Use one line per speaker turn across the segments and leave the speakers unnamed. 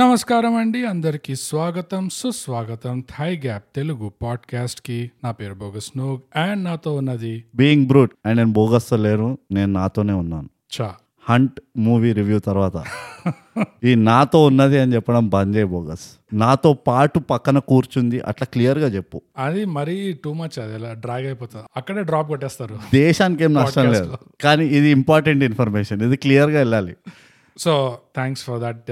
నమస్కారం అండి అందరికీ స్వాగతం సుస్వాగతం థాయ్ గ్యాప్ తెలుగు పాడ్కాస్ట్ కి నా పేరు బోగస్ నోగ్ అండ్ నాతో ఉన్నది
బీయింగ్ బ్రూట్ అండ్ నేను బోగస్ లేరు నేను నాతోనే ఉన్నాను
చా
హంట్ మూవీ రివ్యూ తర్వాత ఈ నాతో ఉన్నది అని చెప్పడం బంద్ చేయ బోగస్ నాతో పాటు పక్కన కూర్చుంది అట్లా క్లియర్గా చెప్పు
అది మరీ టూ మచ్ అది ఇలా డ్రాగ్ అయిపోతుంది అక్కడే డ్రాప్ కొట్టేస్తారు
దేశానికి ఏం నష్టం లేదు కానీ ఇది ఇంపార్టెంట్ ఇన్ఫర్మేషన్ ఇది క్లియర్గా వెళ్ళాలి
so thanks for that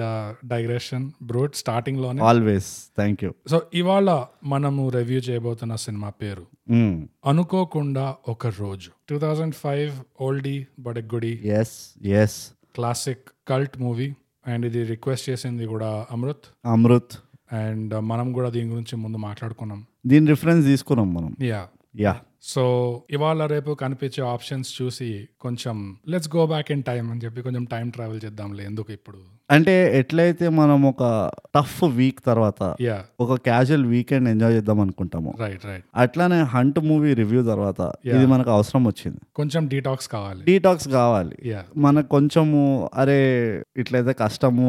digression brute starting లోనే
ఆల్వేస్ థ్యాంక్ యూ
సో ఇవాళ మనము రివ్యూ చేయబోతున్న సినిమా పేరు
Hmm.
అనుకోకుండా ఒక రోజు two thousand five oldie but a goodie
ఎస్ ఎస్
క్లాసిక్ కల్ట్ మూవీ అండ్ ఇది రిక్వెస్ట్ చేసింది కూడా అమృత్
అమృత్
అండ్ uh, మనం కూడా దీని గురించి ముందు మాట్లాడుకున్నాం
దీని రిఫరెన్స్ తీసుకున్నాం మనం
యా
యా
సో ఇవాళ రేపు కనిపించే ఆప్షన్స్ చూసి కొంచెం let's go back in time అని చెప్పి కొంచెం టైం ట్రావెల్ చేద్దాంలే ఎందుకు ఇప్పుడు
అంటే ఎట్లయితే మనం ఒక టఫ్ వీక్ తర్వాత
యా
ఒక క్యాజువల్ వీకెండ్ ఎంజాయ్ చేద్దాం అనుకుంటాము
రైట్ రైట్
అట్లానే హంట్ మూవీ రివ్యూ తర్వాత ఇది మనకు అవసరం వచ్చింది
కొంచెం డీటాక్స్ కావాలి
డీటాక్స్ కావాలి
యా
మనకు కొంచెము అరే ఇట్లయితే కష్టము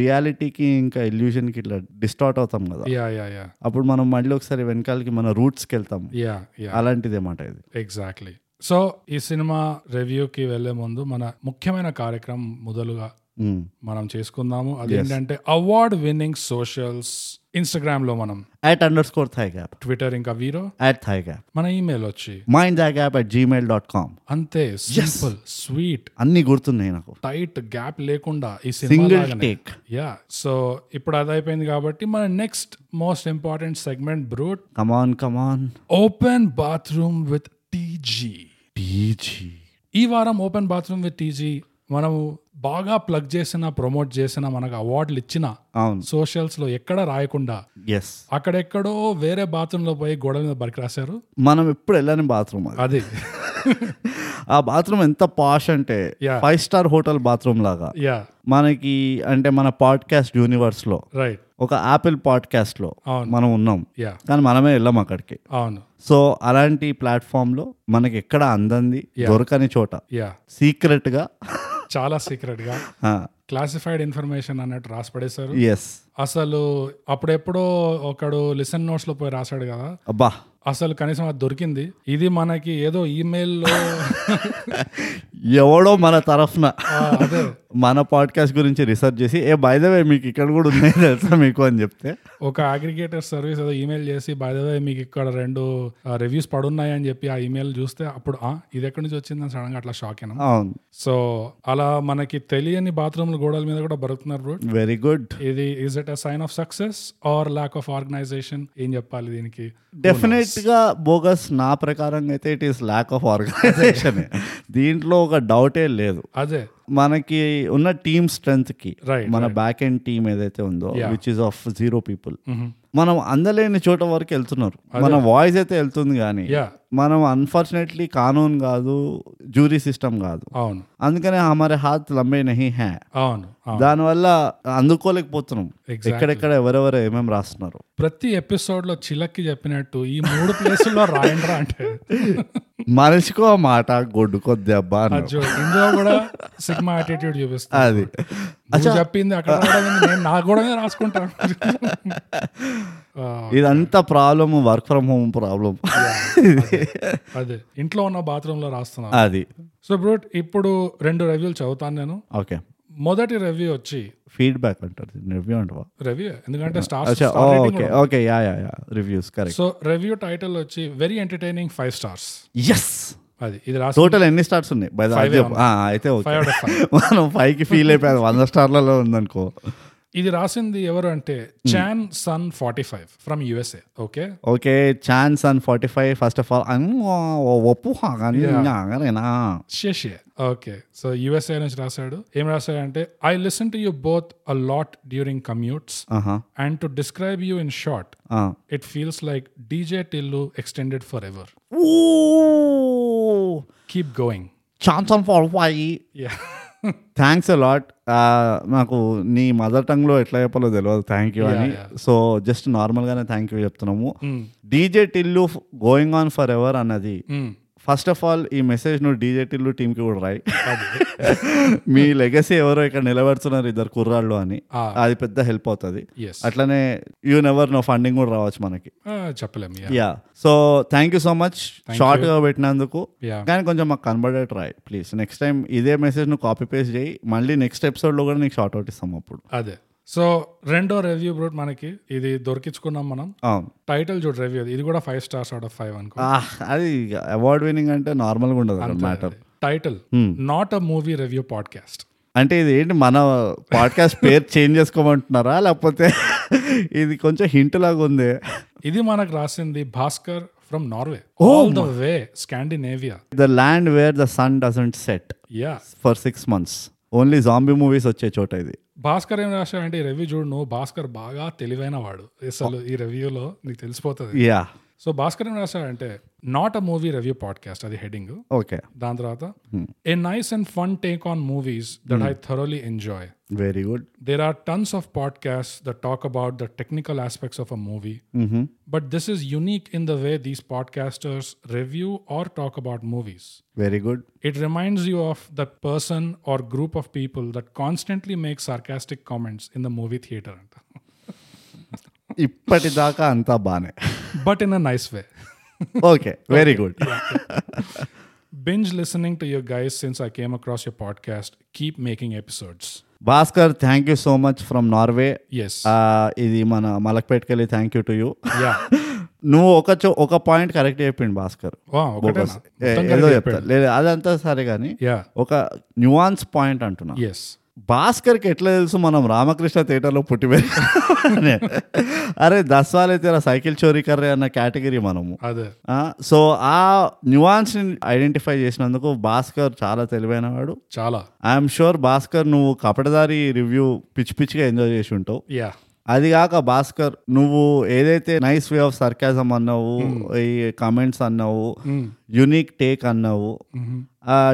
రియాలిటీకి ఇంకా ఇల్యూషన్కి ఇట్లా డిస్టార్ట్ అవుతాం కదా
యా యా యా
అప్పుడు మనం మళ్ళీ ఒకసారి వెనకాలకి మన రూట్స్కి వెళ్తాం
యా యా
అలాంటిది అన్నమాట ఇది
ఎగ్జాక్ట్లీ సో ఈ సినిమా రివ్యూకి వెళ్లే ముందు మన ముఖ్యమైన కార్యక్రమం మొదలుగా
మ్మ్.
మనం చేసుకుందాము అదేంటంటే అవార్డ్ విన్నింగ్ సోషల్స్ ఇన్స్టాగ్రామ్ లో మనం
at under score thigh gap
Twitter ఇంకా వీరో
యాట్ థై గ్యాప్
మన ఈమెయిల్ వచ్చి
mind thigh gap at Gmail dot com
అంతే సింపుల్ స్వీట్
అన్నీ గుర్తున్నాయి నాకు
టైట్ గ్యాప్ లేకుండా ఈ
single
cinema
take
yeah so ఇప్పుడు అది అయిపోయింది కాబట్టి మన next most important segment brute
come on come on
open bathroom with TG
TG
ఈ వారం ఓపెన్ బాత్రూమ్ విత్ టీజీ మనము బాగా ప్లగ్ చేసిన ప్రమోట్ చేసిన మనకు అవార్డులు ఇచ్చిన
అవును
సోషల్స్ లో ఎక్కడ రాయకుండా
ఎస్
అక్కడెక్కడో వేరే బాత్రూమ్ లో పోయి గోడ మీద బరికి రాశారు
మనం ఎప్పుడు వెళ్ళని బాత్రూమ్
అది
అది ఆ బాత్రూమ్ ఎంత పాష్ అంటే
Yeah.
Five star hotel bathroom లాగా
యా
మనకి అంటే మన పాడ్కాస్ట్ యూనివర్స్ లో
రైట్
ఒక యాపిల్ పాడ్కాస్ట్ లో
అవును.
మనం ఉన్నాం
యా
కానీ మనమే వెళ్ళాం అక్కడికి
అవును
సో అలాంటి ప్లాట్ఫామ్ లో మనకి ఎక్కడ అందంది దొరకని చోట
యా
సీక్రెట్ గా
చాలా సీక్రెట్ గా క్లాసిఫైడ్ ఇన్ఫర్మేషన్ అన్నట్టు రాసి పడేశారు
ఎస్
అసలు అప్పుడెప్పుడో ఒకడు లిసన్ నోట్స్ లో పోయి రాశాడు కదా
అబ్బా
అసలు కనీసం అది దొరికింది ఇది మనకి ఏదో ఈమెయిల్లో
ఎవడో మన తరఫున
అదే
మన పాడ్కాస్ట్ గురించి రీసెర్చ్ చేసి ఏ బై ద వే మీకు ఇక్కడ కూడా ఉన్నాయి తెలుసా మీకు అని చెప్తే
ఒక అగ్రిగేటర్ సర్వీస్ ఏదో ఈమెయిల్ చేసి by the way మీకు ఇక్కడ రెండు రివ్యూస్ పడున్నాయి అని చెప్పి ఆ ఈమెయిల్ చూస్తే అప్పుడు ఆ ఇది ఎక్కడి నుంచి వచ్చింది అని సడన్ గా అట్లా షాక్ అయినా
అవును
సో అలా మనకి తెలియని బాత్రూమ్ల గోడల మీద కూడా బరుకుతున్నారు బ్రూట్
వెరీ గుడ్
ఇది is it a sign of success or lack of organisation ఏం చెప్పాలి దీనికి
డెఫినెట్ గా బోగస్ నా ప్రకారంగా అయితే it is lack of organisation దీంట్లో ఒక డౌటే లేదు
అదే
మనకి ఉన్న టీమ్ స్ట్రెంగ్త్ కి
Right,
మన బ్యాక్ ఎండ్ టీమ్ ఏదైతే ఉందో
Yeah.
Which is of zero people
Mm-hmm.
మనం అందలేని చోట వరకు వెళ్తున్నారు మన వాయిస్ అయితే వెళ్తుంది కానీ
యా
మనం అన్ఫార్చునేట్లీ కానూన్ కాదు జ్యూరీ సిస్టమ్ కాదు
అవును
అందుకనే హమారే హాత్ లంబే నహి హే
అవును అవును
దానివల్ల అందుకోలేకపోతున్నాం
Exactly.
ఎక్కడెక్కడ ఎవరెవరు ఏమేమి రాస్తున్నారు
ప్రతి ఎపిసోడ్ లో చిలక్కి చెప్పినట్టు ఈ మూడు ప్లేసుల్లో రాయండ్రా అంటే
మనిషికో మాట గొడ్డుకో దెబ్బ అన్నారు
అజ్జో, ఇందులో కూడా సిగ్మా యాటిట్యూడ్ చూపిస్తా
అది
నువ్వు చెప్పింది అక్కడ కూడా ఉంది, నేను నా కూడా మీద రాసుకుంటాను ఆ,
ఇదంతా problem work from home problem
అదే ఇంట్లో ఉన్న బాత్రూమ్ లో రాస్తున్నా
అది
సో బ్రూట్ ఇప్పుడు రెండు రివ్యూలు చదువుతాను నేను
ఓకే
మొదటి రివ్యూ వచ్చి
ఫీడ్బ్యాక్ అంటారు రివ్యూ అంటవా
రివ్యూ ఎందుకంటే
అచ్చా
stars
okay okay yeah yeah yeah reviews correct
so review title వచ్చి very entertaining five stars
yes
అది ఇది రాసి
టోటల్ ఎన్ని స్టార్స్ ఉన్నాయి బై
Five ఏ
అయితే okay
five out of five
మనం ఫైవ్ కి ఫీల్ అయిపోయాం వంద స్టార్లలో ఉందనుకో
ఇది రాసింది ఎవరు అంటే chanson forty five from USA okay
okay chance and forty five first of all ఒప్పు హాగానేనా
శేషే ఓకే సో యుఎస్ఏ నుంచి రాశాడు ఏం రాశాడంటే I listen to you both a lot during commutes and to describe you in short it feels like DJ Tillu extended for ever
oh
keep going
chance on fall five thanks a lot నాకు నీ mother tongue లో ఎట్లా చెప్పాలో తెలియదు thank you అని so just
Hmm.
Normal గానే thank you చెప్తున్నాము DJ Tillu going on forever అన్నది ఫస్ట్ ఆఫ్ ఆల్ ఈ మెసేజ్ నువ్వు డీజేటీలు టీంకి కూడా రాయి మీ లెగసీ ఎవరో ఇక్కడ నిలబెడుతున్నారు ఇద్దరు కుర్రాళ్ళు అని
ఆ.
అది పెద్ద హెల్ప్ అవుతుంది
ఎస్
అట్లనే యూ నెవర్ నో ఫండింగ్ కూడా రావచ్చు మనకి
Ah, చెప్పలేము
yeah so thank you so much short గా పెట్టినందుకు
యా
కానీ కొంచెం మాకు కనబడేట్ రాయి ప్లీజ్ నెక్స్ట్ టైం ఇదే మెసేజ్ నువ్వు కాపీ పేస్ట్ చేయి మళ్ళీ నెక్స్ట్ ఎపిసోడ్ లో కూడా నీకు షార్ట్ అవుట్ ఇస్తాం అప్పుడు
అదే సో రెండో రివ్యూ బ్రూట్ మనకి ఇది దొరికించుకున్నాం మనం
అవును
టైటిల్ చూడు రివ్యూ ఇది కూడా five stars out of five అనుకో
Ah, అది అవార్డ్ విన్నింగ్ అంటే నార్మల్ గా ఉండదు matter
title not a movie review podcast
అంటే ఇది ఏంటి మన పాడ్కాస్ట్ పేరు చేంజ్ చేసుకోమంటున్నారా లేకపోతే ఇది కొంచెం హింట్ లాగా ఉంది
ఇది మనకు రాసింది Bhaskar from Norway all the way Scandinavia
the land where the sun doesn't set
yeah
for six months only zombie movies వచ్చే చోట ఇది
భాస్కర్ ఏం రాశాడంటే ఈ రివ్యూ చూడు నువ్వు భాస్కర్ బాగా తెలివైన వాడు అసలు ఈ రివ్యూలో నీకు తెలిసిపోతుంది
యా
సో భాస్కర్ ఏం రాశాడంటే not a movie review podcast అది హెడింగ్
ఓకే
దాని తర్వాత a nice and fun take on movies that I thoroughly enjoy
very good
there are tons of podcasts that talk about the technical aspects of a movie,
Mm-hmm.
but this is unique in the way these podcasters review or talk about movies.
Very good
It reminds you of the person or group of people that constantly make sarcastic comments in the movie theater,
ఇప్పటిదాకా అంతా బానే
but in a nice way.
Okay very good
Binge listening to you guys since I came across your podcast. Keep making episodes.
Bhaskar thank you so much from Norway
Yes.
Ah. ఇది మన మలక్పేట్కెళ్ళి thank you to you
yeah.
నువ్వు ఒక చో- ఒక point correct చెప్పిండు Bhaskar
Wow. Okay.
Focus. ఏ- ఏదో చెప్తా లేదు అదంతా సరే కానీ
Yeah.
ఒక న్యూవాన్స్ పాయింట్ అంటున్నా
Yes.
భాస్కర్కి ఎట్లా తెలుసు మనం రామకృష్ణ థియేటర్లో పుట్టి పెరిగాం అని. అరే దస్వాలే తీరా సైకిల్ చోరీ కర్రే అన్న కేటగిరీ మనము
Other.
ఆ, సో ఆ న్యూవాన్స్ని ఐడెంటిఫై చేసినందుకు భాస్కర్ చాలా తెలివైన వాడు
Chala.
ఐఎమ్ షూర్ భాస్కర్ నువ్వు కపటదారి రివ్యూ పిచ్చి పిచ్చిగా ఎంజాయ్ చేసి ఉంటావు
Yeah.
అది కాక భాస్కర్ నువ్వు ఏదైతే నైస్ వే ఆఫ్ సర్కాజం అన్నావు ఈ కమెంట్స్ అన్నావు యునిక్ టేక్ అన్నావు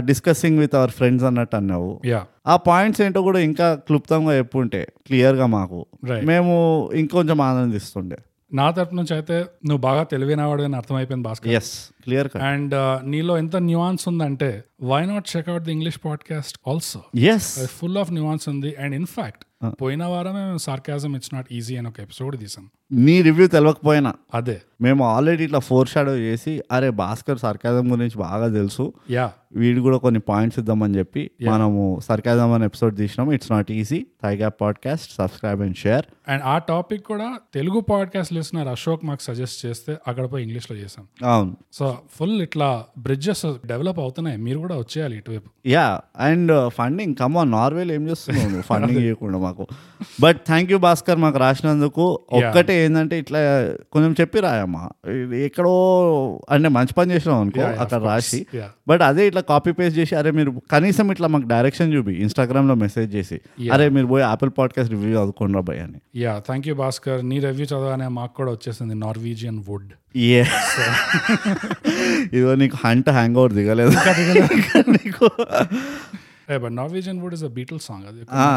డిస్కసింగ్ విత్ అవర్ ఫ్రెండ్స్ అన్నట్టు అన్నావు
Yeah.
ఆ పాయింట్స్ ఏంటో కూడా ఇంకా క్లుప్తంగా చెప్పుంటే క్లియర్గా మాకు
Right.
మేము ఇంకొంచెం ఆనందిస్తుండే
నా తరపు నుంచి అయితే నువ్వు బాగా తెలివైనవాడు అని అర్థమైపోయింది Bhaskar
yes clear cut
and నీలో ఎంత న్యూఆన్స్ ఉందంటే why not check out the English podcast also
is
full of nuance ఉంది అండ్ ఇన్ఫాక్ట్ పోయిన వారమే మేము సార్కాజం ఇట్స్ నాట్ ఈజీ అని ఒక ఎపిసోడ్ తీసాం
నీ రివ్యూ తెలియకపోయినా
అదే
మేము ఆల్రెడీ ఇట్లా ఫోర్ షాడో చేసి అరే భాస్కర్ సర్కాజం గురించి బాగా తెలుసు
యా
వీడు కూడా కొన్ని పాయింట్స్ ఇద్దామని చెప్పి మనము సర్కాజం అనే ఎపిసోడ్ తీసినాము it's not easy thigh gap podcast subscribe and share
and ఆ టాపిక్ కూడా తెలుగు పాడ్కాస్ట్ లిసనర్ అశోక్ మాకు సజెస్ట్ చేస్తే అక్కడ పోయి ఇంగ్లీష్ లో చేసాం
అవును
సో ఫుల్ ఇట్లా బ్రిడ్జెస్ డెవలప్ అవుతున్నాయి మీరు కూడా వచ్చేయాలి ఇటువైపు
yeah and funding come on నార్వేలో ఏం చేస్తున్నావు ఫండింగ్ చేయకుండా మాకు బట్ థ్యాంక్ యూ భాస్కర్ మాకు రాసినందుకు ఒక్కటే ఏంటంటే ఇట్లా కొంచెం చెప్పి రాయమ్మా ఇది ఎక్కడో అంటే మంచి పని చేసినాం అనుకో అక్కడ రాసి
Yeah.
బట్ అదే ఇట్లా కాపీ పేస్ట్ చేసి అరే మీరు కనీసం ఇట్లా మాకు డైరెక్షన్ చూపి ఇన్స్టాగ్రామ్లో మెసేజ్ చేసి అరే మీరు పోయి యాపిల్ పాడ్కాస్ట్ రివ్యూ చదువుకోండి రాబాయ్ అని
యా థ్యాంక్ యూ భాస్కర్ నీ రివ్యూ చదవగానే మాకు కూడా వచ్చేసింది నార్వీజియన్ వుడ్
ఏ ఇదో నీకు హంట హ్యాంగ్ ఓవర్ దిగలేదు ఇంకా నీకు
but Norwegian wood is a Beatle song అది
ఆ,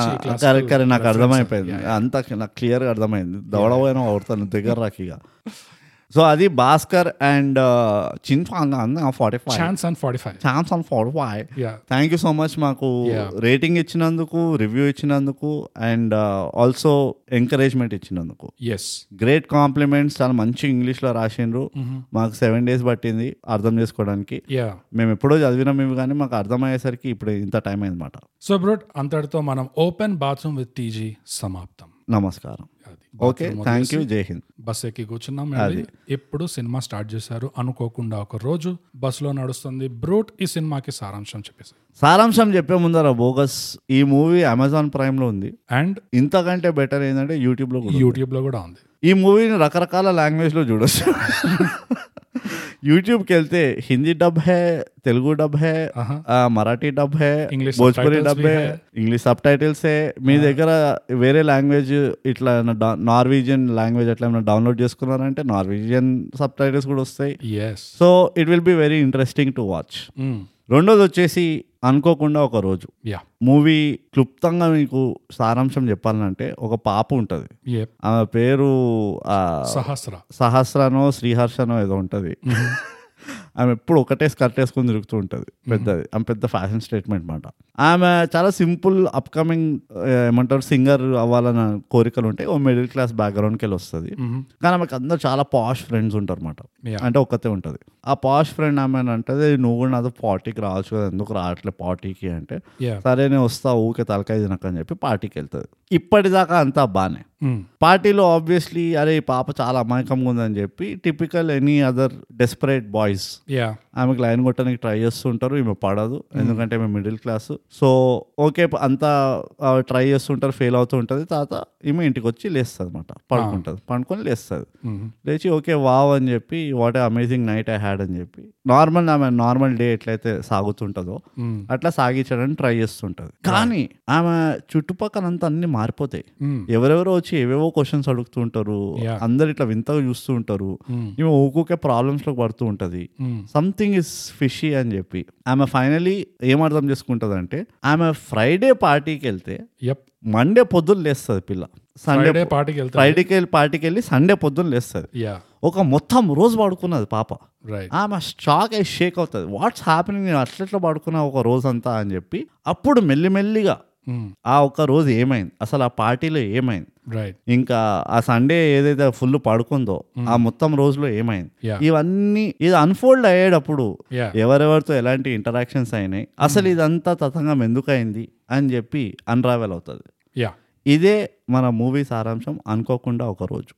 కరెక్ట్ కరెక్ట్ నాకు అర్థమైపోయింది అంతా నాకు క్లియర్గా అర్థమైంది దవడపోయిన అవుతాను దగ్గర రాకి ఇక సో అది భాస్కర్ అండ్ చింతాంగ్ forty five
chance and forty five
chance on forty five
yeah
thank you so much మాకు
Yeah.
రేటింగ్ ఇచ్చినందుకు రివ్యూ ఇచ్చినందుకు అండ్ ఆల్సో ఎంకరేజ్మెంట్ ఇచ్చినందుకు
ఎస్
గ్రేట్ కాంప్లిమెంట్స్ చాలా మంచి ఇంగ్లీష్లో రాసిండ్రు మాకు సెవెన్ డేస్ పట్టింది అర్థం చేసుకోవడానికి
యా
మేము ఎప్పుడో చదివినాం ఇవి కానీ మాకు అర్థమయ్యేసరికి ఇప్పుడు ఇంత టైం అయిందన్నమాట
సో బ్రోట్ అంతటితో మనం ఓపెన్ బాత్రూమ్ విత్ టీజీ సమాప్తం
నమస్కారం
అది
ఓకే థ్యాంక్ యూ జై హింద్
బస్ ఎక్కి కూర్చున్నాం వెళ్ళి ఎప్పుడు సినిమా స్టార్ట్ చేశారు అనుకోకుండా ఒక రోజు బస్సులో నడుస్తుంది బ్రూట్ ఈ సినిమాకి సారాంశం చెప్పేసి
సారాంశం చెప్పే ముందర బోగస్ ఈ మూవీ అమెజాన్ ప్రైమ్ లో ఉంది
అండ్
ఇంతకంటే బెటర్ ఏంటంటే యూట్యూబ్ లో కూడా
యూట్యూబ్ లో కూడా ఉంది
ఈ మూవీని రకరకాల లాంగ్వేజ్ లో చూడొచ్చు యూట్యూబ్కి వెళ్తే హిందీ డబ్ హే తెలుగు డబ్ హే ఆ, మరాఠీ డబ్ హే
English
భోజ్పురి
subtitles
డబ్
भी
హే ఇంగ్లీష్ సబ్ టైటిల్స్ హే మీ దగ్గర వేరే లాంగ్వేజ్ ఇట్లా నార్వీజియన్ లాంగ్వేజ్ అట్లా ఏమైనా డౌన్లోడ్ చేసుకున్నారంటే నార్వీజియన్ సబ్ టైటిల్స్ కూడా వస్తాయి
yes
so it will be very interesting to watch
Mm,
రెండోది వచ్చేసి అనుకోకుండా ఒక రోజు
యా
మూవీ క్లుప్తంగా మీకు సారాంశం చెప్పాలంటే ఒక పాప ఉంటుంది
ఏ
ఆమె పేరు ఆ,
సహస్ర
సహస్రనో శ్రీహర్షనో ఏదో ఉంటుంది ఆమె ఎప్పుడు ఒకటే స్కర్ట్ వేసుకొని తిరుగుతూ ఉంటుంది పెద్దది ఆమె పెద్ద ఫ్యాషన్ స్టేట్మెంట్ మాట ఆమె చాలా సింపుల్ అప్కమింగ్ ఏమంటారు సింగర్ అవ్వాలన్న కోరికలు ఉంటాయి ఓ మిడిల్ క్లాస్ బ్యాక్గ్రౌండ్కి వెళ్ళి వస్తుంది కానీ ఆమెకు అందరూ చాలా పాష్ ఫ్రెండ్స్ ఉంటారు అనమాట
Mm-hmm. Yeah.
అంటే ఒక్కతే ఉంటుంది ఆ పాష్ ఫ్రెండ్ ఆమె అంటే నువ్వు కూడా నాతో పార్టీకి రావచ్చు కదా ఎందుకు రావట్లే పార్టీకి అంటే
Yeah.
సరే నేను వస్తా ఊకే తలకాయ తినకని చెప్పి పార్టీకి వెళ్తుంది ఇప్పటిదాకా అంతా బాగానే
Mm.
పార్టీలో ఆబ్వియస్లీ అరే ఈ పాప చాలా అమాయకంగా ఉందని చెప్పి typical any other desperate boys
Yeah.
ఆమెకు లైన్ కొట్టడానికి ట్రై చేస్తుంటారు ఈమె పడదు ఎందుకంటే మేము మిడిల్ క్లాస్ సో ఓకే ప- అంతా ఆ, ట్రై చేస్తుంటారు ఫెయిల్ అవుతూ ఉంటుంది తర్వాత ఈమె ఇంటికి వచ్చి లేస్తుంది అనమాట పడుకుంటుంది పడుకొని లేస్తుంది
Mm.
లేచి ఓకే వావ్ అని చెప్పి what a amazing night I had అని చెప్పి నార్మల్ ఆమె నార్మల్ డే ఎట్లయితే సాగుతుంటుందో
Mm.
అట్లా సాగించడానికి ట్రై చేస్తుంటది కానీ ఆమె చుట్టుపక్కలంతా అన్ని మారిపోతాయి
Mm.
ఎవరెవరో వచ్చి ఏవేవో క్వశ్చన్స్ అడుగుతుంటారు
Yeah.
అందరు ఇట్లా వింతగా చూస్తూ ఉంటారు
Mm.
ఈమె ఊకూకే ప్రాబ్లమ్స్లో పడుతూ ఉంటుంది
Mm.
సంథింగ్ ఇస్ ఫిషీ అని చెప్పి ఆమె ఫైనలీ ఏం అర్థం చేసుకుంటదంటే ఆమె ఫ్రైడే పార్టీకి వెళ్తే
Yep.
మండే పొద్దున్న లేస్తుంది పిల్ల సండే
ఫ్రైడే పార్టీకి వెళ్తా
ఫ్రైడేకి వెళ్ళి పార్టీకి వెళ్ళి సండే పొద్దున్న లేస్తుంది
యా
ఒక మొత్తం రోజు పడుకున్నది పాప
రైట్
ఆమె షాక్ అయి షేక్ అవుతుంది వాట్స్ హ్యాపెనింగ్ నేను అట్లెట్లో పడుకున్నా ఒక రోజంతా అని చెప్పి అప్పుడు మెల్లిమెల్లిగా
Mm,
ఆ ఒక రోజు ఏమైంది అసలు ఆ పార్టీలో ఏమైంది
రైట్
ఇంకా ఆ సండే ఏదైతే ఫుల్ పడుకుందో ఆ మొత్తం రోజులో ఏమైంది
Yeah.
ఇవన్నీ ఇది అన్ఫోల్డ్ అయ్యేటప్పుడు
యా
ఎవరెవరితో ఎలాంటి ఇంటరాక్షన్స్ అయినాయి అసలు ఇదంతా తతంగం ఎందుకు అయింది అని చెప్పి అన్రావెల్ అవుతుంది
యా
ఇదే మన మూవీ సారాంశం అనుకోకుండా ఒక రోజు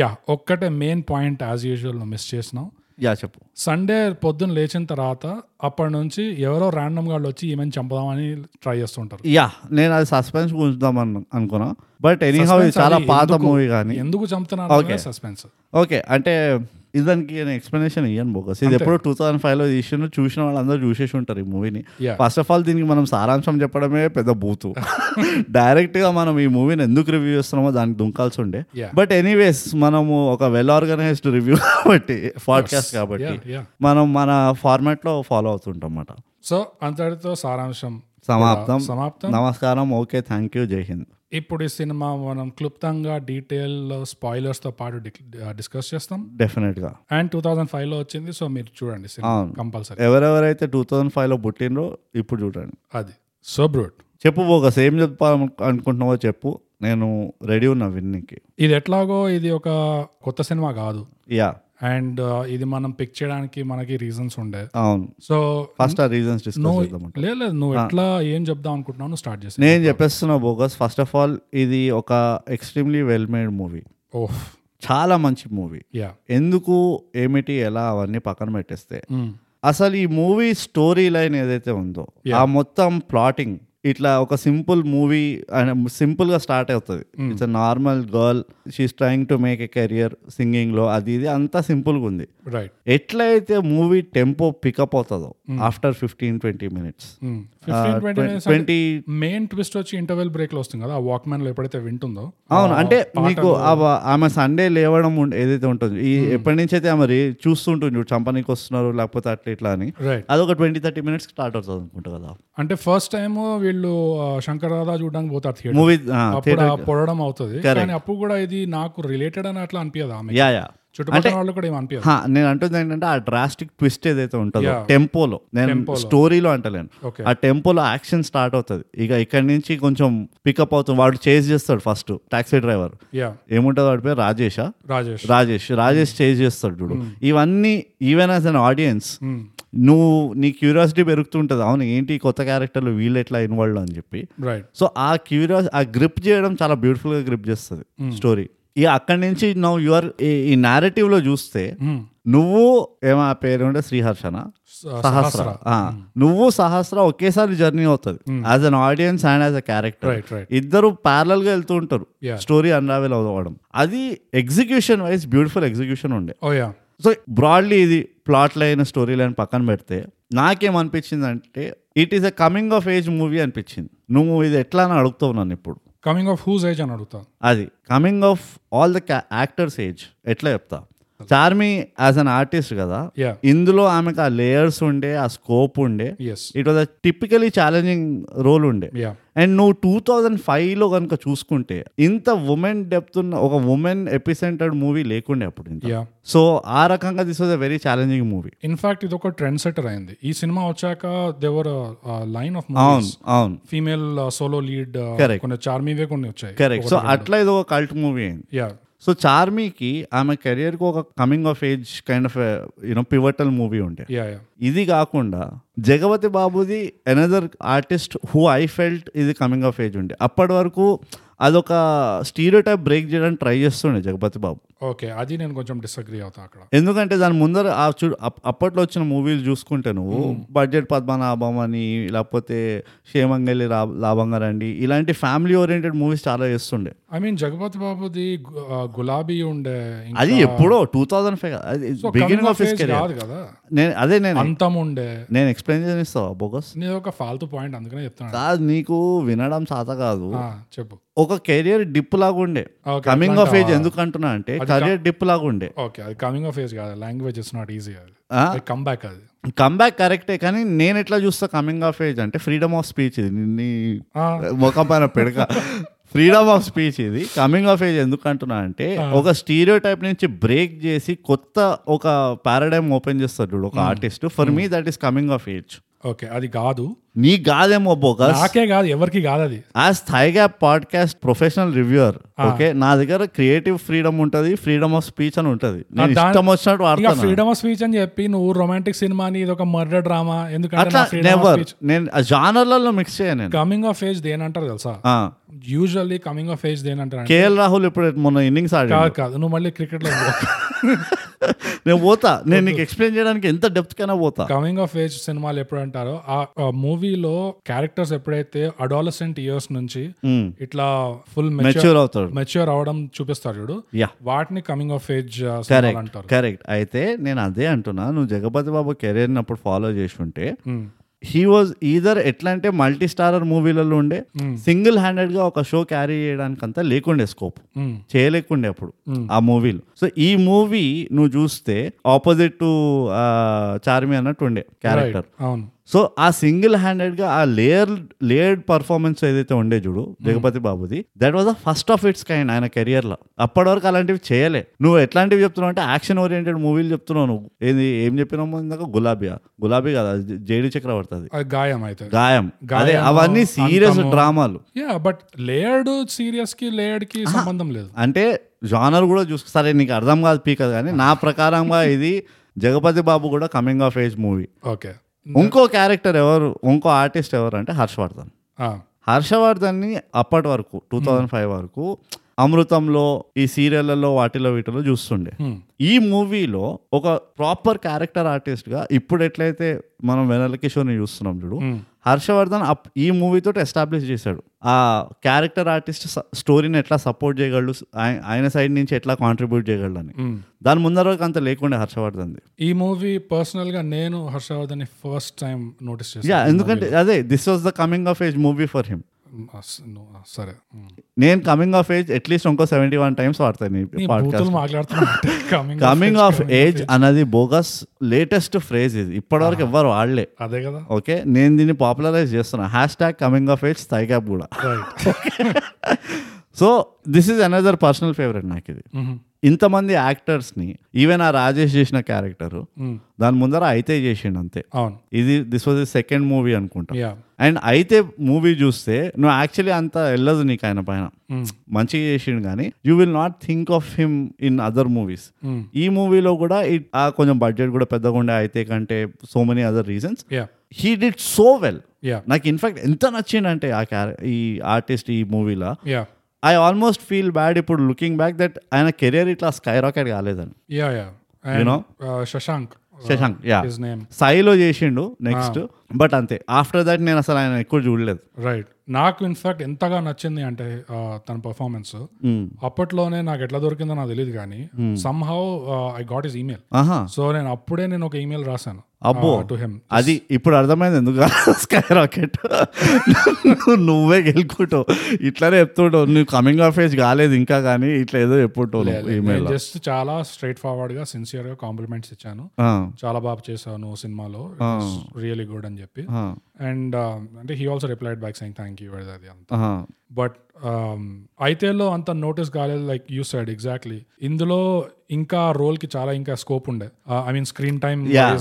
యా ఒక్కటే మెయిన్ పాయింట్ యాజ్ యూజువల్ నువ్వు మిస్ చేసినావు
యా చెప్పు
సండే పొద్దున్న లేచిన తర్వాత అప్పటి నుంచి ఎవరో ర్యాండమ్ వాళ్ళు వచ్చి ఈమెను చంపదామని ట్రై చేస్తుంటారు
యా నేను అది సస్పెన్స్ ఉంచుదాం అను- అనుకున్నా బట్ ఎనీహౌ ఇది
Suspense
చాలా
అది
పాత
ఎందుకు-
మూవీ కానీ
ఎందుకు చంపుతున్నారు
Okay.
సస్పెన్స్
ఓకే అంటే ఇదానికి నేను ఎక్స్ప్లెనేషన్ ఇయ్యను బోకస్ ఇది ఎప్పుడు టూ థౌసండ్ ఫైవ్లో తీసిన చూసిన వాళ్ళందరూ చూసేసి ఉంటారు ఈ మూవీని
Yeah.
ఫస్ట్ ఆఫ్ ఆల్ దీనికి మనం సారాంశం చెప్పడమే పెద్ద బూతు డైరెక్ట్గా మనం ఈ మూవీని ఎందుకు రివ్యూ చేస్తున్నామో దానికి దుంకాల్సి ఉండే
Yeah.
బట్ ఎనీవేస్ మనము ఒక వెల్ ఆర్గనైజ్డ్ రివ్యూ కాబట్టి పాడ్కాస్ట్ కాబట్టి
Yeah, yeah.
మనం మన ఫార్మాట్లో ఫాలో అవుతుంటాం అన్నమాట
సో అంతటితో సారాంశం
సమాప్తం
సమాప్తం
నమస్కారం ఓకే థ్యాంక్ యూ జై హింద్
ఇప్పుడు ఈ సినిమా మనం క్లుప్తంగా డీటెయిల్ స్పాయిలర్స్ తో పాటు డిస్కస్ చేస్తాం
డెఫినెట్గా
అండ్ టూ థౌసండ్ ఫైవ్ లో వచ్చింది సో మీరు చూడండి
అవును.
కంపల్సరీ
ఎవరెవరైతే టూ థౌజండ్ ఫైవ్లో పుట్టినరో ఇప్పుడు చూడండి
అది సో బ్రూట్
చెప్పు బోగస్ ఏం చెప్పాలి అనుకుంటున్నావో చెప్పు నేను రెడీ ఉన్నా విన్నికి
ఇది ఎట్లాగో ఇది ఒక కొత్త సినిమా కాదు
యా
అండ్ ఇది మనం పిక్ చేయడానికి మనకి రీజన్స్ ఉండే
అవును
సో
ఫస్ట్ ఆ రీజన్స్ డిస్కస్
నువ్వు
చేద్దాం
లేదు లేదు, నువ్వు ఎట్లా ఏం చెప్దాం అనుకుంటున్నావు నువ్వు స్టార్ట్ చేసి
నేను చెప్పేస్తున్నా బోగస్ ఫస్ట్ ఆఫ్ ఆల్ ఇది ఒక extremely well made movie
oh
చాలా మంచి మూవీ
యా
ఎందుకు ఏమిటి ఎలా అవన్నీ పక్కన పెట్టేస్తే
Hmm,
అసలు ఈ మూవీ స్టోరీ లైన్ ఏదైతే ఉందో ఆ మొత్తం ప్లాటింగ్ ఇట్లా ఒక సింపుల్ మూవీ సింపుల్ గా స్టార్ట్ అవుతుంది it's normal girl she's trying to make a career singing లో అది ఇది అంతా సింపుల్ గా ఉంది
రైట్
ఎట్లయితే మూవీ టెంపో పికప్ అవుతుందో after fifteen twenty minutes
Hmm. Fifteen twenty minutes
twenty
main twist వచ్చి ఇంటర్వెల్ బ్రేక్ లో వస్తుంది కదా ఆ వాక్ మ్యాన్ లో ఎప్పుడైతే వింటుందో
అవును అంటే మీకు ఆ- ఆమె సండే లేవడం ఉండ- ఏదైతే ఉంటుందో ఈ ఎప్పటి నుంచి అయితే ఆమె రే- చూస్తుంటుంది చూడు చంపనీకి వస్తున్నారు లేకపోతే అట్లా ఇట్లా అని
రైట్
అదొక ట్వంటీ థర్టీ మినిట్స్ స్టార్ట్ అవుతుంది అనుకుంటా కదా
అంటే ఫస్ట్ టైం వీళ్ళు ఆ, శంకర్ రాధా చూడడానికి పోతారు థియేటర్
మూవీ
అప్పుడు ఆ పొడడం అవుతుంది కానీ అప్పుడు కూడా ఇది నాకు రిలేటెడ్ అని అట్లా అనిపించదు ఆమె
యా యా
చుట్టుపక్కల వాళ్ళు కూడా ఏం అనిపించదు
హా, నేను అంటుంది ఏంటంటే ఆ డ్రాస్టిక్ ట్విస్ట్ ఏదైతే ఉంటుందో టెంపోలో నేను స్టోరీలో అంటలేను
ఓకే
ఆ టెంపోలో యాక్షన్ స్టార్ట్ అవుతుంది ఇక ఇక్కడి నుంచి కొంచెం పికప్ అవుతుంది వాడు చేజ్ చేస్తాడు ఫస్ట్ టాక్సీ డ్రైవర్
యా
ఏముంటుంది వాడి పేరు రాజేషా
రాజేష్
రాజేష్ రాజేష్ చేజ్ చేస్తాడు చూడు ఇవన్నీ ఈవెన్ యాజ్ అన్ ఆడియన్స్
మ్మ్.
నువ్వు నీ క్యూరియాసిటీ పెరుగుతుంటుంది అవును ఏంటి ఈ కొత్త క్యారెక్టర్లు వీళ్ళు ఎట్లా ఇన్వాల్వ్ అని చెప్పి
రైట్
సో ఆ క్యూరియాస్ ఆ గ్రిప్ చేయడం చాలా బ్యూటిఫుల్గా గ్రిప్ చేస్తుంది స్టోరీ ఇక అక్కడి నుంచి నువ్వు యువర్ ఈ నేరేటివ్లో చూస్తే
మ్మ్.
నువ్వు ఏమో ఆ పేరు ఉంటే శ్రీహర్షనా
స-
సహస్ర ఆ, నువ్వు సహస్ర ఒకేసారి జర్నీ అవుతుంది as an audience and as a character
right right
ఇద్దరు parallel గా వెళ్తూ ఉంటారు
Yeah.
స్టోరీ అన్రావెల్ అవ్వడం అది ఎగ్జిక్యూషన్ వైజ్ బ్యూటిఫుల్ ఎగ్జిక్యూషన్ ఉండే
ఓ యా
సో బ్రాడ్లీ ఇది ప్లాట్ లైన్ స్టోరీ లైన్ పక్కన పెడితే నాకేమనిపించింది అంటే it is a coming of age movie అనిపించింది నువ్వు ఇది ఎట్లా అని అడుగుతావు నన్ను ఇప్పుడు
కమింగ్ ఆఫ్ హూజ్ ఏజ్ అని అడుగుతా
అది coming of all the actors age ఎట్లా చెప్తా చార్మి యాజ్ అన్ ఆర్టిస్ట్ కదా
యా
ఇందులో ఆమెకు ఆ లేయర్స్ ఉండే ఆ స్కోప్ ఉండే
yes
it was a typically challenging role ఉండే
యా
అండ్ నువ్వు టూ థౌజండ్ ఫైవ్లో కనుక చూసుకుంటే ఇంత ఉమెన్ డెప్త్ ఉన్న ఒక ఉమెన్ ఎపిసెంటెడ్ మూవీ లేకుండే అప్పుడు ఇంత.
యా
సో ఆ రకంగా this was a very challenging movie
in fact ఇది ఒక ట్రెండ్ సెటర్ అయింది ఈ సినిమా వచ్చాక దేవర్ లైన్ ఆఫ్
అవును అవును
female solo lead
Correct.
uh, కొన్ని చార్మీవే కొన్ని వచ్చాయి
కరెక్ట్ సో అట్లా ఇది ఒక కల్ట్ మూవీ అయింది
యా
సో చార్మీకి ఆమె కెరియర్కి ఒక coming of age kind of you know pivotal movie ఉండే
యా యా
ఇది కాకుండా జగపతి బాబుది another artist who I felt ఇది కమింగ్ ఆఫ్ ఏజ్ ఉండే అప్పటి వరకు అదొక స్టీరియో టైప్ బ్రేక్ చేయడానికి ట్రై చేస్తుండే జగపతి బాబు
ఓకే అది నేను కొంచెం డిసగ్రీ అవుతా అక్కడ
ఎందుకంటే దాని ముందర ఆ చూ అప్- అప్పట్లో వచ్చిన మూవీలు చూసుకుంటే నువ్వు బడ్జెట్ పద్మనాభం అని లేకపోతే క్షేమంగలి రా లాభంగా రండి ఇలాంటి ఫ్యామిలీ ఓరియంటెడ్ మూవీస్ చాలా చేస్తుండే
ఐ మీన్ జగపతి బాబుది గు- ఆ, గులాబీ ఉండే ఇంకా
అది ఎప్పుడో టూ థౌజండ్ ఫైవ్ అది beginning
coming
of
of
his
age
career
కాదు కదా
నేను అదే నేను
అంతం ఉండే
నేను ఎక్స్ప్లెయిన్ చేస్తావా బోగస్
నేను ఒక ఫాల్తూ పాయింట్ అందుకనే చెప్తున్నాను
కాదు నీకు వినడం సాత కాదు
ఆ, చెప్పు
ఒక కెరియర్ డిప్ లాగా ఉండే
Okay,
కమింగ్ ఆఫ్ ఏజ్ ఎందుకు అంటున్నా అంటే కెరియర్ డిప్ లాగా ఉండే
ఓకే అది కమింగ్ ఆఫ్ ఏజ్ కాదు లాంగ్వేజ్ ఇస్ నాట్ ఈజీ అది
ఆ?
కమ్ బ్యాక్ అది
కమ్బ్యాక్ కరెక్టే కానీ నేను ఎట్లా చూస్తా కమింగ్ ఆఫ్ ఏజ్ అంటే ఫ్రీడమ్ ఆఫ్ స్పీచ్ ఇది నీ- నీ
ఆ,
ముఖం పైన పెడక ఫ్రీడమ్ ఆఫ్ స్పీచ్ ఇది కమింగ్ ఆఫ్ ఏజ్ ఎందుకు అంటున్నా అంటే ఒక స్టీరియో టైప్ నుంచి బ్రేక్ చేసి కొత్త ఒక పారాడైమ్ ఓపెన్ చేస్తాడు చూడు ఒక artist for me that is coming of age
okay అది కాదు
నీ కాదేమో బోకస్
నాకే కాదు ఎవరికి కాదు అది
యాజ్ థైగా పాడ్కాస్ట్ ప్రొఫెషనల్ రివ్యూయర్ ఓకే నా దగ్గర క్రియేటివ్ ఫ్రీడమ్ ఉంటుంది ఫ్రీడమ్ ఆఫ్ స్పీచ్ అని ఉంటుంది నేను
దాన్-
ఇష్టం వచ్చినట్టు
ఇక
వాడతాను
ఫ్రీడమ్ ఆఫ్ స్పీచ్ అని చెప్పి నువ్వు రొమాంటిక్ సినిమా అని ఇది ఒక మర్డర్ డ్రామా ఎందుకంటే
అట్లా
నా ఫ్రీడమ్ ఆఫ్
నెవర్
స్పీచ్
నేను ఆ జానర్లలో మిక్స్ చేయను నేను
కమింగ్ ఆఫ్ ఏజ్ దేనంటారు తెలుసా యూజువల్లీ కమింగ్ ఆఫ్ ఏజ్ దేనంటారు అంటే-
కేఎల్ రాహుల్ ఇప్పుడు మొన్న ఇన్నింగ్స్ ఆడాడు
కాదు కాదు నువ్వు మళ్ళీ క్రికెట్ లో
నేను పోతా నేను నీకు ఎక్స్ప్లెయిన్ చేయడానికి ఎంత డెప్త్ కైనా పోతా
కమింగ్ ఆఫ్ ఏజ్ సినిమాలు ఎప్పుడు అంటారో ఆ మూవీలో క్యారెక్టర్స్ ఎప్పుడైతే అడాలసెంట్ ఇయర్స్ నుంచి
మ్మ్.
ఇట్లా ఫుల్
మెచ్యూర్ అవుతాడు
మెచ్యూర్ అవడం చూపిస్తారు చూడు
యా
వాటిని కమింగ్ ఆఫ్ ఏజ్ సినిమాలు
కరెక్ట్
అంటారు
కరెక్ట్ అయితే నేను అదే అంటున్నా నువ్వు జగపతి బాబు కెరీర్ అప్పుడు ఫాలో చేసి ఉంటే హీ వాజ్ ఈదర్ ఎట్లా అంటే మల్టీ స్టారర్ మూవీలలో ఉండే సింగిల్ హ్యాండెడ్ గా ఒక షో క్యారీ చేయడానికి అంతా లేకుండే స్కోప్
మ్మ్.
చేయలేకుండే అప్పుడు ఆ మూవీలో సో ఈ మూవీ నువ్వు చూస్తే ఆపోజిట్ టు చార్మి అన్నట్టు ఉండే క్యారెక్టర్
అవును
సో ఆ సింగిల్ హ్యాండెడ్ గా ఆ లేయర్ లేయర్డ్ పర్ఫార్మెన్స్ ఏదైతే ఉండే చూడు జగపతి బాబుది that was the first of its kind ఆయన కెరియర్ లో అప్పటి వరకు అలాంటివి చేయలే నువ్వు ఎట్లాంటివి చెప్తున్నావు అంటే యాక్షన్ ఓరియంటెడ్ మూవీలు చెప్తున్నావు నువ్వు ఏది ఏం చెప్పినావు ఇందాక గులాబీయా గులాబీ కదా జేడి చక్రవర్తి అది
అది గాయం అయితే
గాయం
గాయము,
అదే అవన్నీ సీరియస్ డ్రామాలు
యా బట్ లేయర్డ్ సీరియస్ కి లేయర్డ్ కి సంబంధం లేదు
అంటే జానర్ కూడా చూసుకు సరే నీకు అర్థం కాదు పీకదు కానీ నా ప్రకారంగా ఇది జగపతి బాబు కూడా coming of age movie
okay
ఇంకో క్యారెక్టర్ ఎవరు ఇంకో ఆర్టిస్ట్ ఎవరు అంటే హర్షవర్ధన్ హర్షవర్ధన్ని అప్పటి వరకు టూ థౌజండ్ ఫైవ్ వరకు అమృతంలో ఈ సీరియళ్లలో వాటిలో వీటిలో చూస్తుండే ఈ మూవీలో ఒక ప్రాపర్ క్యారెక్టర్ ఆర్టిస్ట్ గా ఇప్పుడు ఎట్లయితే మనం వెనల్ కిషోర్ని చూస్తున్నాం చూడు హర్షవర్ధన్ అప్- ఈ మూవీతో ఎస్టాబ్లిష్ చేశాడు ఆ క్యారెక్టర్ ఆర్టిస్ట్ స్టోరీని ఎట్లా సపోర్ట్ చేయగలడు ఆయ- ఆయన సైడ్ నుంచి ఎట్లా కాంట్రిబ్యూట్ చేయగలడు అని దాని ముందర వరకు అంత లేకుండా హర్షవర్ధన్ది
ఈ మూవీ పర్సనల్ గా నేను Harshavardhan first time notice
yeah ఎందుకంటే అదే this was the coming of age movie for him
Hmm. చేశాను సరే
Hmm.
మ్మ్.
నేను కమింగ్ ఆఫ్ ఏజ్ అట్లీస్ట్ ఇంకో సెవెంటీ వన్ టైమ్స్ వాడతాను ఈ
నీ
పాడ్కాస్ట్
బూతులు మాట్లాడుతున్నా కమింగ్
కమింగ్ ఆఫ్ ఏజ్ అన్నది బోగస్ లేటెస్ట్ ఫ్రేజ్ ఇది ఇప్పటివరకు ఎవ్వరు వాడలే
అదే కదా
ఓకే నేను దీన్ని పాపులరైజ్ చేస్తున్నా hashtag coming of age థైగ్యాప్ కూడా
right
so this is another personal favourite నాకు ఇది
Hmm.
ఇంతమంది యాక్టర్స్ని ఈవెన్ ఆ రాజేష్ చేసిన క్యారెక్టర్ దాని ముందర అయితే చేసిండు అంతే
Hmm. అవును
ఇది this was the second movie అనుకుంటా
యా
అండ్ అయితే మూవీ చూస్తే నువ్వు యాక్చువల్లీ అంత వెళ్ళదు నీకు ఆయన పైన
Hmm.
మంచిగా చేసిండు కానీ you will not think of him in other movies
Mm.
ఈ మూవీలో కూడా it- ఆ కొంచెం బడ్జెట్ కూడా పెద్దగా ఉండే అయితే కంటే so many other reasons
yeah
he did so well
yeah
నాకు ఇన్ఫాక్ట్ ఎంత నచ్చిందంటే ఆ క్యార- ఈ ఆర్టిస్ట్ ఈ మూవీలో
yeah
I almost feel bad ఇప్పుడు లుకింగ్ బ్యాక్ దట్ ఆయన కెరియర్ ఇట్లా స్కై రాకెట్ కాలేదని
yeah yeah
You know?
uh, Shashank
Shashank yeah
his name
సాయిలో చేసిండు నెక్స్ట్ బట్ అంతే ఆఫ్టర్ దట్ నేను అసలు ఆయన ఎక్కువ చూడలేదు
రైట్ నాకు ఇన్ఫాక్ట్ ఎంతగా నచ్చింది అంటే ఆ, తన పర్ఫార్మెన్స్
మ్మ్.
అప్పట్లోనే నాకు ఎట్లా దొరికిందో నాకు తెలియదు కానీ
Hmm.
uh, somehow I got his email
ఆహా
సో నేను అప్పుడే నేను ఒక ఈమెయిల్ రాశాను
అబ్బో.
టు హెమ్
అది ఇప్పుడు అర్థమైంది ఎందుకు స్కై రాకెట్ నువ్వే గెలుకుంటావు ఇట్లానే చెప్తుంటావు నువ్వు కమింగ్ ఆఫ్ ఏజ్ కాలేదు ఇంకా కానీ ఇట్లా ఏదో చెప్పుంటావు నువ్వు ఈమెయిల్
జస్ట్ చాలా స్ట్రైట్ ఫార్వర్డ్ గా సిన్సియర్ గా కాంప్లిమెంట్స్ ఇచ్చాను చాలా బాగా చేసావు నువ్వు సినిమాలో రియలీ గుడ్ అని చెప్పి అండ్ అంటే he also replied back saying thank you అది um, అంత బట్ ఐతేలో అంత నోటీస్ కాలేదు లైక్ యూ సైడ్ ఎగ్జాక్ట్లీ ఇందులో ఇంకా రోల్ కి చాలా ఇంకా స్కోప్ ఉండే I mean screen time
Yeah.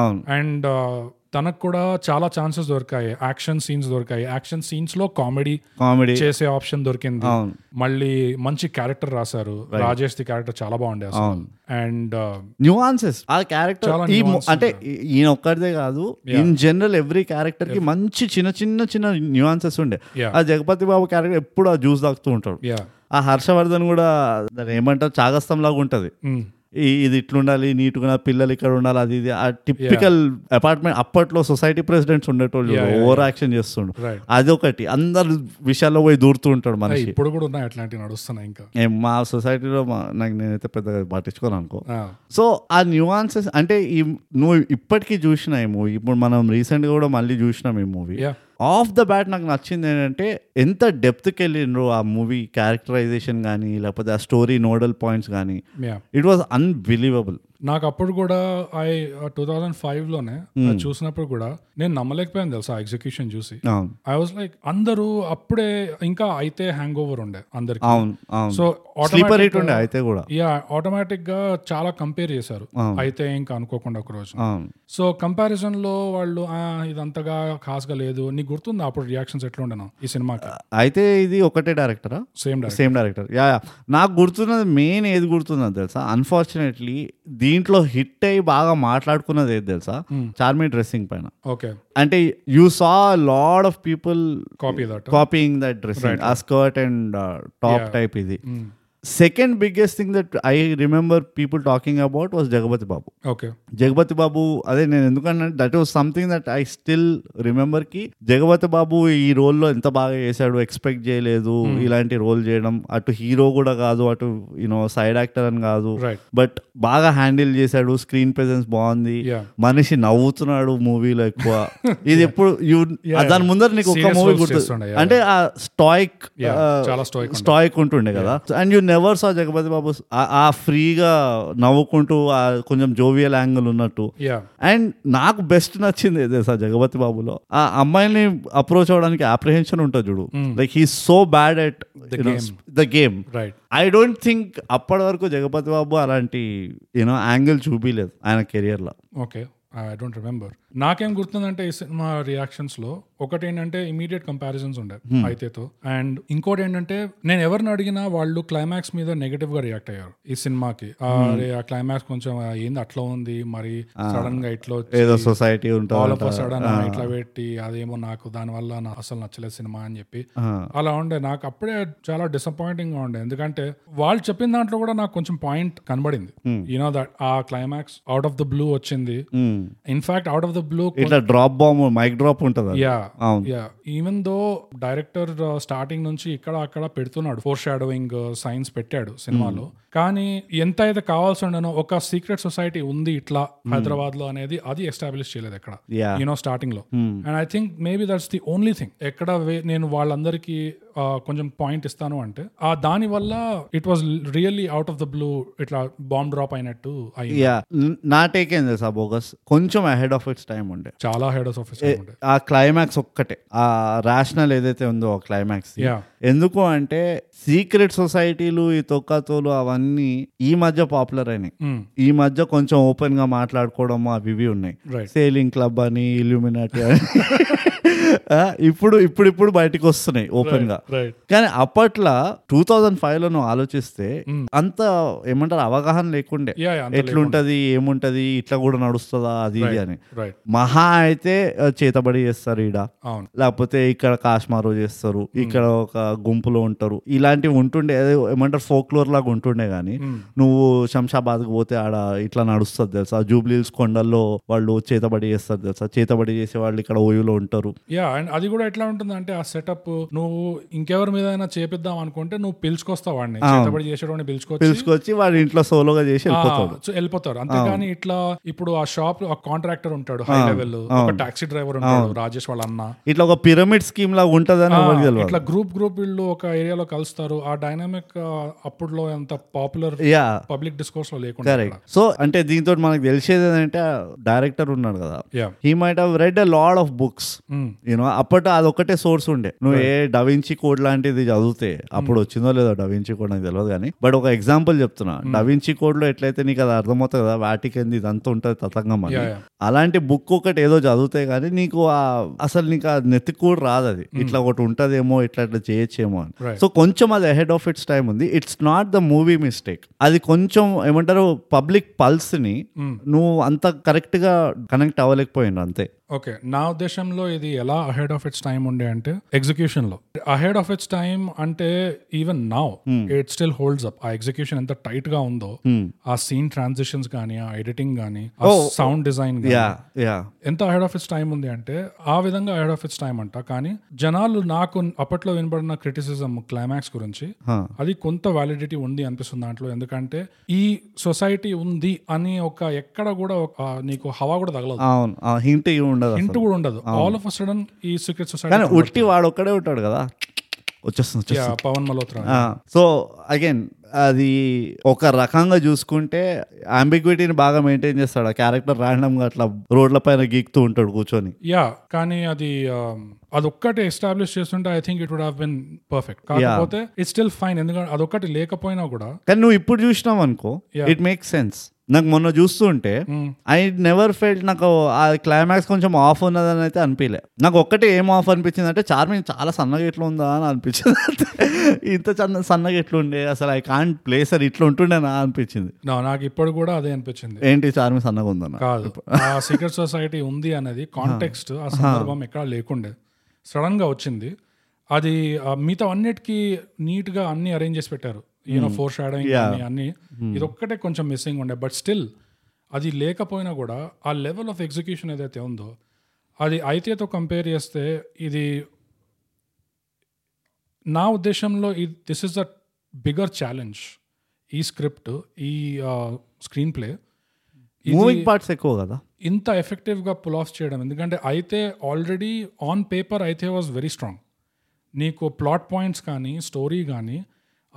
అవును
అండ్ uh, తనకు కూడా చాలా ఛాన్సెస్ దొరికాయి యాక్షన్ సీన్స్ దొరికాయి యాక్షన్ సీన్స్ లో కామెడీ
కామెడీ
చేసే ఆప్షన్ దొరికింది
అవును
మళ్ళీ మంచి క్యారెక్టర్ రాశారు రాజేష్ ది క్యారెక్టర్ చాలా బాగుండే అసలు అండ్ uh,
న్యూఆన్సెస్ ఆ క్యారెక్టర్
చాలా
ఈ mo- అంటే ఈ- ఈయన ఒక్కరిదే కాదు ఇన్ జనరల్ ఎవ్రీ క్యారెక్టర్ కి మంచి చిన్న చిన్న చిన్న న్యూఆన్సెస్ ఉండే
Yeah.
ఆ జగపతి బాబు క్యారెక్టర్ ఎప్పుడు ఆ జ్యూస్ తాగుతూ ఉంటాడు
యా
ఆ హర్షవర్ధన్ కూడా దాని ఏమంటారు చాగస్తం లాగా ఉంటది
Hmm.
ఈ- ఇది ఇట్లుండాలి నీట్గా పిల్లలు ఇక్కడ ఉండాలి అది ఇది ఆ టిపికల్ అపార్ట్మెంట్ అప్పట్లో సొసైటీ ప్రెసిడెంట్స్ ఉండేటోళ్ళు ఓవర్ యాక్షన్ చేస్తుండు
Right.
అది ఒకటి అందరు విషయాల్లో పోయి దూరుతూ ఉంటాడు మనిషి
ఇప్పుడు కూడా ఉన్నాయి అట్లాంటివి నడుస్తున్నాయి ఇంకా
ఏం మా సొసైటీలో మా నాకు నేనైతే పెద్దగా పట్టించుకోను అనుకో
ఆ,
సో ఆ న్యూఆన్సెస్ అంటే ఈ నువ్వు ఇప్పటికీ చూసిన ఈ మూవీ ఇప్పుడు మనం రీసెంట్గా కూడా మళ్ళీ చూసినాం ఈ movie
Yeah.
Off the bat నాకు నచ్చింది ఏంటంటే ఎంత డెప్త్కి వెళ్ళిండ్రు ఆ మూవీ క్యారెక్టరైజేషన్ కానీ లేకపోతే ఆ స్టోరీ నోడల్ పాయింట్స్ కానీ
yeah.
ఇట్ వాజ్ అన్బిలీవబుల్
నాకు అప్పుడు కూడా uh, I two thousand five లోనే
Hmm.
అది చూసినప్పుడు కూడా నేను నమ్మలేకపోయాను తెలుసా ఎగ్జిక్యూషన్ చూసి
అవును
ఐ వాజ్ లైక్ అందరూ అప్పుడే ఇంకా అయితే హ్యాంగ్ ఓవర్ ఉండే అందరికి
అవును అవును
సో
స్లీపర్ హిట్ ఉండే అయితే కూడా
యా ఆటోమేటిక్ గా చాలా కంపేర్ చేశారు అయితే ఇంకా అనుకోకుండా ఒక రోజు
అవును
సో కంపారిజన్ లో వాళ్ళు "ఆ, ఇది అంతగా ఖాస్గా లేదు నీకు గుర్తుందా అప్పుడు రియాక్షన్స్ ఎట్లా ఉండను ఈ సినిమాకి
అయితే ఇది ఒకటే డైరెక్టరా
same direct
same director yeah yeah. నాకు గుర్తున్నది మెయిన్ ఏది గుర్తున్నది తెలుసా అన్ఫార్చునేట్లీ దీంట్లో హిట్ అయ్యి బాగా మాట్లాడుకున్నది ఏది తెలుసా చార్మీ డ్రెస్సింగ్ పైన
ఓకే
అంటే you saw lot of people
copy that
copying that dressing ఆ స్కర్ట్ అండ్ టాప్ టైప్ ఇది
Hmm.
Second biggest thing that I remember people talking about was Jagapathi Babu
okay
Jagapathi Babu అదే నేను ఎందుకంటే that was something that I still remember కి జగపతి బాబు ఈ రోల్లో ఎంత బాగా చేశాడు ఎక్స్పెక్ట్ చేయలేదు
Hmm.
ఇలాంటి రోల్ చేయడం అటు హీరో కూడా కాదు అటు యూనో సైడ్ యాక్టర్ అని కాదు
రైట్
బట్ బాగా హ్యాండిల్ చేశాడు స్క్రీన్ ప్రెజెన్స్ బాగుంది
Yeah.
మనిషి నవ్వుతున్నాడు మూవీలో ఎక్కువ ఇది ఎప్పుడు you-
Yeah.
దాని ముందర నీకు ఒక
Serious
మూవీ
roles
గుర్తు
చేస్తుండే, yeah.
అంటే ఆ స్టాయిక్
Yeah, చాలా stoic ఉండే.
స్టాయిక్ ఉంటుండే కదా and you never saw Jagapathi Babu ఆ- ఆ ఫ్రీగా నవ్వుకుంటూ ఆ కొంచెం జోవియల్ యాంగిల్ ఉన్నట్టు
యా
అండ్ నాకు బెస్ట్ నచ్చింది ఏదే సార్ జగపతి బాబులో ఆ అమ్మాయిని అప్రోచ్ అవడానికి అప్రిహెన్షన్ ఉంటుంది చూడు like he so bad at the game
right
I don't think అప్పటి వరకు జగపతి బాబు అలాంటి యూనో యాంగిల్ చూపించలేదు ఆయన కెరియర్ లో
ఓకే ఐ డోంట్ రిమెంబర్ నాకేం గుర్తుందంటే ఈ సినిమా రియాక్షన్స్ లో ఒకటి ఏంటంటే ఇమీడియట్ కంపారిజన్స్ ఉండే అయితేతో అండ్ ఇంకోటి ఏంటంటే నేను ఎవరిని అడిగినా వాళ్ళు క్లైమాక్స్ మీద నెగటివ్ గా రియాక్ట్ అయ్యారు ఈ సినిమాకి ఆ, అరే ఆ క్లైమాక్స్ కొంచెం ఆ, ఏంది అట్లా ఉంది మరి సడన్ గా ఇట్లా వచ్చి
ఏదో సొసైటీ
ఆల్
ఉంటుంది
ఆఫ్ సడన్ ఇట్లా పెట్టి అదేమో నాకు దానివల్ల నాకు అసలు నచ్చలేదు సినిమా అని చెప్పి
ఆ.
అలా ఉండే నాకు అప్పుడే చాలా డిసప్పాయింటింగ్ గా ఉండే ఎందుకంటే వాళ్ళు చెప్పిన దాంట్లో కూడా నాకు కొంచెం పాయింట్ కనబడింది యూనో దట్ ఆ climax out of the blue వచ్చింది
Hmm.
In fact out of the blue
ఇట్లా డ్రాప్ బాంబ్ మైక్ డ్రాప్ ఉంటుంది అది.
యా
అవును.
Yeah even though director starting uh, నుంచి ఇక్కడ అక్కడ పెడుతున్నాడు ఫోర్ షాడోయింగ్ సైన్స్ పెట్టాడు సినిమాలో
Hmm.
కానీ ఎంత అయితే కావాల్సి ఉండనో ఒక సీక్రెట్ సొసైటీ ఉంది ఇట్లా హైదరాబాద్ లో అనేది అది ఎస్టాబ్లిష్ చేయలేదు అక్కడ
Yeah. Hmm.
యూనో స్టార్టింగ్ లో and I think maybe that's the only thing ఎక్కడ వే- నేను వాళ్ళందరికీ ఆ, కొంచెం పాయింట్ ఇస్తాను అంటే ఆ దాని వల్ల it was really out of the blue ఇట్లా బాంబ్ డ్రాప్ అయినట్టు అయ్యింది
యా న- నా టేక్ ఏం తెలుసా బోగస్ ah, కొంచెం అహెడ్ ఆఫ్ ఇట్స్ టైం ఉండే
చాలా హెడ్ ఆఫ్ ఆఫీస్ ఉండే
ఆ క్లైమాక్స్ ఒక్కటే ఆ రాషనల్ ఏదైతే ఉందో ఆ క్లైమాక్స్
Yeah.
ఎందుకు అంటే సీక్రెట్ సొసైటీలు ఈ తొక్కతోలు అవన్నీ ఈ మధ్య పాపులర్ అయినాయి
Mm.
ఈ మధ్య కొంచెం ఓపెన్ గా మాట్లాడుకోవడం అవి ఇవి ఉన్నాయి
Right.
సేలింగ్ క్లబ్ అని ఇల్యూమినాటి అని ఆ, ఇప్పుడు ఇప్పుడు ఇప్పుడు బయటకు వస్తున్నాయి ఓపెన్ గా
రైట్
కానీ అప్పట్లో టూ థౌజండ్ ఫైవ్ లో నువ్వు ఆలోచిస్తే అంత ఏమంటారు అవగాహన లేకుండే
యా
ఎట్లుంటది ఏముంటది ఇట్లా కూడా నడుస్తుందా అది ఇది అని
రైట్
మహా అయితే ఆ, చేతబడి చేస్తారు ఈడ
అవును
లేకపోతే ఇక్కడ కాశ్మారు చేస్తారు ఇక్కడ ఒక గుంపులో ఉంటారు ఇలాంటివి ఉంటుండే అదే ఏమంటారు ఫోక్లోర్ లాగా ఉంటుండే కానీ నువ్వు శంషాబాద్కి పోతే ఆడ ఇట్లా నడుస్తుంది తెలుసా జూబ్లీల్స్ కొండల్లో వాళ్ళు చేతబడి చేస్తారు తెలుసా చేతబడి చేసే వాళ్ళు ఇక్కడ ఓయూలో ఉంటారు
యా అండ్ అది కూడా ఎట్లా ఉంటుంది అంటే ఆ సెటప్ నువ్వు ఇంకెవరి మీద చేపిద్దాం అనుకుంటే నువ్వు పిలుచుకొస్తావు వాడిని చేతబడి చేసేటోడిని పిలుచుకొచ్చి
పిలుచుకొచ్చి వాడి ఇంట్లో సోలోగా చేసి వెళ్ళిపోతాడు
ఆ, so వెళ్ళిపోతారు అంతేగాని ఇట్లా ఇప్పుడు ఆ షాప్ ఆ కాంట్రాక్టర్ ఉంటాడు హై లెవెల్ ఒక టాక్సీ డ్రైవర్ ఉంటాడు రాజేష్ వాళ్ళ అన్న
ఇట్లా ఒక పిరమిడ్ స్కీమ్ లాగా ఉంటుందని ఎవరికి తెలియదు
ఇట్లా గ్రూప్ గ్రూప్ వీళ్ళు ఒక ఏరియాలో కలుస్తారు ఆ డైనామిక్ అప్పుడులో ఎంత పాపులర్
యా
పబ్లిక్ డిస్కోర్స్ లో లేకుండా
కరెక్ట్ సో అంటే దీంతో మనకు తెలిసేది ఏంటంటే డైరెక్టర్ ఉన్నాడు కదా
yeah
he might have read a lord of books
Mm.
You know అప్పట్లో అదొక్కటే సోర్స్ ఉండే నువ్వు ఏ డవించి కోడ్ లాంటిది చదివితే అప్పుడు వచ్చిందో లేదో డవించి కోడ్ నాకు తెలియదు కానీ బట్ ఒక ఎగ్జాంపుల్ చెప్తున్నా డవించి కోడ్ లో ఎట్లయితే నీకు అది అర్థమవుతుంది కదా వాటికన్ ఇదంతా ఉంటుంది తతంగం అని
Yeah, yeah.
అలాంటి బుక్ ఒకటి ఏదో చదివితే కానీ నీకు ఆ అసలు నీకు ఆ నెత్తి కూడా రాదు అది ఇట్లా ఒకటి ఉంటదేమో ఇట్లా ఇట్లా చేయొచ్చేమో అని
Right.
సో కొంచెం అది అహెడ్ ఆఫ్ ఇట్స్ టైం ఉంది it's not the movie mistake అది కొంచెం ఏమంటారు పబ్లిక్ పల్స్ ని నువ్వు అంత కరెక్ట్ గా కనెక్ట్ అవ్వలేకపోయినా అంతే
ఓకే నా ఉద్దేశంలో ఇది ఎలా అహెడ్ ఆఫ్ ఇట్స్ టైం ఉండే అంటే ఎగ్జిక్యూషన్ లో అహెడ్ ఆఫ్ ఇట్స్ టైం అంటే even now it still holds up ఆ ఎగ్జిక్యూషన్ ఎంత టైట్ గా ఉందో ఆ సీన్ ట్రాన్సిషన్స్ కానీ ఆ ఎడిటింగ్ కానీ ఆ సౌండ్ డిజైన్
యా యా
ఎంత అహెడ్ ఆఫ్ ఇట్స్ టైం ఉంది అంటే ఆ విధంగా అహెడ్ ఆఫ్ ఇట్స్ టైం అంట కానీ జనాలు నాకు అప్పట్లో వినబడిన క్రిటిసిజం క్లైమాక్స్ గురించి అది కొంత వ్యాలిడిటీ ఉంది అనిపిస్తుంది దాంట్లో ఎందుకంటే ఈ సొసైటీ ఉంది అని ఒక ఎక్కడ కూడా ఒక- ఆ, నీకు హవా కూడా తగలదు
అవును హింట్ ఇవి ఉండదు అసలు.
ఇంటూ కూడా ఉండదు ఆల్ ఆఫ్ సడన్ ఈ సీక్రెట్ సొసైటీ
కానీ ఉట్టి వాడు ఒక్కడే ఉంటాడు కదా వచ్చేస్తుంది వచ్చేస్తుంది
పవన్ మల్హోత్రా
సో అగైన్ అది ఒక రకంగా చూసుకుంటే అంబిగ్విటీని బాగా మెయింటైన్ చేస్తాడు ఆ క్యారెక్టర్ గా అట్లా రోడ్ల పైన గీక్తూ ఉంటాడు కూర్చొని
యా కానీ అది um, అదొక్కటి ఎస్టాబ్లిష్ చేస్తుంటే I think it would have been perfect కాకపోతే ఇట్ స్టిల్ ఫైన్ ఎందుకంటే అదొక్కటి లేకపోయినా కూడా
కానీ నువ్వు ఇప్పుడు చూసినావు అనుకో ఇట్ మేక్ సెన్స్ నాకు మొన్న చూస్తుంటే ఐ నెవర్ ఫెల్ట్ నాకు ఆ క్లైమాక్స్ కొంచెం ఆఫ్ ఉన్నదని అయితే అనిపించలే నాకు ఒక్కటే ఏం ఆఫ్ అనిపించింది అంటే చార్మిన్ చాలా సన్నగా ఎట్లా ఉందా అని అనిపించింది ఇంత చిన్న సన్నగా ఎట్లుండే అసలు ఐ కాంట్ ప్లేసర్ ఇట్లా ఉంటుండేనా అనిపించింది
నా- నాకు ఇప్పుడు కూడా అదే అనిపించింది
ఏంటి చార్మిన్ సన్నగా ఉందన్న
కాదు ఆ సీక్రెట్ సొసైటీ ఉంది అనేది కాంటెక్స్ట్ ఆ సందర్భం ఎక్కడ లేకుండే సడన్ గా వచ్చింది అది ఆ, మిగతా అన్నిటికీ నీట్ గా అన్ని అరేంజ్ చేసి పెట్టారు యూనో ఫోర్ షాడోయింగ్ అన్ని అన్ని ఇదొక్కటే కొంచెం మిస్సింగ్ ఉండే బట్ స్టిల్ అది లేకపోయినా కూడా ఆ లెవెల్ ఆఫ్ ఎగ్జిక్యూషన్ ఏదైతే ఉందో అది అయితేతో కంపేర్ చేస్తే ఇది నా ఉద్దేశంలో this is a bigger challenge ఈ స్క్రిప్ట్ ఈ స్క్రీన్ ప్లే
మూవింగ్ పార్ట్స్ ఎక్కువ కదా
ఇంత ఎఫెక్టివ్గా పుల్ ఆఫ్ చేయడం ఎందుకంటే Aithe already on paper Aithe was very strong నీకు ప్లాట్ పాయింట్స్ కానీ స్టోరీ కానీ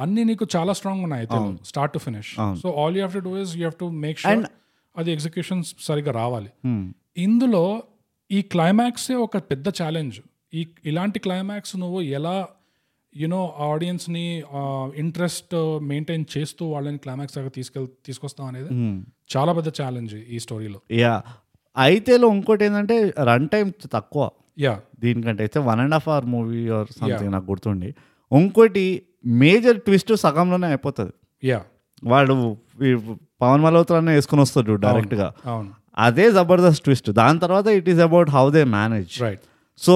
అన్ని నీకు చాలా స్ట్రాంగ్ ఉన్నాయి అయితే start to finish so all you have to do is you have to make sure అది ఎగ్జిక్యూషన్ సరిగా రావాలి
Hmm.
ఇందులో ఈ క్లైమాక్సే ఒక పెద్ద ఛాలెంజ్ ఈ ఇలాంటి క్లైమాక్స్ నువ్వు ఎలా యునో ఆడియన్స్ని ఇంట్రెస్ట్ మెయింటైన్ చేస్తూ వాళ్ళని క్లైమాక్స్ దాకా తీసుకెళ్ తీసుకొస్తాం అనేది చాలా పెద్ద ఛాలెంజ్ ఈ స్టోరీలో
యా అయితేలో ఇంకోటి ఏంటంటే రన్ టైం తక్కువ
యా
దీనికంటే Aithe one and half hour movie or something నాకు గుర్తుండి ఇంకోటి మేజర్ ట్విస్ట్ సగంలోనే అయిపోతుంది
యా
వాడు ఈ పవన్ మల్హోత్రానే వేసుకుని వస్తాడు డైరెక్ట్గా
అవును
అదే జబర్దస్త్ ట్విస్ట్ దాని తర్వాత it is about how they manage
right
so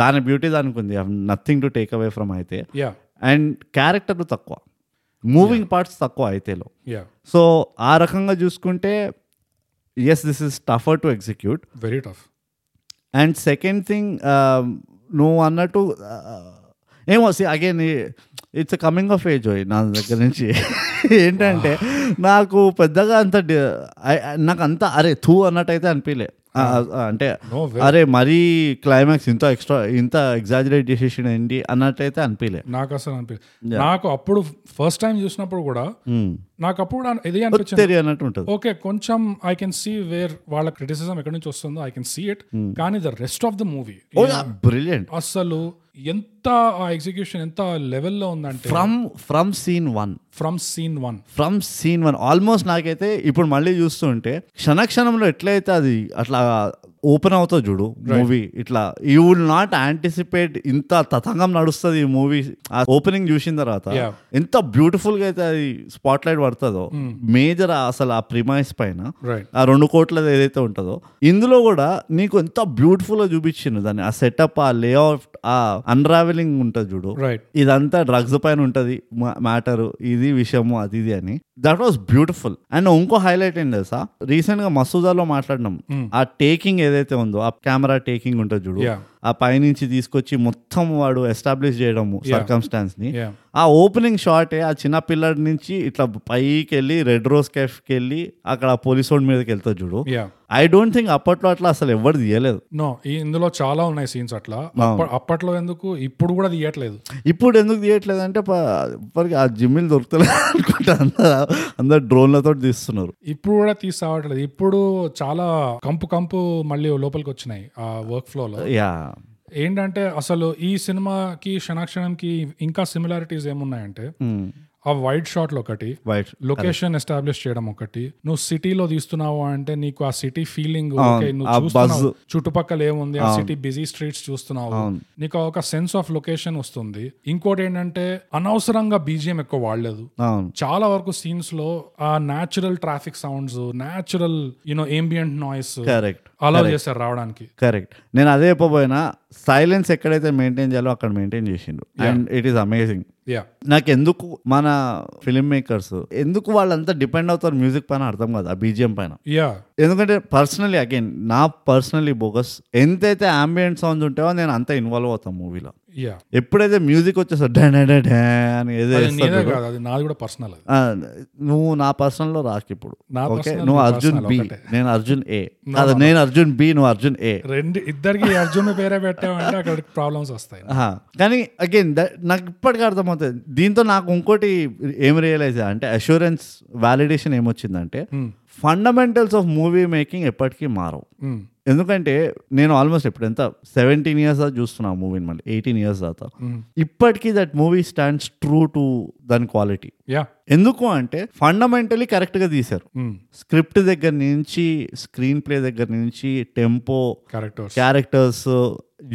దాని బ్యూటీ దానికి ఉంది nothing to take away from అయితే
యా
అండ్ క్యారెక్టర్లు తక్కువ మూవింగ్ పార్ట్స్ తక్కువ అయితేలో
యా
సో ఆ రకంగా చూసుకుంటే yes this is tougher to execute
very tough
and second thing um, నువ్వు అన్నట్టు ఆ, ఏమో again it's coming of age నా దగ్గర నుంచి ఏంటంటే నాకు పెద్దగా అంత డి- ఐ- ఐ- నాకు అంత అరే థూ అన్నట్టు అయితే అనిపించలే ఆ, ఆ, అంటే
Hmm. No way.
అరే మరీ క్లైమాక్స్ ఇంత ఎక్స్ట్రా ఇంత ఎగ్జాజరేట్ చేసేసిన ఏంటి అన్నట్టయితే అనిపించలే
నాకు అసలు అనిపించింది నాకు అప్పుడు ఫస్ట్ టైం చూసినప్పుడు కూడా నాకు అప్పుడు కూడా ఇదే అనిపించింది
తెలియ అన్నట్టు ఉంటుంది
ఓకే కొంచెం ఐ కెన్ సీ వేర్ వాళ్ళ క్రిటిసిజం ఎక్కడి నుంచి వస్తుందో ఐ కెన్ సీ ఇట్ కానీ the rest of the movie
Oh, brilliant
అసలు ఎంత ఆ ఎగ్జిక్యూషన్ ఎంత లెవెల్లో ఉందంటే
from from scene one
from scene one
from scene one almost నాకైతే ఇప్పుడు మళ్ళీ చూస్తుంటే క్షణ క్షణంలో ఎట్లయితే అది అట్లా ఓపెన్ అవుతుంది చూడు మూవీ ఇట్లా యూ విల్ నాట్ యాంటిసిపేట్ ఇంత తతంగం నడుస్తుంది ఈ మూవీ ఆ ఓపెనింగ్ చూసిన తర్వాత
Yeah.
ఎంత బ్యూటిఫుల్ గా అయితే అది స్పాట్ లైట్ పడుతుందో మేజర్ అసలు ఆ ప్రిమైస్ పైన
రైట్
ఆ రెండు కోట్లది ఏదైతే ఉంటుందో ఇందులో కూడా నీకు ఎంత బ్యూటిఫుల్ గా చూపించిండు దాన్ని ఆ సెటప్ ఆ లేఅవుట్ ఆ అన్రావెలింగ్ ఉంటుంది చూడు
రైట్
ఇదంతా డ్రగ్స్ పైన ఉంటుంది మ్యాటర్ ఇది విషయము అది ఇది అని దట్ వాస్ బ్యూటిఫుల్ అండ్ ఇంకో హైలైట్ ఏంటి తెలుసా రీసెంట్ గా మసూదాలో మాట్లాడినాం ఆ టేకింగ్ ఏదైతే ఉందో ఆ కెమెరా టేకింగ్ ఉంటుంది చూడు
Yeah.
ఆ పైనుంచి తీసుకొచ్చి మొత్తం వాడు ఎస్టాబ్లిష్ చేయడము సర్కమ్స్టాన్స్ ని
Yeah.
ఆ ఓపెనింగ్ షాటే ఆ చిన్న పిల్లడి నుంచి ఇట్లా పైకి వెళ్ళి రెడ్ రోజ్ కెఫ్కి వెళ్ళి అక్కడ పోలీస్ రోడ్ మీదకి వెళ్తాడు చూడు
యా
ఐ డోంట్ థింక్ అప్పట్లో అట్లా అసలు ఎవరు తీయలేదు
నో ఇందులో చాలా ఉన్నాయి సీన్స్ అట్లా అప్ప- అప్పట్లో ఎందుకు ఇప్పుడు కూడా తీయట్లేదు
ఇప్పుడు ఎందుకు తీయట్లేదు అంటే ఇప్పటికి ఆ జిమ్మిలు దొరుకుతలేదు అనుకుంటా అందరు అందరు డ్రోన్లతో తీస్తున్నారు
ఇప్పుడు కూడా తీసుకురావట్లేదు ఇప్పుడు చాలా కంపు కంపు మళ్ళీ లోపలికి వచ్చినాయి ఆ వర్క్ ఫ్లోలో
యా
ఏంటంటే అసలు ఈ సినిమాకి క్షణాక్షణంకి ఇంకా సిమిలారిటీస్ ఏమున్నాయంటే ఆ వైడ్ షాట్లు ఒకటి
వైట్
లొకేషన్ ఎస్టాబ్లిష్ చేయడం ఒకటి నువ్వు సిటీలో తీస్తున్నావు అంటే నీకు ఆ సిటీ ఫీలింగ్
ఆ
నువ్వు చూస్తున్నావు చుట్టుపక్కల ఏముంది ఆ సిటీ బిజీ స్ట్రీట్స్ చూస్తున్నావు నీకు ఒక సెన్స్ ఆఫ్ లొకేషన్ వస్తుంది ఇంకోటి ఏంటంటే అనవసరంగా బీజియం ఎక్కువ వాడలేదు
అవును
చాలా వరకు సీన్స్ లో ఆ natural traffic sounds natural you know ambient noise
correct
అలా చేశారు రావడానికి
కరెక్ట్ నేను అదే చెప్పబోయినా సైలెన్స్ ఎక్కడైతే మెయింటైన్ చేయాలో అక్కడ మెయింటైన్ చేసిండు and it is amazing
yeah
నాకు ఎందుకు మన ఫిల్మ్ మేకర్స్ ఎందుకు వాళ్ళంతా డిపెండ్ అవుతారు మ్యూజిక్ పైన అర్థం కాదు ఆ బీజిఎం పైన
యా
ఎందుకంటే పర్సనలీ అగైన్ నా పర్సనలీ బోగస్ ఎంతైతే అంబియంట్ సౌండ్స్ ఉంటాయో నేను అంత ఇన్వాల్వ్ అవుతాను మూవీలో
యా
ఎప్పుడైతే మ్యూజిక్ వచ్చేసా డ్యాన్ డ్యాన్ డ్యాన్ అని ఏదో
అది
వేస్తాడు
నీదే
చూడు.
కాదు అది నాది కూడా పర్సనల్ అది
ఆ, నువ్వు నా personal లో రాకి ఇప్పుడు
నా
ఓకే
personal,
నువ్వు
నీ
అర్జున్
personal
బి
ఒకటే.
నేను అర్జున్ ఏ కాదు నేను అర్జున్ బి నువ్వు అర్జున్ ఏ
రెండు ఇద్దరికి అర్జున్ పేరే పెట్టామంటే అక్కడ ప్రాబ్లమ్స్ వస్తాయి
ఆహా. కానీ అగైన్ నాకు ఇప్పటికీ అర్థమవుతుంది దీంతో నాకు ఇంకోటి ఏం రియలైజ్ అంటే అష్యూరెన్స్ వ్యాలిడేషన్ ఏమొచ్చిందంటే ఫండమెంటల్స్ ఆఫ్ మూవీ మేకింగ్ ఎప్పటికీ మారవు
మ్మ్.
ఎందుకంటే నేను ఆల్మోస్ట్ ఇప్పుడు ఎంత సెవెంటీన్ ఇయర్స్ దాకా చూస్తున్నా మూవీని మళ్ళీ ఎయిటీన్ ఇయర్స్ దాకా
Hmm.
ఇప్పటికీ that movie stands true to దాని క్వాలిటీ
యా
ఎందుకు అంటే ఫండమెంటలీ కరెక్ట్గా తీశారు
మ్మ్.
స్క్రిప్ట్ దగ్గర నుంచి స్క్రీన్ ప్లే దగ్గర నుంచి tempo
correct
characters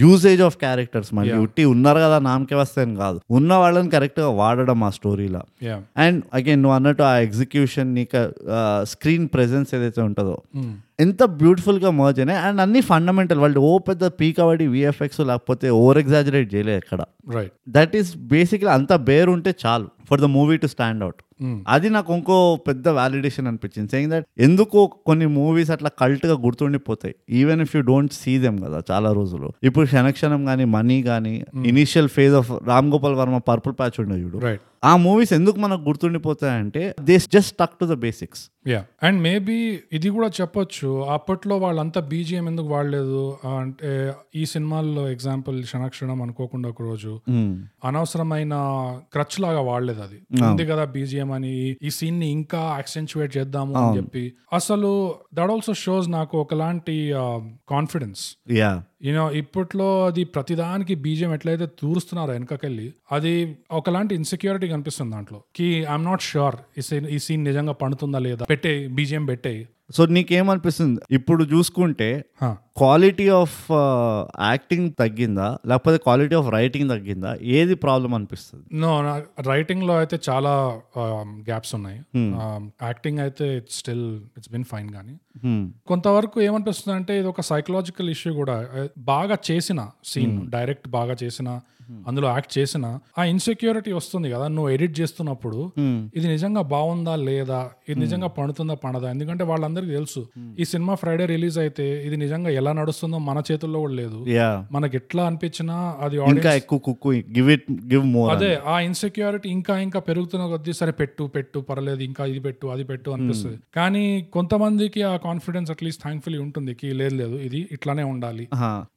usage of characters మళ్ళీ ఉట్టి ఉన్నారు కదా నామకే వస్తాయని కాదు ఉన్న వాళ్ళని కరెక్ట్గా వాడడం ఆ స్టోరీలో
యా
అండ్ అగైన్ నువ్వు అన్నట్టు ఆ ఎగ్జిక్యూషన్ నీకు స్క్రీన్ ప్రెజెన్స్ ఏదైతే ఉంటుందో
Hmm.
ఎంత బ్యూటిఫుల్గా మర్జ్ అయినాయి అండ్ అన్ని ఫండమెంటల్ వాళ్ళు ఓ పెద్ద పీక్ అవ్వడి విఎఫ్ఎక్స్ లేకపోతే ఓవర్ ఎగ్జాజరేట్ చేయలేదు ఎక్కడ
రైట్
దట్ ఈస్ బేసిక్లీ అంత బేర్ ఉంటే చాలు for the movie to stand out
Mm.
అది నాకు ఇంకో పెద్ద వ్యాలిడేషన్ అనిపించింది సెయింగ్ దట్ ఎందుకో కొన్ని మూవీస్ అట్లా కల్ట్గా గుర్తుండిపోతాయి even if you don't see them కదా చాలా రోజులు ఇప్పుడు క్షణక్షణం కానీ మనీ కానీ initial phase of Ram Gopal Varma purple patch ఉండే చూడు
రైట్
ఆ మూవీస్ ఎందుకు మనకు గుర్తుండిపోతాయంటే they just stuck to the basics
yeah and maybe ఇది కూడా చెప్పొచ్చు అప్పట్లో వాళ్ళంతా బీజిఎం ఎందుకు వాడలేదు ఆ, అంటే ఈ సినిమాల్లో ఎగ్జాంపుల్ క్షణక్షణం అనుకోకుండా ఒక రోజు అనవసరమైన క్రచ్ లాగా వాడలేదు అది ఉంది కదా బీజిఎం అని ఈ సీన్ ని ఇంకా యాక్సెంచువేట్ చేద్దాము అని చెప్పి అసలు దట్ ఆల్సో షోస్ నాకు ఒకలాంటి కాన్ఫిడెన్స్
యా
యూనో ఇప్పట్లో అది ప్రతిదానికి బీజం ఎట్లయితే తూరుస్తున్నారో వెనకకెళ్ళి అది ఒకలాంటి ఇన్సెక్యూరిటీ కనిపిస్తుంది దాంట్లో కి ఐఎమ్ నాట్ షూర్ ఈ సీన్ ఈ సీన్ నిజంగా పండుతుందా లేదా పెట్టే బీజం పెట్టే
సో నీకేమనిపిస్తుంది ఇప్పుడు చూసుకుంటే క్వాలిటీ ఆఫ్ యాక్టింగ్ తగ్గిందా లేకపోతే క్వాలిటీ ఆఫ్ రైటింగ్ తగ్గిందా ఏది ప్రాబ్లం అనిపిస్తుంది
నో రైటింగ్ లో అయితే చాలా గ్యాప్స్ ఉన్నాయి యాక్టింగ్ అయితే it's still it's been fine కానీ
Hmm.
కొంతవరకు ఏమనిపిస్తుంది అంటే ఇది ఒక సైకలాజికల్ ఇష్యూ కూడా Eh, బాగా చేసిన సీన్ డైరెక్ట్ బాగా చేసిన అందులో యాక్ట్ చేసిన ఆ ఇన్సెక్యూరిటీ వస్తుంది కదా నువ్వు ఎడిట్ చేస్తున్నప్పుడు ఇది నిజంగా బాగుందా లేదా ఇది నిజంగా పండుతుందా పండదా ఎందుకంటే వాళ్ళందరికీ తెలుసు ఈ సినిమా ఫ్రైడే రిలీజ్ అయితే ఇది నిజంగా ఎలా నడుస్తుందో మన చేతుల్లో కూడా లేదు
యా
మనకి ఎట్లా అనిపించినా అది
ఇంకా
audience-
ఎక్కువ కుక్కు గివ్ ఇట్ గివ్ మోర్
అదే ఆ ఇన్సెక్యూరిటీ ఇంకా ఇంకా పెరుగుతున్న కొద్దీ సరే పెట్టు పెట్టు పర్లేదు ఇంకా ఇది పెట్టు అది పెట్టు అనిపిస్తుంది కానీ కొంతమందికి ఆ కాన్ఫిడెన్స్ అట్లీస్ట్ థ్యాంక్ఫుల్లీ ఉంటుంది కి లేదు లేదు ఇది ఇట్లానే ఉండాలి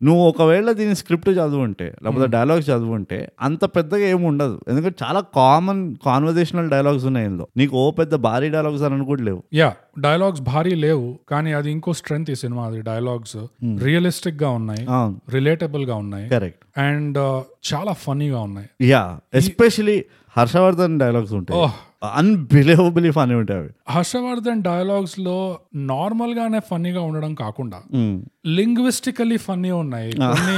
నువ్వు ఒకవేళ దీని స్క్రిప్ట్ చదువుంటే లేకపోతే డైలాగ్స్ చదువుంటే అంత పెద్దగా ఏమి ఉండదు ఎందుకంటే చాలా కామన్ కాన్వర్జేషనల్ డైలాగ్స్ ఉన్నాయి ఇందులో నీకు ఓ పెద్ద భారీ డైలాగ్స్ అని అనుకోవట్లేవు
యా డైలాగ్స్ భారీ లేవు కానీ అది ఇంకో స్ట్రెంగ్త్ ఈ సినిమా అది డైలాగ్స్ రియలిస్టిక్ గా ఉన్నాయి
అవును
రిలేటబుల్ గా ఉన్నాయి uh,
కరెక్ట్
అండ్ చాలా ఫన్నీగా ఉన్నాయి
యా ఎస్పెషలీ హర్షవర్ధన్ డైలాగ్స్ ఉంటాయి
ఓహ్.
అన్బిలీవబుల్ ఫనీ ఉంటాయి అవి
హర్షవర్ధన్ డైలాగ్స్ లో నార్మల్ గానే ఫన్నీగా ఉండడం కాకుండా
మ్మ్.
లింగ్విస్టికలీ ఫన్నీ ఉన్నాయి కొన్ని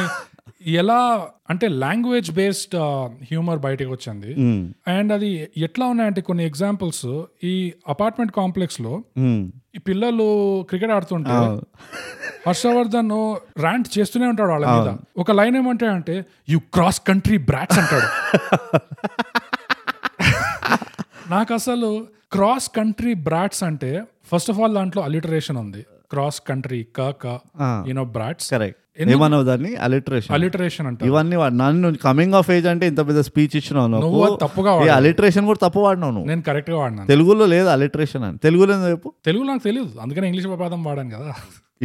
ఎలా అంటే లాంగ్వేజ్ బేస్డ్ హ్యూమర్ బయటకు వచ్చింది
మ్మ్.
అండ్ అది ఎట్లా ఉన్నాయంటే కొన్ని ఎగ్జాంపుల్స్ ఈ అపార్ట్మెంట్ కాంప్లెక్స్ లో
మ్మ్.
ఈ పిల్లలు క్రికెట్ ఆడుతుంటే హర్షవర్ధన్ ర్యాంట్ చేస్తూనే ఉంటాడు వాళ్ళ మీద ఒక లైన్ ఏమంటాడంటే యు క్రాస్ కంట్రీ బ్రాట్స్ అంటాడు నాకు అసలు క్రాస్ కంట్రీ బ్రాట్స్ అంటే ఫస్ట్ ఆఫ్ ఆల్ దాంట్లో అలిటరేషన్ ఉంది క్రాస్ కంట్రీ క క
ఆ.
యూనో బ్రాట్స్
కరెక్ట్ ఏమన్నావు దాన్ని అలిటరేషన్
అలిటరేషన్ అంట
ఇవన్నీ వాడు నన్ను కమింగ్ ఆఫ్ ఏజ్ అంటే ఇంత పెద్ద స్పీచ్ ఇచ్చినావు
నువ్వు అది
నాకు
తప్పుగా
ఈ
వాడు
అలిటరేషన్ కూడా తప్పు వాడినావు నువ్వు
నేను కరెక్ట్ గా వాడినాను
తెలుగులో లేదు అలిటరేషన్ అని తెలుగులో ఏందో చెప్పు
తెలుగు నాకు తెలియదు అందుకని ఇంగ్లీష్ పదార్థం వాడాను కదా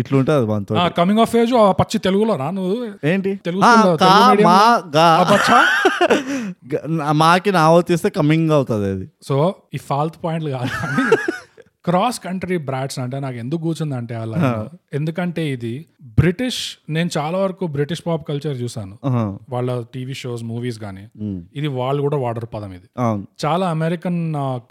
ఇట్లుంటది మనతో
కమింగ్ ఆఫ్ ఏజ్ పచ్చి తెలుగులో రా నువ్వు
ఏంటి
తెలుగు
ఆ,
స్కూల్లో,
కా,
తెలుగు medium
మా, గా.
అబ్బచ్చా.
గ- నా- మాకి నా వచ్చేస్తే కమింగ్ అవుతుంది అది
సో ఈ ఫాల్త్ పాయింట్లు కాదు క్రాస్ కంట్రీ బ్రాట్స్ అంటే నాకు ఎందుకు కూర్చుందంటే అలా ఎందుకంటే ఇది బ్రిటిష్ నేను చాలా వరకు బ్రిటిష్ పాప్ కల్చర్ చూసాను
ఆహా.
వాళ్ళ టీవీ షోస్ మూవీస్ కానీ
మ్మ్.
ఇది వాళ్ళు కూడా వాడరు పదం ఇది
అవును
చాలా అమెరికన్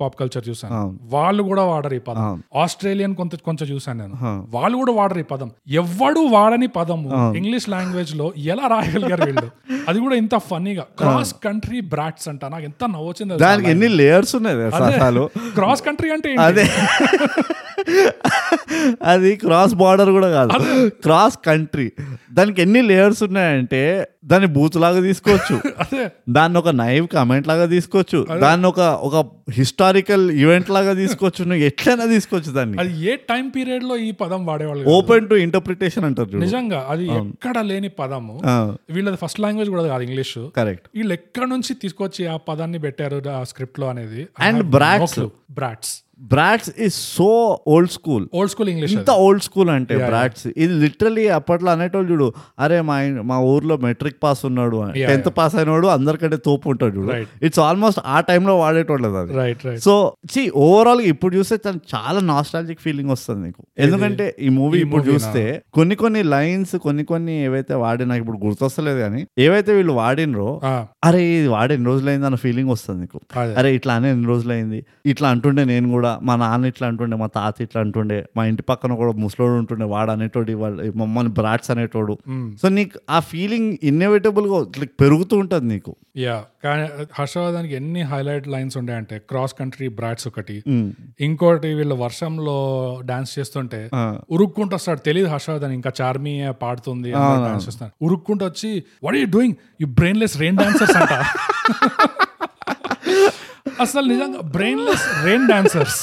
పాప్ కల్చర్ చూసాను
అవును.
వాళ్ళు కూడా వాడరు ఈ పదం
అవును.
ఆస్ట్రేలియన్ కొంత కొంచెం చూసాను నేను వాళ్ళు కూడా వాడరు ఈ పదం ఎవ్వడు వాడని పదము ఇంగ్లీష్ లాంగ్వేజ్ లో ఎలా రాయగలిగారు వీళ్ళు అది కూడా ఇంత ఫన్నీగా క్రాస్ కంట్రీ బ్రాట్స్ అంట నాకు ఎంత నవ్వు వచ్చింది తెలుసా?
దానికి ఎన్ని లేయర్స్ ఉన్నాయి తెలుసా అసలు
క్రాస్ కంట్రీ అంటే ఏంటి?
అదే అది క్రాస్ బార్డర్ కూడా కాదు క్రాస్ కంట్రీ దానికి ఎన్ని లేయర్స్ ఉన్నాయంటే దాన్ని బూత్ లాగా తీసుకోవచ్చు
అదే
దాన్ని ఒక నైవ్ కామెంట్ లాగా తీసుకోవచ్చు దాన్ని ఒక ఒక హిస్టారికల్ ఈవెంట్ లాగా తీసుకోవచ్చు నువ్వు ఎట్లయినా తీసుకోవచ్చు దాన్ని
అది ఏ టైం పీరియడ్ లో ఈ పదం వాడేవాళ్ళు కాదు.
ఓపెన్ టు ఇంటర్ప్రిటేషన్ అంటారు చూడు
నిజంగా అది ఎక్కడ లేని పదము వీళ్ళది ఫస్ట్ లాంగ్వేజ్ కూడా కాదు ఇంగ్లీష్
కరెక్ట్
వీళ్ళు ఎక్కడ నుంచి తీసుకొచ్చి ఆ పదాన్ని పెట్టారు ఆ స్క్రిప్ట్ లో అనేది
and brats
brats
brats is so old school
old school English
ఎంత ఓల్డ్ స్కూల్ అంటే బ్రాట్స్ ఇది లిటరలీ అప్పట్లో అనేటోళ్ళు చూడు అరే మా ఇన్- మా ఊర్లో మెట్రిక్ పాస్ ఉన్నాడు
Yeah,
టెన్త్ పాస్ అయినోడు అందరికంటే తోపు ఉంటాడు చూడు
Right.
ఇట్స్ ఆల్మోస్ట్ ఆ టైంలో వాడేటోళ్ళది అది
right right
so see overall ఇప్పుడు చూస్తే తను చాలా నాస్టాలజిక్ ఫీలింగ్ వస్తుంది నీకు ఎందుకంటే ఈ మూవీ
ఈ
ఇప్పుడు
movie నా?
చూస్తే కొన్ని కొన్ని లైన్స్ కొన్ని కొన్ని ఏవైతే వాడి నాకు ఇప్పుడు గుర్తొస్తలేదు కానీ ఏవైతే వీళ్ళు వాడినరో అరే ఇది వాడు ఎన్ని రోజులైంది అన్న ఫీలింగ్ వస్తుంది నీకు
అదే.
అరే ఇట్లా అనే ఎన్ని రోజులైంది ఇట్లా అంటుండే నేను కూడా మా నాన్న ఇట్లా అంటుండే మా తాత ఇట్లా అంటుండే మా ఇంటి పక్కన కూడా ముసలోడు ఉంటుండే వాడు అనేటోడు వాడు మమ్మల్ని బ్రాట్స్ అనేటోడు
Hmm.
సో నీకు ఆ ఫీలింగ్ ఇన్నోవేటబుల్గా లైక్ పెరుగుతూ ఉంటుంది నీకు
యా కానీ హర్షవర్ధన్కి ఎన్ని హైలైట్ లైన్స్ ఉన్నాయంటే క్రాస్ కంట్రీ బ్రాట్స్ ఒకటి
మ్మ్.
ఇంకోటి వీళ్ళు వర్షంలో డాన్స్ చేస్తుంటే
ఆ.
ఉరుక్కుంటూ వస్తాడు తెలియదు హర్షవర్ధన్ ఇంకా చార్మీ పాడుతుంది డాన్స్ చేస్తాను ఉరుక్కుంటూ వచ్చి what you doing you brainless rain dancers అంట అసలు నిజంగా బ్రెయిన్లెస్ రెయిన్ డాన్సర్స్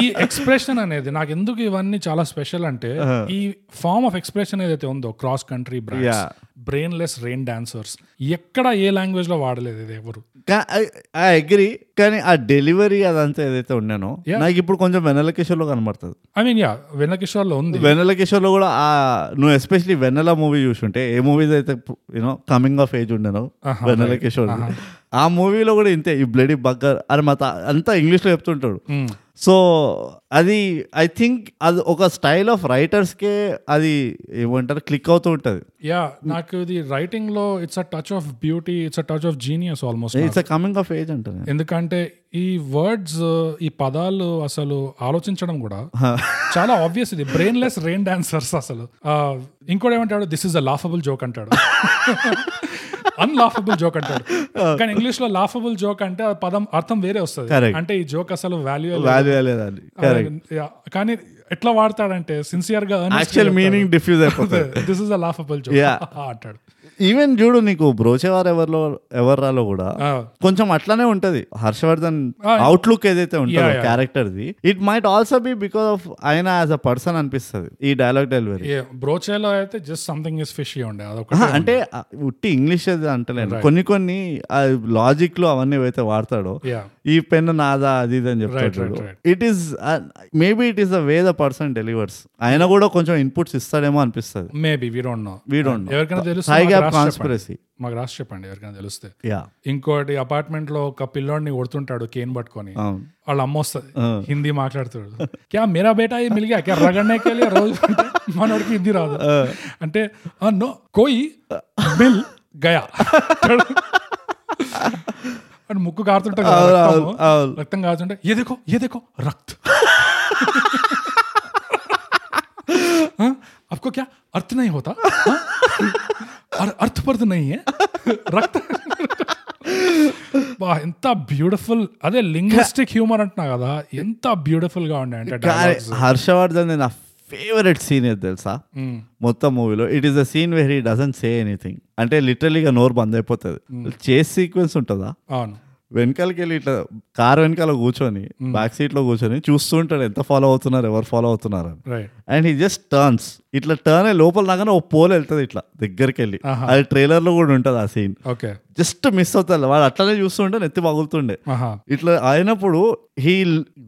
ఈ ఎక్స్ప్రెషన్ అనేది నాకు ఎందుకు ఇవన్నీ చాలా స్పెషల్ అంటే ఈ ఫార్మ్ ఆఫ్ ఎక్స్ప్రెషన్ ఏదైతే ఉందో cross country brands
Yeah.
Brainless rain dancers ఎక్కడ ఏ లాంగ్వేజ్ లో వాడలేదు ఇది ఎవరు
ఐ అగ్రి కానీ ఆ డెలివరీ అదంతా ఏదైతే ఉన్నానో నాకు ఇప్పుడు కొంచెం వెనెల కిషోర్లో కనబడుతుంది
I mean yeah Vennela Kishore లో ఉంది
వెనెల కిషోర్లో కూడా ఆ నువ్వు ఎస్పెషలీ వెన్నెల మూవీ చూసుంటే ఏ మూవీస్ అయితే యూనో కమింగ్ ఆఫ్ ఏజ్ ఉండను
ఆహా,
వెన్నెల కిషోర్ ఆ మూవీలో కూడా ఇంతే ఈ బ్లడీ బగ్గర్ అని మా తా- అంతా ఇంగ్లీష్లో చెప్తుంటాడు
మ్మ్.
సో అది ఐ థింక్ అది ఒక స్టైల్ ఆఫ్ రైటర్స్కే అది ఏమంటారు క్లిక్ అవుతూ ఉంటుంది
యా నాకు ఇది రైటింగ్ లో it's a touch of beauty it's a touch of genius almost
it's coming of age అంటారు
ఎందుకంటే ఈ వర్డ్స్ ఈ పదాలు అసలు ఆలోచించడం కూడా చాలా ఆబ్వియస్ ఇది బ్రెయిన్లెస్ రెయిన్ డాన్సర్స్ అసలు ఆ, ఇంకోటి ఏమంటాడు this is a laughable joke అంటాడు అన్లాఫబుల్ జోక్ అంటాడు కానీ ఇంగ్లీష్ లో లాఫబుల్ జోక్ అంటే ఆ పదం అర్థం వేరే వస్తుంది
Correct.
అంటే ఈ జోక్ అసలు వాల్యూ
వాల్యూ లేదండి కరెక్ట్
కానీ ఎట్లా వాడతాడంటే సిన్సియర్ గా
యాక్చువల్ మీనింగ్ డిఫ్యూజ్ అయిపోతుంది
this is a laughable joke
Yeah.
అంటాడు
ఈవెన్ చూడు నీకు బ్రోచేవారు ఎవరిలో ఎవర్రాలో కూడా కొంచెం అట్లానే ఉంటది హర్షవర్ధన్ అవుట్లుక్ ఏదైతే ఉంటుందో
yeah.
క్యారెక్టర్ది it might also be because of ఆయన యాజ్ అ పర్సన్ అనిపిస్తుంది ఈ డైలాగ్ డెలివరీ
బ్రోచేలో అయితే జస్ట్ సంథింగ్ ఇస్ ఫిష్ ఉండే అదొక
అంటే ఆ, ఉట్టి ఇంగ్లీష్ అది అంటలేను కొన్ని కొన్ని లాజిక్ లో అవన్నీ ఏవైతే వాడతాడో
యా
ఈ పెన్ నాదా అది ఇది అని
Right,
చెప్తాడు
right, right.
It is maybe it is the way the person delivers ఆయన కూడా కొంచెం ఇన్పుట్స్ ఇస్తాడేమో అనిపిస్తుంది
maybe we don't know
we don't
ఎవరికైనా తెలుస్తే
హై
మాకు
గ్యాప్
రాసి చెప్పండి.
కాన్స్పిరసీ
మాకు రాసి చెప్పండి ఎవరికైనా తెలిస్తే
యా
ఇంకోటి అపార్ట్మెంట్ లో ఒక పిల్లోడిని కొడుతుంటాడు కేన్ పట్టుకొని
అవును
వాళ్ళ అమ్మ వస్తుంది హిందీ మాట్లాడుతాడు క్యా మేరా బేటా ఏ మిల్ గయా క్యా రగడనే కే లియే రోజు మనోడికి హిందీ రాదు అంటే "ఆ, నో కోయి మిల్ గయా అండ్ ముక్కు కారుతుంటే
అవును, అవును, అవును.
రక్తం కారుతుంటే ఏదేకో ఏదేకో రక్త్ हाँ, आपको क्या अर्थ नहीं होता हाँ? और अर्थ पर्थ नहीं है रक्त బా, ఎంత బ్యూటిఫుల్ అదే లింగ్విస్టిక్ హ్యూమర్ అంటున్నా కదా ఎంత బ్యూటిఫుల్ గా ఉండే అంటే
కానీ
dialogues.
హర్షవర్ధన్ నా ఫేవరెట్ సీన్ ఏది తెలుసా
మ్మ్.
మొత్తం మూవీలో it is the scene where he doesn't say anything అంటే లిటరలీగా నోరు బంద్ అయిపోతుంది చేస్ సీక్వెన్స్ ఉంటుందా
అవును
వెనకాలకి వెళ్ళి ఇట్లా కార్ వెనకాల కూర్చొని బ్యాక్ సీట్లో కూర్చొని చూస్తుంటాడు ఎంత ఫాలో అవుతున్నారు ఎవరు ఫాలో అవుతున్నారు అని
right
and he just turns ఇట్లా టర్న్ అయ్యి లోపల రాగానే ఓ పోల్ వెళ్తుంది ఇట్లా దగ్గరికి వెళ్ళి
ఆహా.
అది trailer లో కూడా ఉంటుంది ఆ సీన్
ఓకే
జస్ట్ మిస్ అవుతారు వాడు అట్లనే చూస్తుంటే నెత్తి పగులుతుండే
ఆహా
ఇట్లా అయినప్పుడు he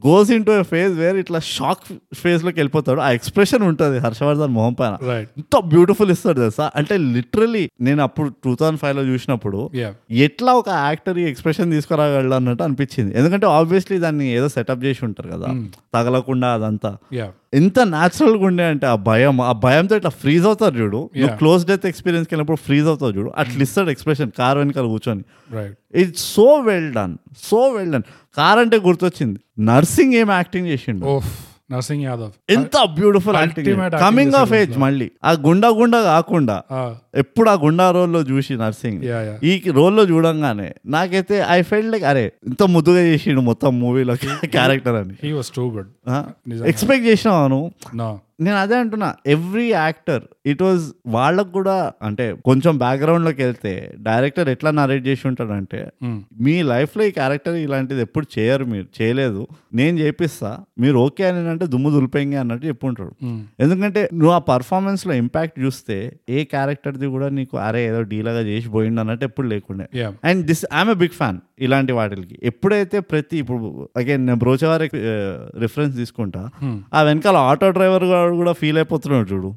goes into phase where ఇట్లా షాక్ ఫేజ్ లోకి వెళ్ళిపోతాడు ఆ ఎక్స్ప్రెషన్ ఉంటుంది హర్షవర్ధన్ మొహం పైన
రైట్
ఎంత బ్యూటిఫుల్ ఇస్తాడు తెలుసా అంటే లిటరలీ నేను అప్పుడు టూ థౌసండ్ ఫైవ్ లో చూసినప్పుడు
యా
ఎట్లా ఒక యాక్టర్ ఈ ఎక్స్ప్రెషన్ తీసుకురాగలడు అన్నట్టు అనిపించింది ఎందుకంటే ఆబ్వియస్లీ దాన్ని ఏదో సెటప్ చేసి ఉంటారు కదా తగలకుండా అదంతా
యా
ఎంత natural గా ఉండే అంటే ఆ భయం ఆ భయంతో ఇట్లా ఫ్రీజ్ అవుతారు చూడు నువ్వు
Yeah.
క్లోజ్ డెత్ ఎక్స్పీరియన్స్కి వెళ్ళినప్పుడు ఫ్రీజ్ అవుతావు చూడు అట్లా ఇస్తాడు ఎక్స్ప్రెషన్ కార్ వెనకాల కూర్చొని
right
it's so well done so well done car అంటే గుర్తొచ్చింది నర్సింగ్ ఏం యాక్టింగ్ చేసిండు
ఓఫ్ నర్సింగ్ యాదవ్
ఎంత beautiful acting
Ultimate acting
coming of
చేశాడు
ఏజ్ మళ్ళీ ఆ గుండా గుండా కాకుండా
Ah,
ఎప్పుడు ఆ గుండా రోల్ లో చూసి నర్సింగ్
యా యా
ఈ రోల్ లో చూడంగానే నాకైతే ఐ ఫెల్ లైక్ అరే ఇంత ముద్దుగా చేసిండు మొత్తం మూవీలో క్యారెక్టర్ అని
హీ వాస్ టూ గుడ్ నిజంగా.
ఎక్స్పెక్ట్ చేసినాను
నో
నేను అదే అంటున్నా ఎవ్రీ యాక్టర్ ఇట్ వాజ్ వాళ్ళకు కూడా అంటే కొంచెం background లోకి వెళ్తే డైరెక్టర్ ఎట్లా నరేట్ చేసి ఉంటాడంటే మీ లైఫ్లో ఈ క్యారెక్టర్ ఇలాంటిది ఎప్పుడు చేయరు మీరు చేయలేదు నేను చేపిస్తా మీరు ఓకే అని అంటే దుమ్ము దులిపోయింది అన్నట్టు చెప్పుంటాడు ఎందుకంటే నువ్వు ఆ పర్ఫార్మెన్స్లో ఇంపాక్ట్ చూస్తే ఏ క్యారెక్టర్ది కూడా నీకు అరే ఏదో డీలాగా చేసి పోయిండు అన్నట్టు ఎప్పుడు లేకుండే
yeah
and this I'm big fan ఇలాంటి వాటికి ఎప్పుడైతే ప్రతి ఇప్పుడు అగైన్ నేను బ్రోచవారి రిఫరెన్స్ తీసుకుంటా ఆ వెనకాల ఆటో డ్రైవర్ కూడా ఫీల్ అయిపోతున్నాడు చూడు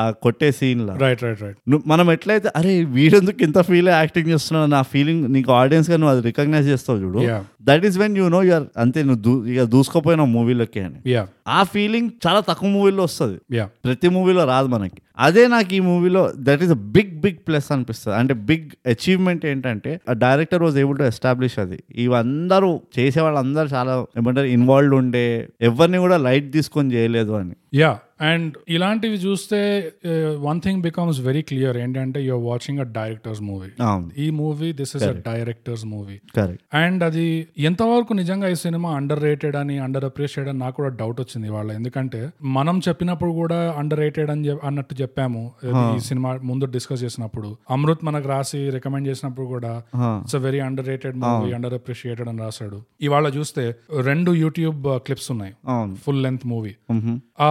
ఆ కొట్టే సీన్లో
రైట్ రైట్ రైట్
నువ్వు మనం ఎట్లయితే అరే వీడెందుకు ఇంత ఫీల్ యాక్టింగ్ చేస్తున్నావు నా ఫీలింగ్ నీకు ఆడియన్స్ గా నువ్వు అది రికగ్నైజ్ చేస్తావు చూడు
Yeah.
That is when you know you're అంతే నువ్వు దూ- ఇక దూసుకోపోయినావు మూవీలోకి అని
యా
ఆ ఫీలింగ్ చాలా తక్కువ మూవీలో వస్తుంది
యా
ప్రతి మూవీలో రాదు మనకి అదే నాకు ఈ మూవీలో that is a big big plus అనిపిస్తుంది అంటే బిగ్ అచీవ్మెంట్ ఏంటంటే ఆ director was able to establish అది ఇవందరూ చేసే వాళ్ళందరూ చాలా ఏమంటారు ఇన్వాల్వ్ ఉండే ఎవరిని కూడా లైట్ తీసుకొని చేయలేదు అని
యా అండ్ ఇలాంటివి చూస్తే uh, one thing becomes very clear ఏంటంటే you're watching a director's movie
అవును
ఈ movie this is a director's movie
correct
and అది ఎంతవరకు నిజంగా ఈ సినిమా అండర్ రేటెడ్ అని అండర్ అప్రిషియేట్ అని నాకు కూడా డౌట్ వచ్చింది వాళ్ళ ఎందుకంటే మనం చెప్పినప్పుడు కూడా అండర్ రేటెడ్ అని చెప్- అన్నట్టు చెప్పాము ఇది ఈ సినిమా ముందు డిస్కస్ చేసినప్పుడు అమృత్ మనకు రాసి రికమెండ్ చేసినప్పుడు కూడా it's a very underrated movie underappreciated అని రాశాడు ఇవాళ చూస్తే రెండు యూట్యూబ్ క్లిప్స్ ఉన్నాయి
అవును
ఫుల్ లెంత్ మూవీ
మ్మ్.
ఆ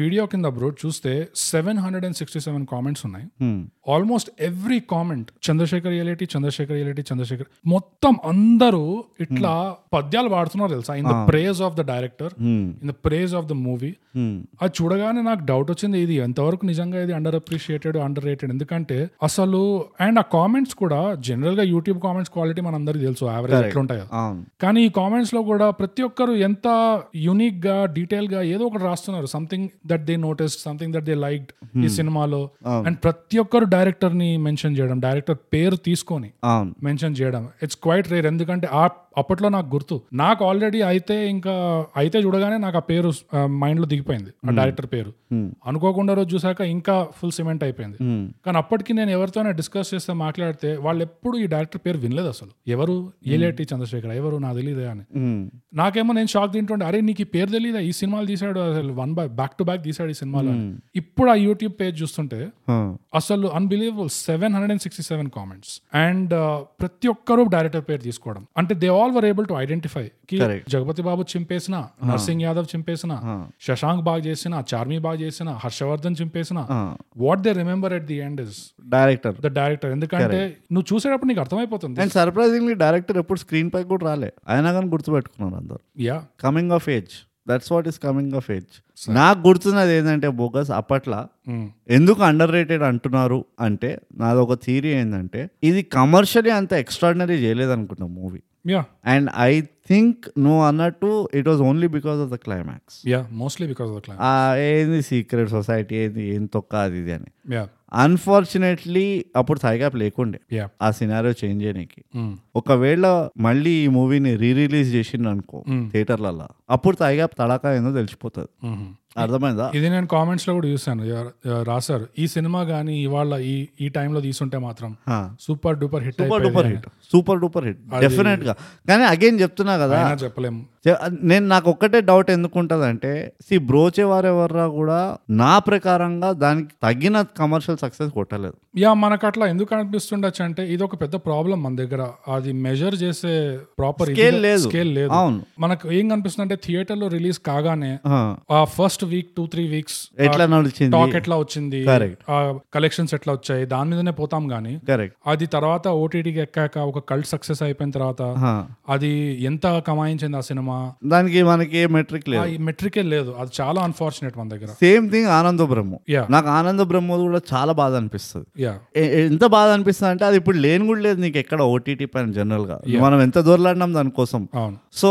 వీడియో కింద బ్రో చూస్తే seven hundred and sixty seven comments ఉన్నాయి
Hmm.
Almost every comment Chandrasekhar Yeleti Chandrasekhar Yeleti Chandrasekhar మొత్తం అందరూ ఇట్లా పద్యాలు పాడుతున్నారు తెలుసా in the praise of the director
Hmm.
In the praise of the movie
Hmm.
అది చూడగానే నాకు డౌట్ వచ్చింది ఇది ఎంతవరకు నిజంగా ఇది అండర్ అప్రిషియేటెడ్ అండర్ రేటెడ్ ఎందుకంటే అసలు అండ్ ఆ కామెంట్స్ కూడా జనరల్ గా యూట్యూబ్ కామెంట్స్ క్వాలిటీ మనందరికీ తెలుసు యావరేజ్ ఎట్లా ఉంటాయో
అవును
కానీ ఈ కామెంట్స్ లో కూడా ప్రతి ఒక్కరు ఎంత యూనిక్ గా డీటెయిల్ గా ఏదో ఒకటి రాస్తున్నారు something that they notice something that they like ఈ సినిమాలో అండ్ ప్రతి ఒక్కరు డైరెక్టర్ ని మెన్షన్ చేయడం డైరెక్టర్ పేరు తీసుకొని
అవును
మెన్షన్ చేయడం ఇట్స్ క్వైట్ రేర్ ఎందుకంటే ఆ అప్పట్లో నాకు గుర్తు నాకు ఆల్రెడీ అయితే ఇంకా అయితే చూడగానే నాకు ఆ పేరు మైండ్ లో దిగిపోయింది ఆ డైరెక్టర్ పేరు అనుకోకుండా రోజు చూసాక ఇంకా ఫుల్ సిమెంట్ అయిపోయింది కానీ అప్పటికి నేను ఎవరితోనే డిస్కస్ చేస్తే మాట్లాడితే వాళ్ళు ఎప్పుడు ఈ డైరెక్టర్ పేరు వినలేదు అసలు ఎవరు ఏలేటి చంద్రశేఖర్ ఎవరు నాకు తెలియదే అని
మ్మ్.
నాకేమో నేను షాక్ తింటుండే అరే నీకు ఈ పేరు తెలియదా ఈ సినిమాలు తీసాడు అసలు one by back to back తీసాడు ఈ సినిమాలో అని. ఇప్పుడు ఆ యూట్యూబ్ పేజ్ చూస్తుంటే
హా.
అసలు unbelievable seven hundred and sixty seven comments and uh, ప్రతి ఒక్కరూ డైరెక్టర్ పేరు తీసుకోవడం అంటే they all were able to identify కి
Correct.
జగపతి బాబు చింపేసిన నర్సింగ్ యాదవ్ చింపేసిన శశాంక్ బాగా చేసిన చార్మి బాగా చేసిన హర్షవర్ధన్ చింపేసిన
ఆ.
What they remember at the end is
director
the director ఎందుకంటే నువ్వు చూసేటప్పుడు నీకు అర్థమైపోతుంది
అండ్ సర్ప్రైజింగ్లీ డైరెక్టర్ ఎప్పుడు స్క్రీన్ పై కూడా రాలే అయినా కానీ గుర్తుపెట్టుకున్నారు అందరు
yeah
coming of age that's what is coming of age నాకు గుర్తున్నది ఏంటంటే బోగస్ అప్పట్లో
Mm.
ఎందుకు అండర్ రేటెడ్ అంటున్నారు అంటే నాది ఒక థియరీ ఏంటంటే ఇది కమర్షియలీ అంత ఎక్స్ట్రాడినరీ చేయలేదనుకుంటా movie
yeah
and I think నువ్వు అన్నట్టు it was only because of the climax
yeah mostly because of the climax
ఏంది సీక్రెట్ సొసైటీ ఏంది ఏం తొక్క అది ఇది అని
యా
అన్ఫార్చునేట్లీ అప్పుడు థైగ్యాప్ లేకుండే
Yeah.
ఆ సినారో చేంజ్ చేయడానికి
Mm.
ఒకవేళ మళ్ళీ ఈ మూవీని రీ రిలీజ్ చేసిండు అనుకో థియేటర్లలో అప్పుడు థైగ్యాప్ తడాకా ఏందో తెలిసిపోతుంది
Mhm.
అర్థమైందా
ఇది నేను కామెంట్స్ లో కూడా చూసాను ఎవరు- ఎవరు రాశారు ఈ సినిమా గానీ ఇవాళ ఈ ఈ టైంలో తీసుంటే మాత్రం
హా.
సూపర్ డూపర్ హిట్
సూపర్
అయిపోయేది
డూపర్
అని.
Hit super duper hit definite గా కానీ అగైన్ చెప్తున్నా కదా
అయినా చెప్పలేము
చె- నేను నాకు ఒక్కటే డౌట్ ఎందుకుంటదంటే సి బ్రోచే వారెవర్రా కూడా నా ప్రకారంగా దానికి తగిన కమర్షియల్ సక్సెస్ కొట్టలేదు
యా మనకు అట్లా ఎందుకు అనిపిస్తుండొచ్చు అంటే ఇది ఒక పెద్ద ప్రాబ్లం మన దగ్గర అది మెజర్ చేసే ప్రాపర్
Scale లేదు.
స్కేల్ లేదు
అవును
మనకు ఏం కనిపిస్తుంది అంటే థియేటర్ లో రిలీజ్ కాగానే
ఆ,
ఆ first week two three weeks
ఎట్లా నడిచింది
టాక్ ఎట్లా వచ్చింది
Correct.
ఆ కలెక్షన్స్ ఎట్లా వచ్చాయి దాని మీదనే పోతాం గానీ
కరెక్ట్
అది తర్వాత ఓటీటీకి ఎక్కాక ఒక కల్ట్ సక్సెస్ అయిపోయిన తర్వాత అది ఎంత కమాయించింది ఆ సినిమా
దానికి మనకి ఏ మెట్రిక్
ఆ,
లేదు
ఈ మెట్రికే లేదు అది చాలా అన్ఫార్చునేట్ మన దగ్గర
సేమ్ థింగ్ ఆనంద బ్రహ్మ
యా
నాకు ఆనంద బ్రహ్మ కూడా చాలా బాధ అనిపిస్తుంది
యా
ఏ- ఎంత బాధ అనిపిస్తుంది అంటే అది ఇప్పుడు లేని కూడా లేదు నీకు ఎక్కడ ఓటీటీ పైన జనరల్ గా మనం ఎంత దూరలాడినాం దానికోసం
అవును
సో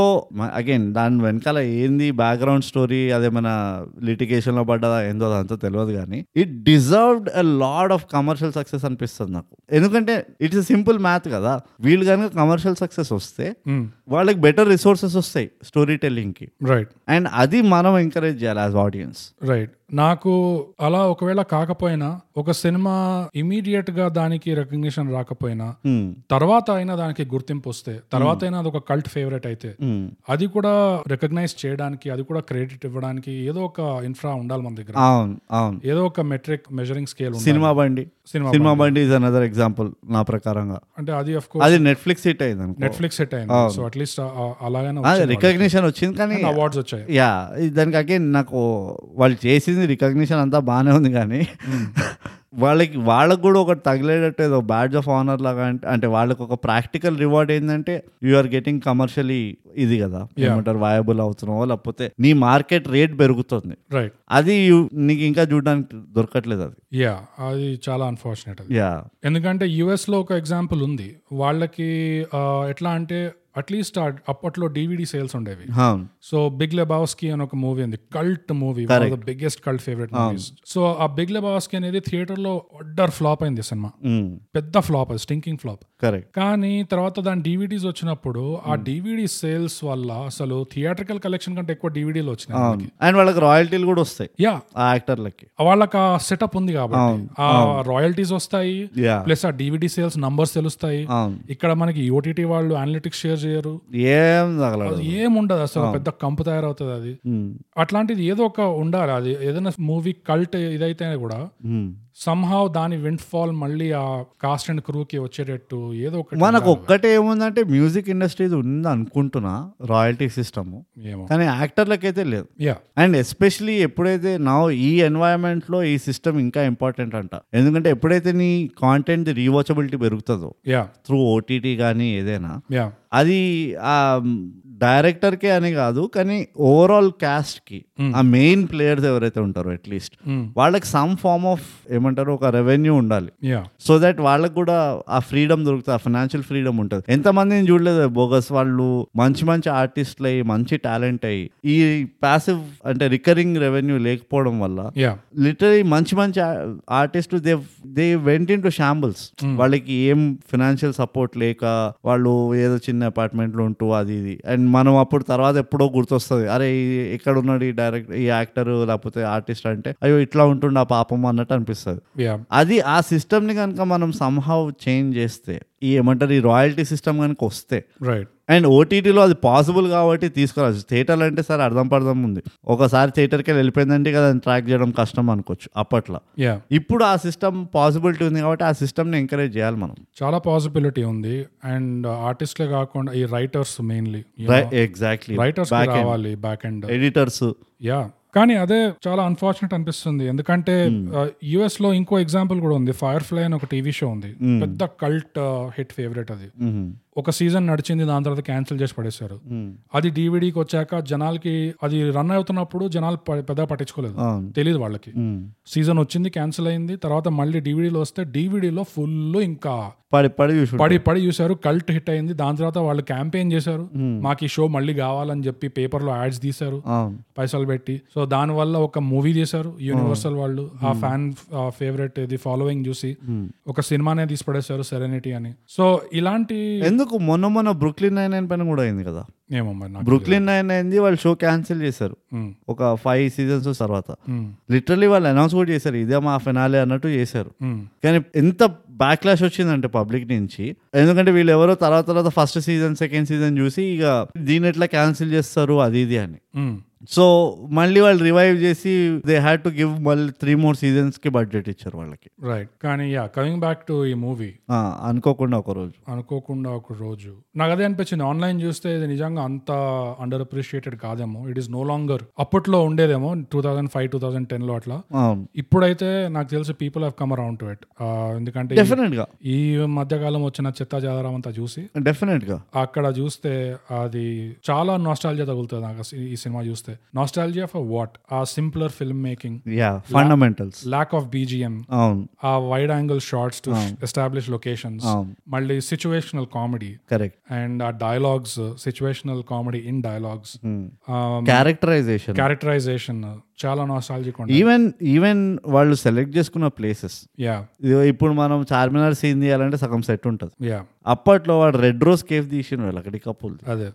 అగైన్ దాని వెనకాల ఏంది బ్యాక్గ్రౌండ్ స్టోరీ అదేమైనా లిటిగేషన్ లో పడ్డదా ఏందో అదంతా తెలియదు కానీ it deserved a lord of commercial success అనిపిస్తుంది నాకు ఎందుకంటే ఇట్స్ సింపుల్ మ్యాథ్ కదా వీళ్ళు కనుక కమర్షియల్ సక్సెస్ వస్తే వాళ్ళకి బెటర్ రిసోర్సెస్ వస్తాయి స్టోరీ టెల్లింగ్ కి
రైట్
అండ్ అది మనం ఎంకరేజ్ చేయాలి యాజ్ ఆడియన్స్
రైట్ నాకు అలా ఒకవేళ కాకపోయినా ఒక సినిమా ఇమీడియట్ గా దానికి రికగ్నిషన్ రాకపోయినా
Hmm.
తర్వాత అయినా దానికి గుర్తింపు వస్తే తర్వాత అయినా అది ఒక కల్ట్ ఫేవరెట్ అయితే
Hmm.
అది కూడా రికగ్నైజ్ చేయడానికి అది కూడా క్రెడిట్ ఇవ్వడానికి ఏదో ఒక ఇన్ఫ్రా ఉండాలి మన దగ్గర
అవును అవును
ఏదో ఒక మెట్రిక్ మెజరింగ్ స్కేల్ ఉండాలి
సినిమా బండి
సినిమా
సినిమా బండి ఇస్ అనదర్ ఎగ్జాంపుల్ నా ప్రకారంగా
అంటే అది అఫ్ కోర్స్
అది నెట్ఫ్లిక్స్ హిట్ అయింది అనుకో
నెట్ఫ్లిక్స్ సెట్ అయింది సో అట్లీస్ట్ అలాగైనా
రికగ్నిషన్ వచ్చింది కానీ
అవార్డ్స్ వచ్చాయి
యా ఇది దానికి అగైన్ నాకు వాళ్ళు చేసింది రికగ్నిషన్ అంతా బాగానే ఉంది కానీ వాళ్ళకి వాళ్ళకు కూడా ఒకటి తగిలేటట్టు ఏదో బ్యాడ్జ్ ఆఫ్ ఆనర్ లాగా అంటే అంటే వాళ్ళకి ఒక ప్రాక్టికల్ రివార్డ్ ఏంటంటే యు ఆర్ గెటింగ్ కమర్షియలీ ఇది కదా ఏమంటారు వయబుల్ అవుతున్నావు లేకపోతే నీ మార్కెట్ రేట్ పెరుగుతుంది
రైట్
అది you- నీకు ఇంకా చూడడానికి దొరకట్లేదు అది
యా అది చాలా అన్ఫార్చునేట్ అది
యా
ఎందుకంటే యుఎస్ లో ఒక ఎగ్జాంపుల్ ఉంది వాళ్ళకి ఆ, ఎట్లా అంటే అట్లీస్ట్ అప్పట్లో డివిడి సేల్స్ ఉండేవి
అవును
సో బిగ్ లెబాస్కి అని ఒక మూవీ ఉంది cult movie the biggest cult favourite movies so ఆ బిగ్ లెబాస్కి అనేది థియేటర్ లో ఒడ్డర్ ఫ్లాప్ అయింది సినిమా
Hmm.
పెద్ద ఫ్లాప్ అది స్టింకింగ్ ఫ్లాప్
కరెక్ట్
కానీ తర్వాత దాని డివిడీస్ వచ్చినప్పుడు ఆ డివిడి సేల్స్ వల్ల అసలు థియేట్రికల్ కలెక్షన్ కంటే ఎక్కువ డివిడీలు వచ్చినాయి
అవును అండ్ వాళ్ళకి రాయల్టీలు కూడా వస్తాయి
యా
ఆ యాక్టర్లకి
వాళ్ళకి ఆ సెటప్ ఉంది కాబట్టి ఆ రాయల్టీస్ వస్తాయి
యా
ప్లస్ ఆ డివిడి సేల్స్ నంబర్స్ తెలుస్తాయి
అవును
ఇక్కడ మనకి ఓటీటీ వాళ్ళు అనలిటిక్స్ షేర్ చేయరు
ఏం తగలదు
అది ఏముండదు అసలు పెద్ద కంపు తయారవుతుంది అది
Mm.
అట్లాంటిది ఏదో ఒక ఉండాలి అది ఏదైనా మూవీ కల్ట్ ఇదైతే కూడా
Mm.
సంహావ్ దాని ఫాల్ మళ్ళీ ఆ కాస్ట్ అండ్ క్రూ కి వచ్చేటట్టు ఏదో ఒకటి
మనకు ఒక్కటే ఏముందంటే మ్యూజిక్ ఇండస్ట్రీ ఉంది అనుకుంటున్నా రాయల్టీ సిస్టమ్
ఏమో
కానీ యాక్టర్లకైతే లేదు
యా
అండ్ ఎస్పెషలీ ఎప్పుడైతే నా ఈ environment లో ఈ సిస్టమ్ ఇంకా ఇంపార్టెంట్ అంట ఎందుకంటే ఎప్పుడైతే నీ కాంటెంట్ రీవాచబిలిటీ పెరుగుతుందో
యా
త్రూ ఓటీటీ కానీ ఏదైనా
యా
అది ఆ డైరెక్టర్కే అని కాదు కానీ ఓవరాల్ కి ఆ మెయిన్ ప్లేయర్స్ ఎవరైతే ఉంటారో అట్లీస్ట్
Mm.
వాళ్ళకి సమ్ ఫార్మ్ ఆఫ్ ఏమంటారు ఒక రెవెన్యూ ఉండాలి
యా
సో దట్ వాళ్ళకు కూడా ఆ ఫ్రీడమ్ దొరుకుతుంది ఆ ఫైనాన్షియల్ ఫ్రీడమ్ ఉంటుంది ఎంతమంది నేను చూడలేదు బోగస్ వాళ్ళు మంచి మంచి ఆర్టిస్టులు అయ్యి మంచి టాలెంట్ అయ్యి ఈ ప్యాసివ్ అంటే రికరింగ్ రెవెన్యూ లేకపోవడం వల్ల
యా
లిటరీ మంచి మంచి artist they they went into shambles వాళ్ళకి ఏం ఫినాన్షియల్ సపోర్ట్ లేక వాళ్ళు ఏదో చిన్న అపార్ట్మెంట్లో ఉంటూ అది ఇది అండ్ మనం అప్పుడు తర్వాత ఎప్పుడో గుర్తొస్తుంది అరే ఈ- ఇక్కడ ఉన్నాడు ఈ డైరెక్ట్ ఈ యాక్టర్ లేకపోతే ఆర్టిస్ట్ అంటే అయ్యో ఇట్లా ఉంటుండే ఆ పాపం అన్నట్టు అనిపిస్తుంది
యా
అది ఆ సిస్టమ్ని కనుక మనం సంహావ్ చేంజ్ చేస్తే ఈ ఏమంటారు ఈ రాయల్టీ సిస్టమ్ కనుక వస్తే
రైట్
అండ్ ఓటీటీలో అది పాసిబుల్ కాబట్టి తీసుకురావచ్చు థియేటర్లు అంటే సార్ అర్థం పర్థం ఉంది ఒకసారి థియేటర్కి వెళ్ళి వెళ్ళిపోయిందంటే కదా దాన్ని ట్రాక్ చేయడం కష్టం అనుకోవచ్చు అప్పట్లో
యా
ఇప్పుడు ఆ సిస్టమ్ పాసిబిలిటీ ఉంది కాబట్టి ఆ సిస్టమ్ని ఎంకరేజ్ చేయాలి మనం
చాలా పాసిబిలిటీ ఉంది అండ్ ఆర్టిస్ట్లే కాకుండా ఈ రైటర్స్ మెయిన్లీ
ఎగ్జాక్ట్లీ
రైటర్స్ రావాలి బ్యాక్ అండ్
ఎడిటర్స్
యా కానీ అదే చాలా అన్ఫార్చునేట్ అనిపిస్తుంది ఎందుకంటే యుఎస్ లో
Mm-hmm.
ఇంకో ఎగ్జాంపుల్ కూడా ఉంది ఫైర్ ఫ్లై అని ఒక టీవీ షో ఉంది పెద్ద కల్ట్ హిట్ ఫేవరెట్ అది ఒక సీజన్ నడిచింది దాని తర్వాత క్యాన్సిల్ చేసి పడేశారు అది డివిడికి వచ్చాక జనాలకి అది రన్ అవుతున్నప్పుడు జనాలు ప- పెద్దగా పట్టించుకోలేదు
అవును.
తెలియదు వాళ్ళకి
Hmm. Mm-hmm.
సీజన్ వచ్చింది క్యాన్సిల్ అయింది తర్వాత మళ్ళీ డివిడీలో వస్తే డివిడీలో ఫుల్ ఇంకా
పడి పడి చూసి
పడి పడి చూశారు కల్ట్ హిట్ అయింది దాని తర్వాత వాళ్ళు క్యాంపెయిన్ చేశారు మాకు ఈ షో మళ్ళీ కావాలని చెప్పి పేపర్లో యాడ్స్ తీశారు
అవును
పైసలు పెట్టి సో దానివల్ల ఒక మూవీ చేశారు యూనివర్సల్ వాళ్ళు ఆ ఫ్యాన్ ఫేవరెట్ ఇది ఫాలోయింగ్ చూసి ఒక సినిమానే తీసి పడేశారు సెరెనిటీ అని సో ఇలాంటి
ఎందుకు మొన్న మొన్న బ్రుక్లిన్ నైన్ నైన్ పైన కూడా అయింది కదా
ఏమో మరి నాకు
బ్రుక్లిన్ నైన్ అయింది వాళ్ళు షో క్యాన్సిల్ చేశారు
మ్మ్.
ఒక ఫైవ్ సీజన్స్ తర్వాత
మ్మ్.
లిటరలీ వాళ్ళు అనౌన్స్ కూడా చేశారు ఇదే మా ఫినాలే అన్నట్టు చేశారు
మ్మ్.
కానీ ఎంత బ్యాక్లాష్ వచ్చిందంటే పబ్లిక్ నుంచి ఎందుకంటే వీళ్ళు ఎవరో తర్వాత తర్వాత ఫస్ట్ సీజన్ సెకండ్ సీజన్ చూసి ఇక దీని ఎట్లా క్యాన్సిల్ చేస్తారు అది ఇది అని
మ్మ్.
సో మళ్ళీ వాళ్ళు రివైవ్ చేసి దే హ్యాడ్ టు గివ్ మళ్ళీ త్రీ మోర్ సీజన్స్ కి బడ్జెట్ ఇచ్చారు వాళ్ళకి
రైట్ కానీ యా కమింగ్ బ్యాక్ టు ఈ మూవీ
ఆ, అనుకోకుండా ఒక రోజు
అనుకోకుండా ఒక రోజు నాకు అదే అనిపించింది ఆన్లైన్ చూస్తే ఇది నిజంగా అంత అండర్ అప్రిషియేటెడ్ కాదేమో ఇట్ ఈస్ నో లాంగర్ అప్పట్లో ఉండేదేమో two thousand five two thousand టెన్లో అట్లా
అవును
ఇప్పుడైతే నాకు తెలిసి people have come around to it ఎందుకంటే ఈ-
డెఫినెట్ గా
ఈ మధ్యకాలం వచ్చిన చెత్త జాదరం అంతా చూసి
డెఫినెట్ గా
అక్కడ చూస్తే అది చాలా నాస్టాలజియా తగులుతుంది నాకు అసలు ఈ సినిమా చూస్తే nostalgia for what a simpler film making
yeah fundamentals
lack of BGM
అవును
ఆ wide angle shots to establish locations
అవును.
మళ్ళీ సిచ్యువేషనల్ కామెడీ
కరెక్ట్
అండ్ ఆ dialogues situational comedy in dialogues
Hmm.
Um,
characterisation
characterisation చాలా nostalgic ఉంటుంది
even even వాళ్ళు select చేసుకున్న places
yeah
ఇప్పుడు మనం చార్మినార్ సీన్ తీయాలంటే సగం సెట్ ఉంటుంది
యా
అప్పట్లో వాడు రెడ్ రోజ్ కేఫ్ తీసిన వాళ్ళు అక్కడ కప్పులు
అదే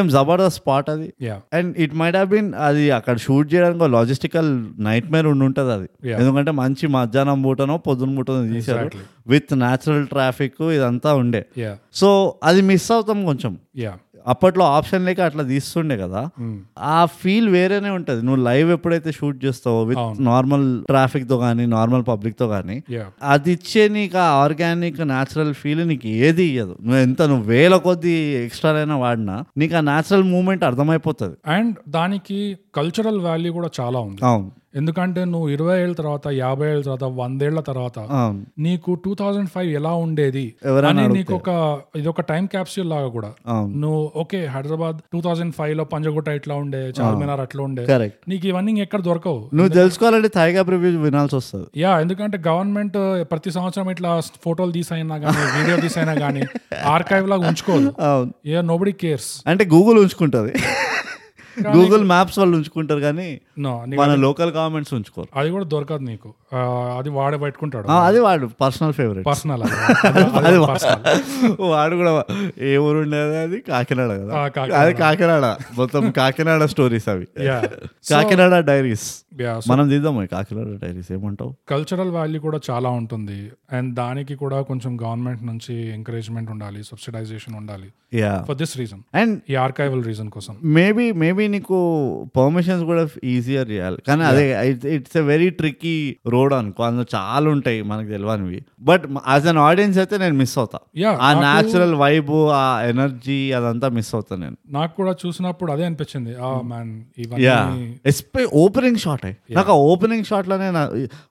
ఏం జబర్దస్త్ స్పాట్ అది
yeah
and it might been అది అక్కడ షూట్ చేయడానికి లాజిస్టికల్ నైట్ మేర్ ఉండి ఉంటుంది అది
Yeah.
ఎందుకంటే మంచి మధ్యాహ్నం పూటనో పొద్దున పూటనో తీశారు
Exactly.
విత్ న్యాచురల్ ట్రాఫిక్ ఇదంతా ఉండే
యా
సో అది మిస్ అవుతాం కొంచెం
యా
అప్పట్లో ఆప్షన్ లేక అట్లా తీస్తుండే కదా
mm,
ఆ ఫీల్ వేరేనే ఉంటది నువ్వు లైవ్ ఎప్పుడైతే షూట్ చేస్తావో విత్ నార్మల్ ట్రాఫిక్ తో కానీ నార్మల్ పబ్లిక్ తో కానీ
యా
అది ఇచ్చే నీకు ఆ ఆర్గానిక్ న్యాచురల్ ఫీల్ నీకు ఏది ఇయ్యదు నువ్వు ఎంత నువ్వు వేల కొద్ది ఎక్స్ట్రాలైనా వాడినా నీకు ఆ న్యాచురల్ మూమెంట్ అర్థమైపోతుంది
అండ్ దానికి కల్చరల్ వాల్యూ కూడా చాలా ఉంది
అవును
ఎందుకంటే నువ్వు ఇరవై ఏళ్ళ తర్వాత యాభై ఏళ్ళ తర్వాత వందేళ్ల తర్వాత
అవును
నీకు టూ థౌజండ్ ఫైవ్ ఎలా ఉండేది
ఎవరైనా
అని నీకు ఒక ఇది ఒక టైం క్యాప్సూల్ లాగా కూడా
అవును
నువ్వు okay Hyderabad two thousand five లో పంజగుట్ట ఇట్లా ఉండే చార్మినార్ అట్లా ఉండే
కరెక్ట్
నీకు ఇవన్నీ ఎక్కడ దొరకవు
నువ్వు తెలుసుకోవాలంటే థైగా రివ్యూ వినాల్సి వస్తుంది
యా ఎందుకంటే గవర్నమెంట్ ప్రతి సంవత్సరం ఇట్లా ఫోటోలు తీసైనా కానీ వీడియో తీసైనా కానీ ఆర్కైవ్ లాగా ఉంచుకోదు
అవును
ఏ నోబడి కేర్స్
అంటే గూగుల్ ఉంచుకుంటుంది గూగుల్ మ్యాప్స్ వాళ్ళు ఉంచుకుంటారు కానీ
నో
మన లోకల్ గవర్నమెంట్స్ ఉంచుకోరు
అది కూడా దొరకదు నీకు ఆ, అది వాడే పెట్టుకుంటాడు
ఆ, అది వాడు పర్సనల్ ఫేవరెట్
పర్సనల్
అది
పర్సనల్
వాడు కూడా ఏ ఊరు ఉండేది అది కాకినాడ కదా
ఆ, కాకినాడ.
అది కాకినాడ మొత్తం కాకినాడ స్టోరీస్ అవి
యా
కాకినాడ డైరీస్
యా
మనం తీద్దాం ఈ కాకినాడ డైరీస్ ఏమంటావు
కల్చరల్ వాల్యూ కూడా చాలా ఉంటుంది అండ్ దానికి కూడా కొంచెం గవర్నమెంట్ నుంచి ఎంకరేజ్మెంట్ ఉండాలి సబ్సిడైజేషన్ ఉండాలి
yeah
for this reason
and
ఈ ఆర్కైవల్ రీజన్ కోసం
మేబీ మేబీ నీకు పర్మిషన్స్ కూడా ఈజీయర్ చేయాలి కానీ అదే it's a very tricky road అనుకో అందులో చాలా ఉంటాయి మనకు తెలియనివి బట్ యాజ్ అన్ ఆడియన్స్ అయితే నేను మిస్ అవుతా
యా
ఆ న్యాచురల్ వైబ్ ఆ ఎనర్జీ అదంతా మిస్ అవుతా నేను
నాకు కూడా చూసినప్పుడు అదే అనిపించింది ఆ మ్యాన్
యా
ఇవన్నీ
ఎస్పీ ఓపెనింగ్ షాట్ నాకు ఆ ఓపెనింగ్ షాట్ లోనే నా-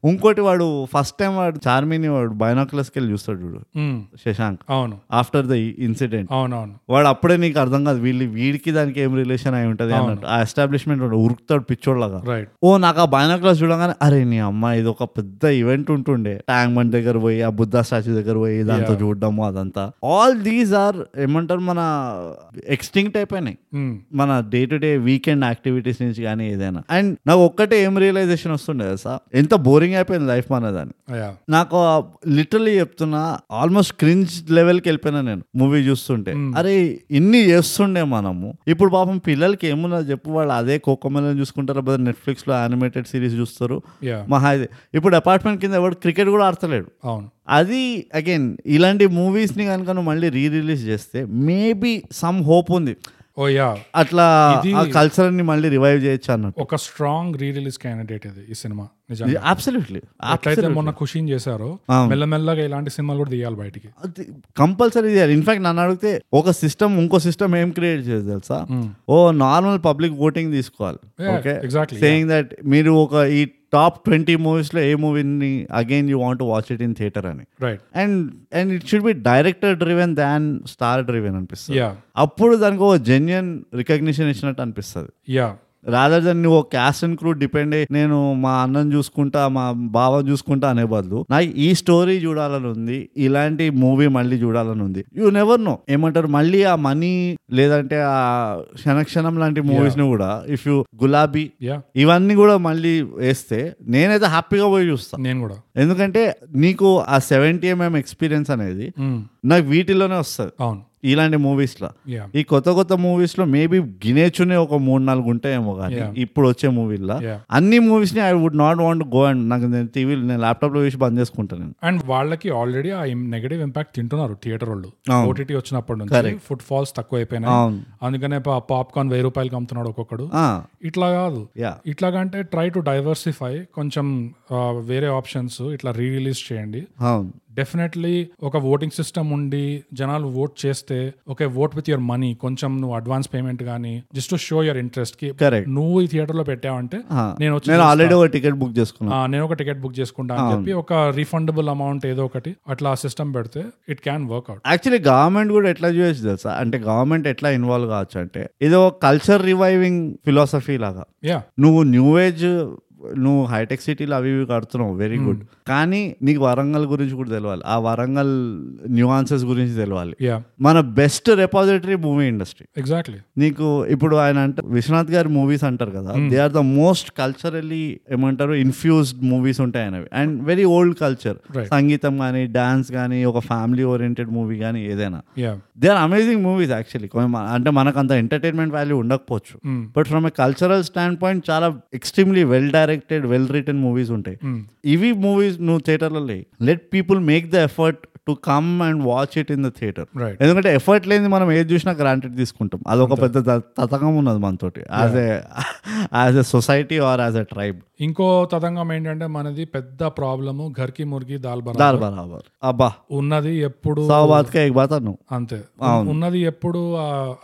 ఇంకోటి వాడు ఫస్ట్ టైం వాడు చార్మిని వాడు బైనాక్లస్ కెళ్ళి చూస్తాడు చూడు
మ్మ్.
శశాంక్
Hmm, అవును
ఆఫ్టర్ ద ఇన్సిడెంట్
అవునవును
వాడు అప్పుడే నీకు అర్థం కాదు వీళ్ళు వీడికి దానికి ఏం రిలేషన్ అయి ఉంటది అన్నట్టు ఆ ఎస్టాబ్లిష్మెంట్ ఉరుకుతాడు పిచ్చోళ్ళగా
రైట్
ఓ నాకు ఆ బైనాక్లస్ చూడగానే అరే నీ అమ్మ ఇది ఒక పెద్ద ఈవెంట్ ఉంటుండే ట్యాంక్ బండ్ దగ్గర పోయి ఆ బుద్ధా స్టాచ్యూ దగ్గర పోయి దాంతో చూడడము అదంతా ఆల్ దీస్ ఆర్ ఏమంటారు మన ఎక్స్టింక్ట్ అయిపోయినాయి
Hmm.
మన day to day weekend activities నుంచి కానీ ఏదైనా అండ్ నాకు ఒక్కటే ఏం రియలైజేషన్ వస్తుండే తెలుసా ఎంత బోరింగ్ అయిపోయింది లైఫ్ మనదని
యా
నాకు లిటరలీ చెప్తున్నా ఆల్మోస్ట్ క్రింజ్ లెవెల్కి వెళ్ళిపోయినా నేను మూవీ చూస్తుంటే అరే ఇన్ని చేస్తుండే మనము ఇప్పుడు పాపం పిల్లలకి ఏమున్నా చెప్పు వాళ్ళు అదే కోకోమెలను చూసుకుంటారు బదులు నెట్ఫ్లిక్స్లో యానిమేటెడ్ సిరీస్ చూస్తారు
యా
మహా ఇది ఇప్పుడు అపార్ట్మెంట్ కింద ఎవరు క్రికెట్ కూడా ఆడతలేడు
అవును
అది అగైన్ ఇలాంటి మూవీస్ని కనుక నువ్వు మళ్ళీ రీ రిలీజ్ చేస్తే మేబీ సమ్ హోప్ ఉంది
ఓ యా
అట్లా ఆ కల్చర్ని మళ్ళీ రివైవ్ చేయొచ్చు అన్నట్టు
ఒక స్ట్రాంగ్ రీ రిలీజ్ క్యాండిడేట్ ఇది ఈ సినిమా నిజంగా
అబ్సల్యూట్లీ
అట్లయితే మొన్న ఖుషిని చేశారు మెల్లమెల్లగా ఇలాంటి సినిమాలు కూడా తీయాలి బయటికి
అది కంపల్సరీ చేయాలి ఇన్ఫాక్ట్ నన్ను అడిగితే ఒక సిస్టమ్ ఇంకో సిస్టమ్ ఏం క్రియేట్ చేయదు తెలుసా ఓ నార్మల్ పబ్లిక్ ఓటింగ్ తీసుకోవాలి ఓకే
ఎగ్జాక్ట్లీ
సేయింగ్ దట్ మీరు ఒక ఈ టాప్ ట్వంటీ మూవీస్లో ఏ మూవీని again you want watch it in theatre అని
right
and and it should be director driven than star driven అనిపిస్తుంది
యా
అప్పుడు దానికి ఒక జెన్యున్ రికగ్నిషన్ ఇచ్చినట్టు అనిపిస్తుంది
యా
రాదర్ దెన్ నువ్వు క్యాష్ అండ్ క్రూ డిపెండ్ అయ్యి నేను మా అన్నం చూసుకుంటా మా బావ చూసుకుంటా అనే బదులు నాకు ఈ స్టోరీ చూడాలని ఉంది ఇలాంటి మూవీ మళ్ళీ చూడాలని ఉంది యూ నెవర్ నో ఏమంటారు మళ్ళీ ఆ మనీ లేదంటే ఆ క్షణక్షణం లాంటి మూవీస్ ని కూడా ఇఫ్ యూ గులాబీ
యా
ఇవన్నీ కూడా మళ్ళీ వేస్తే నేనైతే హ్యాపీగా పోయి చూస్తాను
నేను కూడా
ఎందుకంటే నీకు ఆ సెవెంటీ ఎంఎం ఎక్స్పీరియన్స్ అనేది
Mm.
నాకు వీటిలోనే వస్తుంది
అవును
ఇలాంటి మూవీస్లో
యా
ఈ కొత్త కొత్త మూవీస్ లో మేబీ గినేచునే ఒక మూడు నాలుగు ఉంటాయేమో కానీ
Yeah.
ఇప్పుడు వచ్చే మూవీల్లో
Yeah.
అన్ని మూవీస్ ని I would not want go and నాకు నేను టీవీ నేను ల్యాప్టాప్ లో చూసి బంద్ చేసుకుంటాను నేను
అండ్ వాళ్ళకి ఆల్రెడీ ఆ నెగటివ్ ఇంపాక్ట్ తింటున్నారు థియేటర్ వాళ్ళు
అవును.
ఓటీటీ వచ్చినప్పటి నుంచి ఫుట్ ఫాల్స్ తక్కువ అయిపోయినాయి
అవును
అందుకనే పాప్కార్న్ వెయ్యి రూపాయలకి అమ్ముతున్నాడు ఒక్కొక్కడు
ఆ,
ఇట్లా కాదు
యా
ఇట్లాగంటే ట్రై టు డైవర్సిఫై కొంచెం ఆ, వేరే ఆప్షన్స్ ఇట్లా రీ రిలీజ్ చేయండి
అవును
డెఫినెట్లీ ఒక ఓటింగ్ సిస్టమ్ ఉండి జనాలు ఓట్ చేస్తే okay vote with your money కొంచెం నువ్వు అడ్వాన్స్ పేమెంట్ కానీ just to show your interest కి
కరెక్ట్
నువ్వు ఈ థియేటర్ లో పెట్టావంటే నేను వచ్చి
నేను ఆల్రెడీ ఒక టికెట్ బుక్ చేసుకున్నాను
ఆ, నేను ఒక టికెట్ బుక్ చేసుకుంటా అని చెప్పి ఒక రిఫండబుల్ అమౌంట్ ఏదో ఒకటి అట్లా సిస్టమ్ పెడితే it can work out
actually government కూడా ఎట్లా చేయొచ్చు తెలుసా అంటే గవర్నమెంట్ ఎట్లా ఇన్వాల్వ్ కావచ్చు అంటే ఇది ఒక కల్చర్ రివైవింగ్ ఫిలాసఫీ లాగా
యా
నువ్వు న్యూ ఏజ్ నువ్వు హైటెక్ సిటీలు అవి ఇవి కడుతున్నావు వెరీ గుడ్ కానీ నీకు వరంగల్ గురించి కూడా తెలియాలి ఆ వరంగల్ న్యూఆన్సెస్ గురించి తెలియాలి
యా
మన best repository movie industry
exactly
నీకు ఇప్పుడు ఆయన అంటే విశ్వనాథ్ గారి మూవీస్ అంటారు కదా they are the most culturally ఏమంటారు ఇన్ఫ్యూజ్డ్ మూవీస్ ఉంటాయి అనేవి and very old culture
Right.
సంగీతం కానీ డాన్స్ కానీ ఒక ఫ్యామిలీ ఓరియంటెడ్ మూవీ కానీ ఏదైనా
yeah
they are amazing movies actually అంటే మనకు అంత ఎంటర్టైన్మెంట్ వాల్యూ ఉండకపోవచ్చు
Mm.
But from a cultural stand point చాలా extremely well directed well written movies ఉంటాయి
Mm.
ఇవి మూవీస్ నువ్వు థియేటర్లో లేవు let people make the effort to come and watch it in the theatre
right
ఎందుకంటే effort లేని మనం ఏది చూసినా గ్రాంటెడ్ తీసుకుంటాం అదొక పెద్ద త- తతంగం ఉన్నది మనతోటి as a as a society or as a tribe
ఇంకో తతంగం ఏంటంటే మనది పెద్ద ప్రాబ్లము ఘర్కి ముర్గి దాల్ బరా
దాల్ బరాబర్ అబ్బా
ఉన్నది ఎప్పుడు
సావ్ బాత్ కా ఎక్ బాత్ అను
అంతే ఉన్నది ఎప్పుడు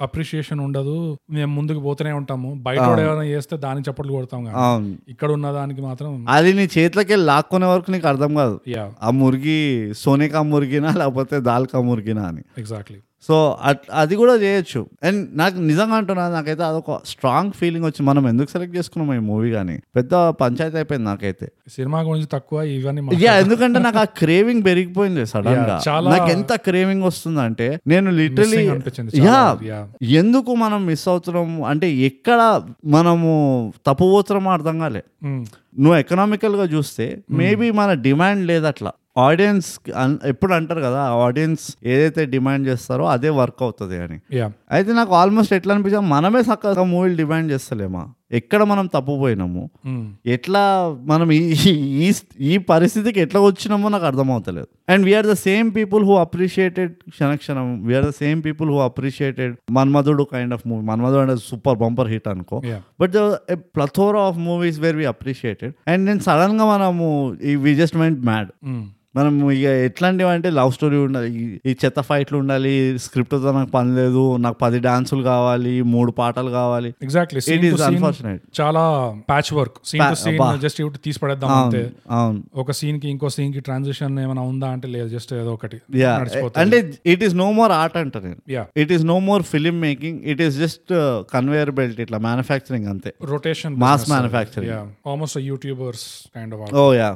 అప్రిషియేషన్ ఉండదు మేము ముందుకు పోతూనే ఉంటాము బయట వాడు ఏమైనా చేస్తే దానికి చప్పట్లు కొడతాం కానీ
అవును
ఇక్కడ ఉన్న దానికి మాత్రం
Um, అది నీ చేతిలోకి లాక్కునే వరకు నీకు అర్థం కాదు
యా
ఆ మురిగి సోనే కా మురిగినా లేకపోతే దాల్ కా మురిగినా అని
ఎగ్జాక్ట్లీ
సో అట్- అది కూడా చేయొచ్చు అండ్ నాకు నిజంగా అంటున్నా నాకైతే అదొక స్ట్రాంగ్ ఫీలింగ్ వచ్చి మనం ఎందుకు సెలెక్ట్ చేసుకున్నాం ఈ మూవీ కానీ పెద్ద పంచాయతీ అయిపోయింది నాకైతే
సినిమా గురించి తక్కువ ఇవన్నీ మా-
యా ఎందుకంటే నాకు ఆ క్రేవింగ్ పెరిగిపోయింది సడన్ గా
Yeah, చాలా-
నాకు ఎంత క్రేవింగ్ వస్తుందంటే నేను లిటరలీ
Missing అనిపించింది చాలా.
Yeah
Yeah.
ఎందుకు మనం మిస్ అవుతున్నాం అంటే ఎక్కడ మనము తప్పుపోతున్నామో అర్థం కాలే
Mm.
నువ్వు ఎకనామికల్ గా చూస్తే మేబీ మన డిమాండ్ లేదు అట్లా ఆడియన్స్ ఎప్పుడు అంటారు కదా ఆడియన్స్ ఏదైతే డిమాండ్ చేస్తారో అదే వర్క్ అవుతుంది అని
యా
అయితే నాకు ఆల్మోస్ట్ ఎట్లా అనిపించాం మనమే చక్కగా మూవీలు డిమాండ్ చేస్తలేమా ఎక్కడ మనం తప్పుపోయినాము
Mm.
ఎట్లా మనం ఈ ఈ ఈ పరిస్థితికి ఎట్లా వచ్చినామో నాకు అర్థమవుతలేదు and we're the same people who appreciated Kshanakshanam we're the same people who appreciated Manmadhudu kind of movie Manmadhudu అంటే సూపర్ బంపర్ హిట్ అనుకో
Yeah.
But a plethora of movies where we appreciated and నేను సడన్ గా మనము ఈ we just went mad
Mm.
మనం ఇక ఎట్లాంటివి అంటే love story ఉండాలి ఈ- ఈ చెత్త ఫైట్లు ఉండాలి స్క్రిప్ట్తో నాకు పని లేదు నాకు పది డాన్సులు కావాలి మూడు పాటలు కావాలి
ఎగ్జాక్ట్లీ
ఇట్ ఈస్ అన్ఫార్చునేట్
చాలా patch work scene to scene
అబ్బా.
జస్ట్ ఇవి తీసి పడేద్దాం అంతే
అవును అవును
ఒక సీన్ కి ఇంకో సీన్ కి ట్రాన్సిషన్ ఏమైనా ఉందా అంటే లేదు జస్ట్ ఏదో ఒకటి
యా
నడిచిపోతుంది
అంటే it is no more art అంట నేను
yeah
it is no more film making it is just conveyor belt uh, ఇట్లా మ్యానుఫ్యాక్చరింగ్ అంతే
rotation
mass manufacturing
yeah almost youtubers kind of
oh yeah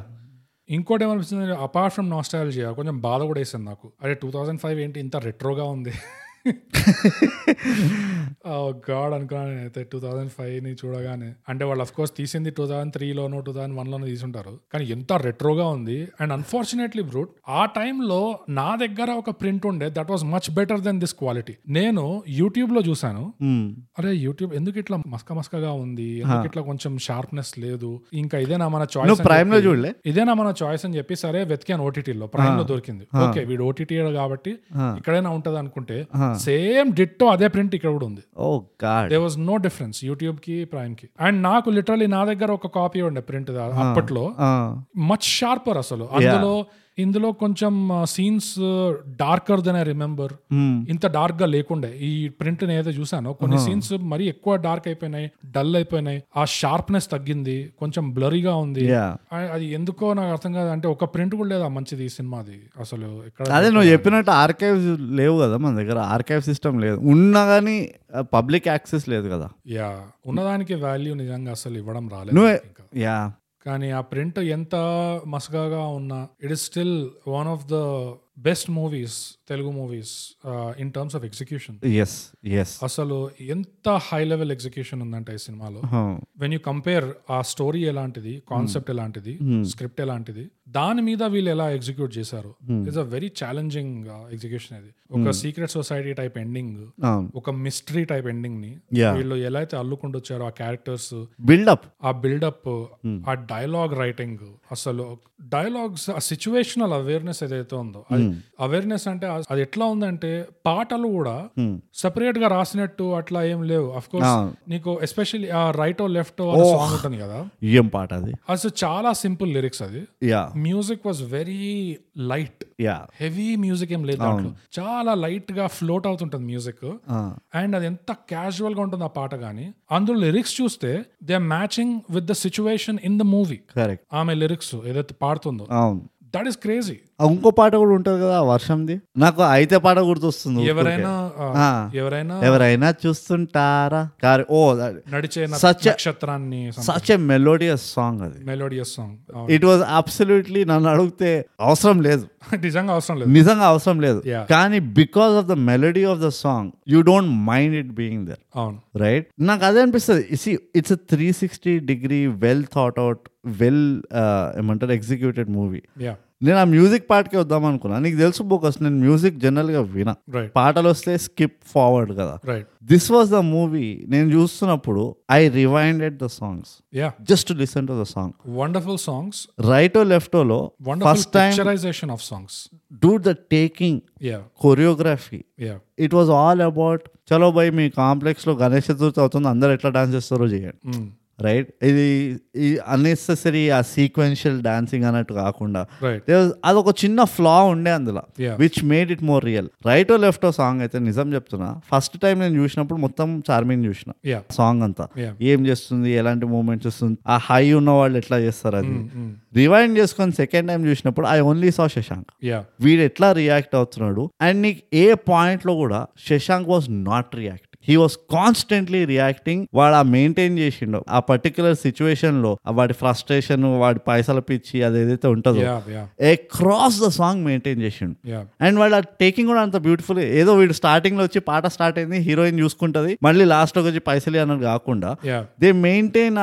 ఇంకోటి ఏమనిపిస్తుంది అపార్ట్ ఫ్రమ్ నాస్టాలజియా కొంచెం బాధ కూడా వేసింది నాకు అరే టూ థౌజండ్ ఫైవ్ ఏంటి ఇంత రెట్రోగా ఉంది గాడ్ అనుకున్నాను నేనైతే టూ థౌజండ్ ఫైవ్ ని చూడగానే అంటే వాళ్ళు అఫ్ కోర్స్ తీసింది టూ థౌసండ్ త్రీలోనో టూ థౌసండ్ వన్లోనో తీసుంటారు కానీ ఎంత రెట్రోగా ఉంది అండ్ అన్ఫార్చునేట్లీ బ్రూట్ ఆ టైంలో నా దగ్గర ఒక ప్రింట్ ఉండే that was much better than this quality నేను యూట్యూబ్ లో చూసాను
Hmm.
అరే యూట్యూబ్ ఎందుకు ఇట్లా మస్క మస్కగా ఉంది ఎందుకు ఇట్లా కొంచెం షార్ప్నెస్ లేదు ఇంకా ఇదేనా మన చాయిస్
నువ్వు ప్రైమ్ లో చూడలే
ఇదేనా మన చాయిస్ అని చెప్పి సరే వెతికాను ఓటీటీలో ప్రైమ్ లో దొరికింది ఓకే వీడు ఓటీటీ కాబట్టి ఇక్కడైనా ఉంటది అనుకుంటే సేమ్ డిట్టో అదే ప్రింట్ ఇక్కడ కూడా ఉంది
oh god
they was no difference YouTube కి ప్రైమ్ కి అండ్ నాకు లిటరలీ నా దగ్గర ఒక కాపీ ఉండే ప్రింట్ అప్పట్లో మచ్ షార్పర్ అసలు అందులో ఇందులో కొంచెం scenes darker than I remember ఇంత డార్క్ గా లేకుండే ఈ ప్రింట్ ఏదో చూసానో కొన్ని సీన్స్ మరీ ఎక్కువ డార్క్ అయిపోయినాయి డల్ అయిపోయినాయి ఆ షార్ప్నెస్ తగ్గింది కొంచెం బ్లరీగా ఉంది ఆ- అది ఎందుకో నాకు అర్థం కాదు అంటే ఒక ప్రింట్ కూడా లేదా మంచిది ఈ సినిమాది అసలు ఎక్కడ
అదే నువ్వు చెప్పినట్టు ఆర్కైవ్స్ లేవు కదా మన దగ్గర ఆర్కైవ్ సిస్టమ్ లేదు ఉన్నా కానీ పబ్లిక్ యాక్సెస్ లేదు కదా
యా ఉన్నదానికి వాల్యూ నిజంగా అసలు ఇవ్వడం రాలేదు
నువ్వే
ఇంకా
యా
కానీ ఆ ప్రింట్ ఎంత మసగాగా ఉన్నా it is still one of the best movies Telugu uh, movies in terms of execution
yes yes
అసలు ఎంత హై లెవెల్ ఎగ్జిక్యూషన్ ఉందంట ఈ సినిమాలో వెన్ యూ కంపేర్ ఆ స్టోరీ ఎలాంటిది కాన్సెప్ట్ ఎలాంటిది స్క్రిప్ట్ ఎలాంటిది దాని మీద వీళ్ళు ఎలా ఎగ్జిక్యూట్ చేశారు it's a very challenging execution uh, అది ఒక సీక్రెట్ సొసైటీ టైప్ ఎండింగ్
అవును
ఒక మిస్టరీ టైప్ ఎండింగ్ ని
Yeah.
వీళ్ళు ఎలా అయితే అల్లుకుంటూ వచ్చారో ఆ క్యారెక్టర్స్
బిల్డప్
ఆ బిల్డప్ ఆ డైలాగ్ రైటింగ్ అసలు డైలాగ్స్ ఆ సిచ్యువేషనల్ అవేర్నెస్ ఏదైతే ఉందో అవేర్నెస్ అంటే ఆ- అది ఎట్లా ఉందంటే పాటలు కూడా సెపరేట్ గా రాసినట్టు అట్లా ఏం లేవు అఫ్ కోర్స్
Ah.
నీకు ఎస్పెషల్లీ ఆ రైట్ లెఫ్ట్ సాంగ్ ఉంటుంది కదా
ఏం పాట అది
అసలు చాలా సింపుల్ లిరిక్స్ అది
yeah
music was very light
yeah
heavy music ఏం లేదు దాంట్లో చాలా లైట్ గా ఫ్లోట్ అవుతుంటుంది మ్యూజిక్ అండ్ అది ఎంత క్యాజువల్ గా ఉంటుంది ఆ పాట కానీ అందులో లిరిక్స్ చూస్తే they are matching with the situation in the movie
correct
ఆమె లిరిక్స్ ఏదైతే పాడుతుందో
అవును
దట్ ఈస్ క్రేజీ
ఆ Um, ఇంకో పాట కూడా ఉంటుంది కదా ఆ వర్షంది నాకు అయితే పాట గుర్తొస్తుంది ఊరికే.
ఎవరైనా ఆ,
Ah.
ఎవరైనా
ఎవరైనా చూస్తుంటారా కారు ఓ
నడిచే న-
Such a-
నక్షత్రాన్ని
సచ్ ఎ మెలోడియస్ సాంగ్ అది
melodious song
it was absolutely నన్ను అడిగితే అవసరం లేదు
నిజంగా అవసరం లేదు
నిజంగా అవసరం లేదు
Yeah.
కానీ because of the melody of the song you don't mind it being there
అవును
రైట్ నాకు అదే అనిపిస్తుంది is it's three sixty degree well thought out well uh, ఏమంటారు ఎగ్జిక్యూటెడ్ మూవీ
యా
నేను ఆ మ్యూజిక్ పార్ట్కి వద్దాం అనుకున్నా నీకు తెలుసు బోకస్ నేను మ్యూజిక్ జనరల్గా వినా
రైట్
పాటలు వస్తే స్కిప్ ఫార్వర్డ్ కదా
right
this was the movie నేను చూస్తున్నప్పుడు I rewinded the songs
yeah
just listen to the song
wonderful songs
రైటో లెఫ్టోలో
wonderful
first time
picturization of songs
do the taking
yeah
choreography
yeah
it was all about చలో భయ్ మీ కాంప్లెక్స్లో గణేష్ చతుర్థి అవుతుంది అందరు ఎట్లా డాన్స్ చేస్తారో చేయండి
Hmm.
రైట్ ఇది ఈ అన్నెసెసరీ ఆ సీక్వెన్షియల్ డాన్సింగ్ అన్నట్టు కాకుండా
రైట్
There was- అదొక చిన్న ఫ్లా ఉండే అందులో
Yeah.
Which made it more real right left song అయితే నిజం చెప్తున్నా ఫస్ట్ టైం నేను చూసినప్పుడు మొత్తం చార్మింగ్ చూసిన
యా
సాంగ్ అంతా
Yeah.
ఏం చేస్తుంది ఎలాంటి మూమెంట్స్ వస్తుంది ఆ హై ఉన్న వాళ్ళు ఎట్లా చేస్తారు అది
Hmm,
రివైండ్ చేసుకొని సెకండ్ టైం చూసినప్పుడు I only saw Shashank
yeah
వీడు ఎట్లా రియాక్ట్ అవుతున్నాడు అండ్ నీకు ఏ point లో కూడా Shashank was not react he was constantly reacting వాడు ఆ మెయింటైన్ చేసిండు ఆ పర్టికులర్ సిచ్యువేషన్ లో ఆ వాడి ఫ్రస్ట్రేషన్ వాడి పైసల పిచ్చి అది ఏదైతే ఉంటుందో
yeah yeah
across the song maintain చేసిండు
యా
అండ్ వాళ్ళ టేకింగ్ కూడా అంత బ్యూటిఫుల్ ఏదో వీడు స్టార్టింగ్ లో వచ్చి పాట స్టార్ట్ అయింది హీరోయిన్ చూసుకుంటది మళ్ళీ లాస్ట్ లో వచ్చి పైసలు అన్నది కాకుండా
యా
దే మెయింటైన్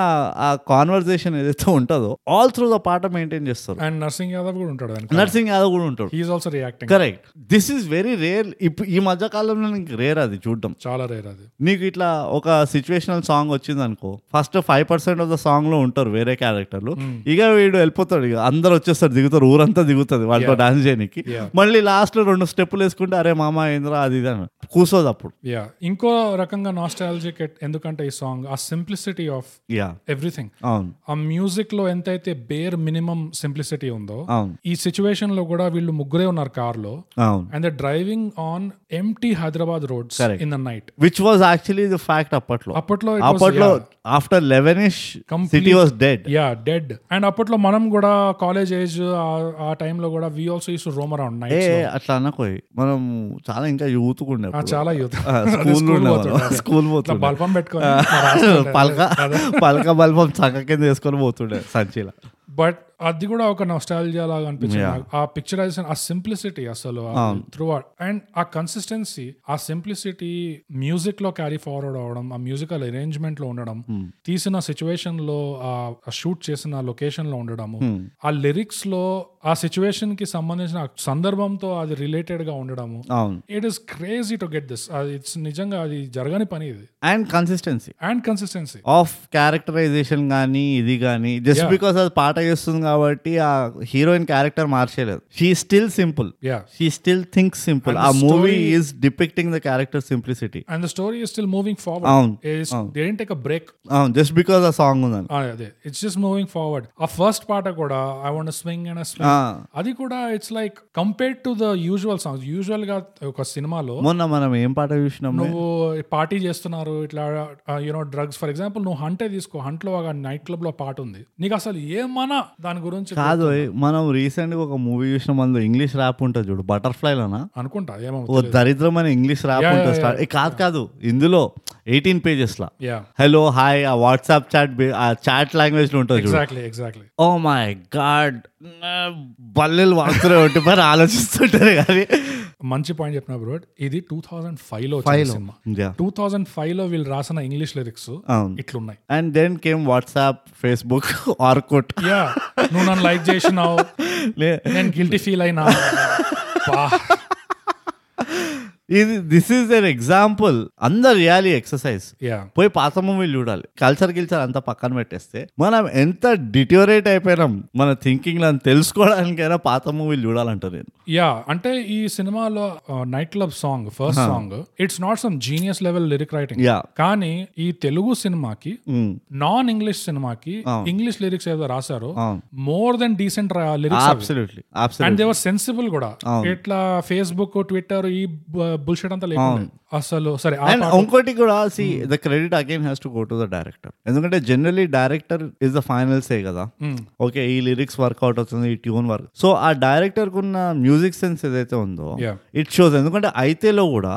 ఆ కాన్వర్జేషన్ ఏదైతే ఉంటుందో ఆల్ త్రూ ద పాట మెయింటైన్ చేస్తారు
అండ్ నర్సింగ్ యాదవ్ కూడా ఉంటాడు దానికి
నర్సింగ్ యాదవ్ కూడా ఉంటాడు
he is also reacting
correct this is very rare ఇప్పుడు ఈ మధ్య కాలంలో నీకు రేర్ అది చూడడం
చాలా రేర్ అది
నీకు ఇట్లా ఒక సిచ్యువేషనల్ సాంగ్ వచ్చింది అనుకో first five percent of the song లో ఉంటారు వేరే క్యారెక్టర్లు
Hmm.
ఇక వీడు వెళ్ళిపోతాడు ఇక అందరు వచ్చేస్తారు దిగుతారు ఊరంతా దిగుతుంది వాళ్ళతో డాన్స్ చేయడానికి
Yeah.
మళ్ళీ లాస్ట్ లో రెండు స్టెప్పులు వేసుకుంటే అరే మామ ఏంద్రా అది ఇది అని కూర్చోదు అప్పుడు
యా ఇంకో రకంగా నాస్టాలజిక్ ఎందుకంటే ఈ సాంగ్ ఆ సింప్లిసిటీ ఆఫ్
యా
ఎవ్రీథింగ్
అవును
ఆ మ్యూజిక్ లో ఎంతైతే బేర్ మినిమం సింప్లిసిటీ ఉందో
అవును
ఈ సిచ్యువేషన్ లో కూడా వీళ్ళు ముగ్గురే ఉన్నారు కార్ లో
అవును
and the driving on empty Hyderabad roads
Correct.
In the night
which was actually the fact అప్పట్లో
అప్పట్లో
అప్పట్లో after eleven ish
Complete-
city was dead
yeah dead and అప్పట్లో మనం కూడా కాలేజ్ ఏజ్ ఆ టైంలో కూడా we also use roam around
a
night
అట్లా అనకోయి మనం చాలా ఇంకా యూత్కుండే
చాలా యూత్
స్కూల్ స్కూల్ పోతుండే
బల్పం పెట్టుకొని
పలక పలక బల్బం చక్క కింద వేసుకొని పోతుండే సంచిలో
బట్ అది కూడా ఒక నొస్టాలజియా లాగా అనిపించింది నాకు. ఆ పిక్చరైజేషన్ ఆ సింప్లిసిటీ అసలు త్రూ అండ్ ఆ కన్సిస్టెన్సీ ఆ సింప్లిసిటీ మ్యూజిక్ లో క్యారీ ఫార్వర్డ్ అవడం ఆ మ్యూజికల్ అరేంజ్మెంట్ లో ఉండడం తీసిన సిచ్యువేషన్ లో ఆ షూట్ చేసిన లొకేషన్ లో ఉండడము ఆ లిరిక్స్ లో ఆ సిచ్యువేషన్ కి సంబంధించిన ఆ సందర్భంతో అది రిలేటెడ్ గా ఉండడము
అవును
it is crazy to get this it's నిజంగా అది జరగని పని ఇది
and consistency
and consistency
of characterisation కానీ ఇది కానీ జస్ట్ బికాస్ అది పాట చేస్తుంది కాబట్టి ఆ హీరోయిన్ క్యారెక్టర్ మార్చేయలేదు she still simple
Yeah.
She still think simple ఆ
And the
movie
story-
is depicting the character simplicity
And the story is still moving forward.
Avun,
It's- They didn't take a break.
Just because ఆ song ఉందని
Ah, అదే it's just moving forward ఆ first పాట కూడా I want swing and swing
ఆ.
అది కూడా it's like compared to the usual songs usual గా ఒక సినిమాలో
మొన్న మనం ఏం పాట చూసినాం
నువ్వు పార్టీ చేస్తున్నారు ఇట్లా uh, you know drugs for example నువ్వు హంటే తీసుకో హంట్ లో ఒక నైట్ క్లబ్ లో పాట ఉంది నీకు అసలు ఏమన్నా దాని గురించి
కాదు ఓయ్, మనం రీసెంట్ గా ఒక మూవీ చూసినాం అందులో ఇంగ్లీష్ ర్యాప్ ఉంటుంది చూడు బటర్ఫ్లై లోనా
అనుకుంటా ఏమో
ఓ దరిద్రమైన ఇంగ్లీష్ ర్యాప్
Yeah, yeah,
ఉంటుంది స్టార్ట్ ఏ, కాదు కాదు ఇందులో ఎయిటీన్ పేజెస్ లా
యా
హలో హాయ్ ఆ వాట్సాప్ చాట్ ఆ చాట్ లాంగ్వేజ్ లో ఉంటుంది చూడు Oh
exactly exactly
oh my god బల్లెలు వాడుతూనే ఉంటే మరి ఆలోచిస్తుంటారు కానీ
మంచి పాయింట్ చెప్పిన బ్రోడ్ ఇది టూ థౌజండ్ ఫైవ్ లో వచ్చిన సినిమా
Yeah.
టూ థౌజండ్ ఫైవ్ లో వీళ్ళు రాసిన ఇంగ్లీష్ లిరిక్స్
అవును
ఇట్లున్నాయి
and then came WhatsApp Facebook Orkut
yeah నువ్వు నన్ను లైక్ చేసినావు నేను గిల్టీ ఫీల్ అయినా బా.
ఇది దిస్ ఈస్ ఎన్ ఎగ్జాంపుల్ అందరు చేయాలి ఎక్సర్సైజ్
యా
పోయి పాత మూవీలు చూడాలి కల్చర్ గిల్చర్ అంతా పక్కన పెట్టేస్తే మనం ఎంత డిటోరేట్ అయిపోయినాం మన థింకింగ్ లను తెలుసుకోవడానికైనా పాత మూవీలు చూడాలంటారు నేను
యా అంటే ఈ సినిమాలో night club song first song it's not some genius level lyric writing
yeah
కానీ ఈ తెలుగు సినిమాకి నాన్ ఇంగ్లీష్ సినిమాకి ఇంగ్లీష్ లిరిక్స్ ఏదో రాశారో
అవును.
More than decent lyrics
absolutely
and
absolute
they were sensible కూడా ఇట్లా ఫేస్బుక్ ట్విట్టర్ ఈ బుల్షెట్ అంతా లేకుండా అసలు సరే ఆ
అండ్
పాట-
ఇంకోటి కూడా see the credit again has to go to the director ఎందుకంటే generally director is the final say కదా
Hmm.
ఓకే ఈ లిరిక్స్ వర్కౌట్ అవుతుంది ఈ ట్యూన్ వర్క్ సో ఆ డైరెక్టర్ కున్న మ్యూజిక్ సెన్స్ ఏదైతే ఉందో
Yeah. Hmm.
ఇట్ షోస్ ఎందుకంటే అయితేలో కూడా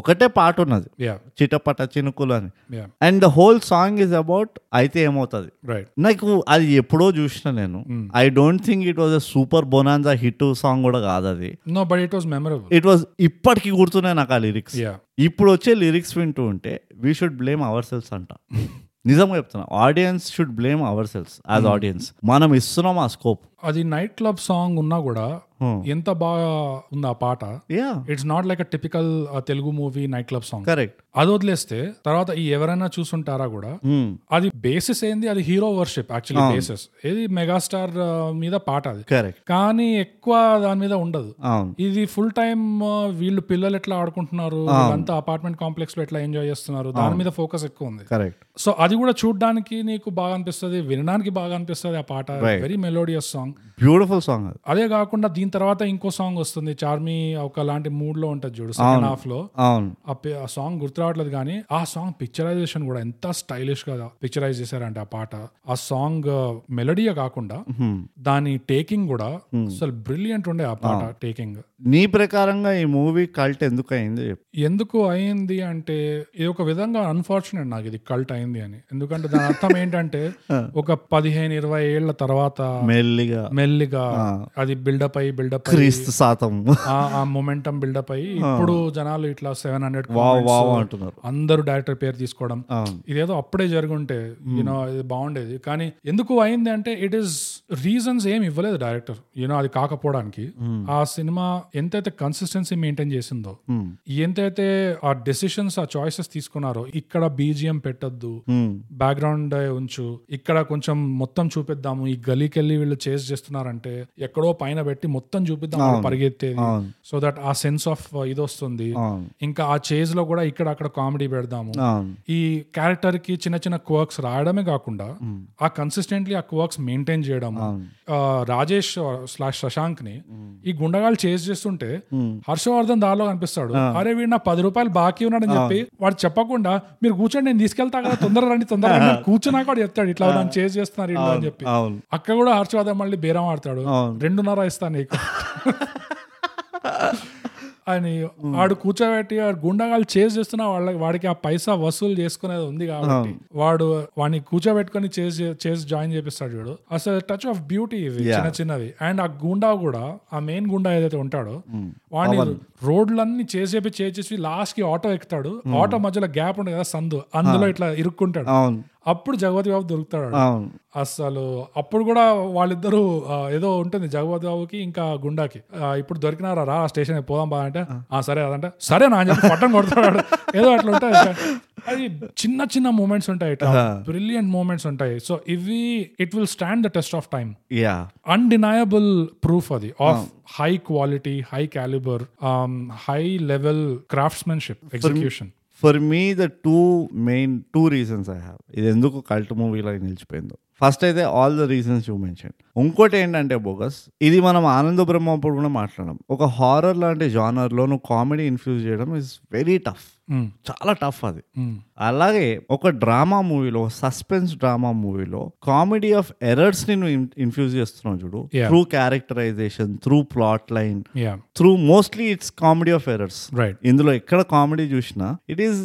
ఒకటే పాట ఉన్నది
యా
చిటపట చినుకులు అని
yeah
and the whole song is about అయితే ఏమవుతుంది
రైట్
నాకు అది ఎప్పుడో చూసిన నేను I don't think it was a super bonanza hit song కూడా కాదు అది
no but it was memorable
it was ఇప్పటికీ గుర్తున్నాయి నాకు ఆ లిరిక్స్
యా
ఇప్పుడు వచ్చే లిరిక్స్ వింటూ ఉంటే we should blame ourselves అంట నిజంగా చెప్తున్నా audience should blame ourselves as audience మనం ఇస్తున్నాం ఆ స్కోప్
అది నైట్ క్లబ్ సాంగ్ ఉన్నా కూడా
Hmm.
ఎంత బాగా ఉంది ఆ పాట
yeah
it's not like a typical Telugu movie night club song
correct
అది వదిలేస్తే తర్వాత ఈ ఎవరైనా చూసుంటారా కూడా
Hmm,
అది బేసిస్ ఏంది అది హీరో వర్షిప్ యాక్చువల్లీ బేసిస్ ఇది మెగాస్టార్ ఆ, uh, మీద పాట అది
కరెక్ట్
కానీ ఎక్కువ దాని మీద ఉండదు
అవును
ఇది ఫుల్ టైమ్ వీళ్ళు పిల్లలు ఎట్లా ఆడుకుంటున్నారు వీళ్ళంతా అపార్ట్మెంట్ కాంప్లెక్స్ లో ఎట్లా ఎంజాయ్ చేస్తున్నారు దాని మీద ఫోకస్ ఎక్కువ ఉంది
కరెక్ట్
సో అది కూడా చూడడానికి నీకు బాగా అనిపిస్తుంది వినడానికి బాగా అనిపిస్తుంది ఆ పాట
Right.
Very melodious song
beautiful song అది
అదే కాకుండా దీని తర్వాత ఇంకో సాంగ్ వస్తుంది చార్మి ఒకలాంటి మూడ్ లో ఉంటది చూడు సెకండ్ హాఫ్ లో
అవును
ఆ పే- ఆ సాంగ్ గుర్తు రావట్లేదు కానీ ఆ సాంగ్ పిక్చరైజేషన్ కూడా ఎంత స్టైలిష్ గా పిక్చరైజ్ చేశారంటే ఆ పాట ఆ సాంగ్ మెలడీయే కాకుండా దాని టేకింగ్ కూడా అసలు బ్రిలియంట్ ఉండే ఆ పాట టేకింగ్
నీ ప్రకారంగా ఈ మూవీ కల్ట్ ఎందుకు అయింది చెప్పు.
ఎందుకు అయింది అంటే ఇది ఒక విధంగా అన్ఫార్చునేట్ నాకు ఇది కల్ట్ అయింది అని ఎందుకంటే దాని అర్థం ఏంటంటే ఒక పదిహేను ఇరవై ఏళ్ల తర్వాత
మెల్లిగా
మెల్లిగా అది బిల్డప్ అయి బిల్డప్ అయ్యి
క్రీస్తు శాతం
ఆ ఆ మొమెంటం బిల్డప్ అయ్యి ఇప్పుడు జనాలు ఇట్లా సెవెన్ హండ్రెడ్
వావ్ వావ్ అంటున్నారు
అందరూ డైరెక్టర్ పేరు తీసుకోవడం
అవును.
ఇదేదో అప్పుడే జరుగుంటే యూనో ఇది బాగుండేది కానీ ఎందుకు అయింది అంటే ఇట్ ఈస్ రీజన్స్ ఏమి ఇవ్వలేదు డైరెక్టర్ యూనో అది కాకపోవడానికి ఆ సినిమా ఎంతైతే కన్సిస్టెన్సీ మెయింటైన్ చేసిందో ఎంతైతే ఆ డెసిషన్స్ ఆ చాయిసెస్ తీసుకున్నారో ఇక్కడ బీజిఎం పెట్టొద్దు
Hmm.
బ్యాక్గ్రౌండ్ ఉంచు ఇక్కడ కొంచెం మొత్తం చూపిద్దాము ఈ గలీకెళ్ళి వీళ్ళు చేస్ చేస్తున్నారంటే ఎక్కడో పైన పెట్టి మొత్తం చూపిద్దాం వాళ్ళు పరిగెత్తేది
అవును.
సో దట్ ఆ సెన్స్ ఆఫ్ ఇది వస్తుంది
అవును
ఇంకా ఆ చేజ్ లో కూడా ఇక్కడ అక్కడ కామెడీ పెడదాము
అవును
ఈ క్యారెక్టర్ కి చిన్న చిన్న క్వర్క్స్ రాయడమే కాకుండా ఆ కన్సిస్టెంట్లీ ఆ క్వర్క్స్ మెయింటైన్ చేయడం రాజేష్ స్లాష్ శశాంక్ ని ఈ గుండగాలు చేజ్ చేస్తుంటే హర్షవర్ధన్ దారిలో కనిపిస్తాడు అరే వీడు నా పది రూపాయలు బాకీ ఉన్నాడని చెప్పి వాడు చెప్పకుండా మీరు కూర్చోండి నేను తీసుకెళ్తా కదా తొందర రండి తొందరగా రండి" అని కూర్చున్నాక వాడు చెప్తాడు ఇట్లా నన్ను చేజ్ చేస్తున్నారు ఇట్లా అని చెప్పి
అవును
అక్కడ కూడా హర్షవర్ధన్ మళ్ళీ బేరం ఆడతాడు
అవును.
రెండున్నర ఇస్తాను నీకు అని వాడు కూర్చోబెట్టి వాడు గుండాగాలు చేజ్ చేస్తున్న వాళ్ళకి వాడికి ఆ పైసా వసూలు చేసుకునేది ఉంది కాబట్టి వాడు వాడిని కూర్చోబెట్టుకొని చేజ్ చేజ్ జాయిన్ చేపిస్తాడు చూడు అసలు టచ్ ఆఫ్ బ్యూటీ ఇవి చిన్న చిన్నవి అండ్ ఆ గుండా కూడా ఆ మెయిన్ గుండా ఏదైతే ఉంటాడో వాడిని రోడ్లన్నీ చేసేపి చేసేసి లాస్ట్ కి ఆటో ఎక్కుతాడు ఆటో మధ్యలో గ్యాప్ ఉండదు కదా సందు అందులో ఇట్లా ఇరుక్కుంటాడు
అవును
అప్పుడు జగపతి బాబు దొరుకుతాడు వాడు.
అవును
అసలు అప్పుడు కూడా వాళ్ళిద్దరూ ఆ, ఏదో ఉంటుంది జగపతి బాబుకి ఇంకా గుండాకి ఆ, ఇప్పుడు దొరికినారా రా స్టేషన్ పోదాం బా అంటే "ఆ, సరే అదంటే సరే నా అని చెప్పి పట్టం కొడతాడు ఏదో అట్లా ఉంటాయి అది చిన్న చిన్న మూమెంట్స్ ఉంటాయి ఇట్లా బ్రిలియంట్ మూమెంట్స్ ఉంటాయి సో ఇవి it will stand the test of time
yeah
undeniable proof అది of high quality high calibre high level craftsmanship execution
for me the two main two reasons I have ఇది ఎందుకు cult మూవీలో నిలిచిపోయిందో first అయితే all the reasons you mention ఇంకోటి ఏంటంటే bogus ఇది మనం ఆనంద బ్రహ్మ అప్పుడు కూడా మాట్లాడడం ఒక హారర్ లాంటి జానర్లో నువ్వు కామెడీ ఇన్ఫ్యూజ్ చేయడం ఇస్ వెరీ టఫ్ చాలా టఫ్ అది అలాగే ఒక డ్రామా మూవీలో సస్పెన్స్ డ్రామా మూవీలో కామెడీ ఆఫ్ ఎరర్స్ ని నువ్వు ఇన్ఫ్యూజ్ చేస్తున్నావు చూడు
Yeah.
Through characterisation through plot line
yeah
through mostly it's comedy of errors
right
ఇందులో ఎక్కడ కామెడీ చూసినా ఇట్ ఈస్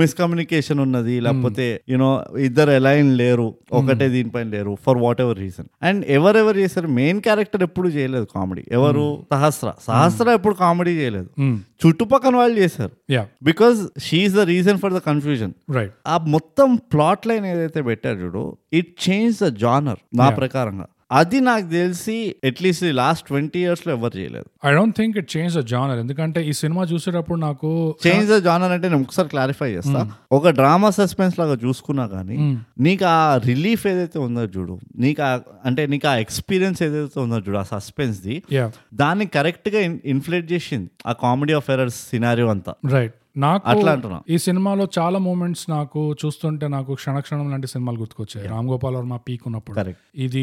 మిస్కమ్యూనికేషన్ ఉన్నది లేకపోతే యూనో ఇద్దరు ఎలైన్ లేరు ఒకటే దీనిపైన లేరు for what ever reason and ఎవరెవరు చేశారు మెయిన్ క్యారెక్టర్ ఎప్పుడు చేయలేదు కామెడీ ఎవరు సహస్ర సహస్ర ఎప్పుడు కామెడీ చేయలేదు చుట్టుపక్కల వాళ్ళు చేశారు
yeah
because she is the reason for the confusion
right
ఆ మొత్తం ప్లాట్ లైన్ ఏదైతే పెట్టారు చూడు ఇట్ చేంజ్ ద జానర్ నా ప్రకారంగా అది నాకు తెలిసి అట్లీస్ట్ లాస్ట్ ట్వంటీ ఇయర్స్ లో ఎవరు చేయలేదు
I don't think it change the genre ఎందుకంటే ఈ సినిమా చూసేటప్పుడు నాకు
చేంజ్ ద జానర్ అంటే నేను ఒకసారి క్లారిఫై చేస్తా ఒక డ్రామా సస్పెన్స్ లాగా చూసుకున్నా కానీ నీకు ఆ రిలీఫ్ ఏదైతే ఉందో చూడు నీకు ఆ అంటే నీకు ఆ ఎక్స్పీరియన్స్ ఏదైతే ఉందో చూడు ఆ సస్పెన్స్ ది
యా
దాన్ని కరెక్ట్ గా ఇన్ఫ్లేట్ చేసింది ఆ కామెడీ ఆఫ్ ఎరర్స్ సినారియో అంతా
రైట్ నాకు
అట్లా అంటున్నా.
ఈ సినిమాలో చాలా మూమెంట్స్ నాకు చూస్తుంటే నాకు క్షణక్షణం లాంటి సినిమాలు గుర్తుకొచ్చాయి రామ్ గోపాల్ వర్మ పీక్ ఉన్నప్పుడు
కరెక్ట్
ఇది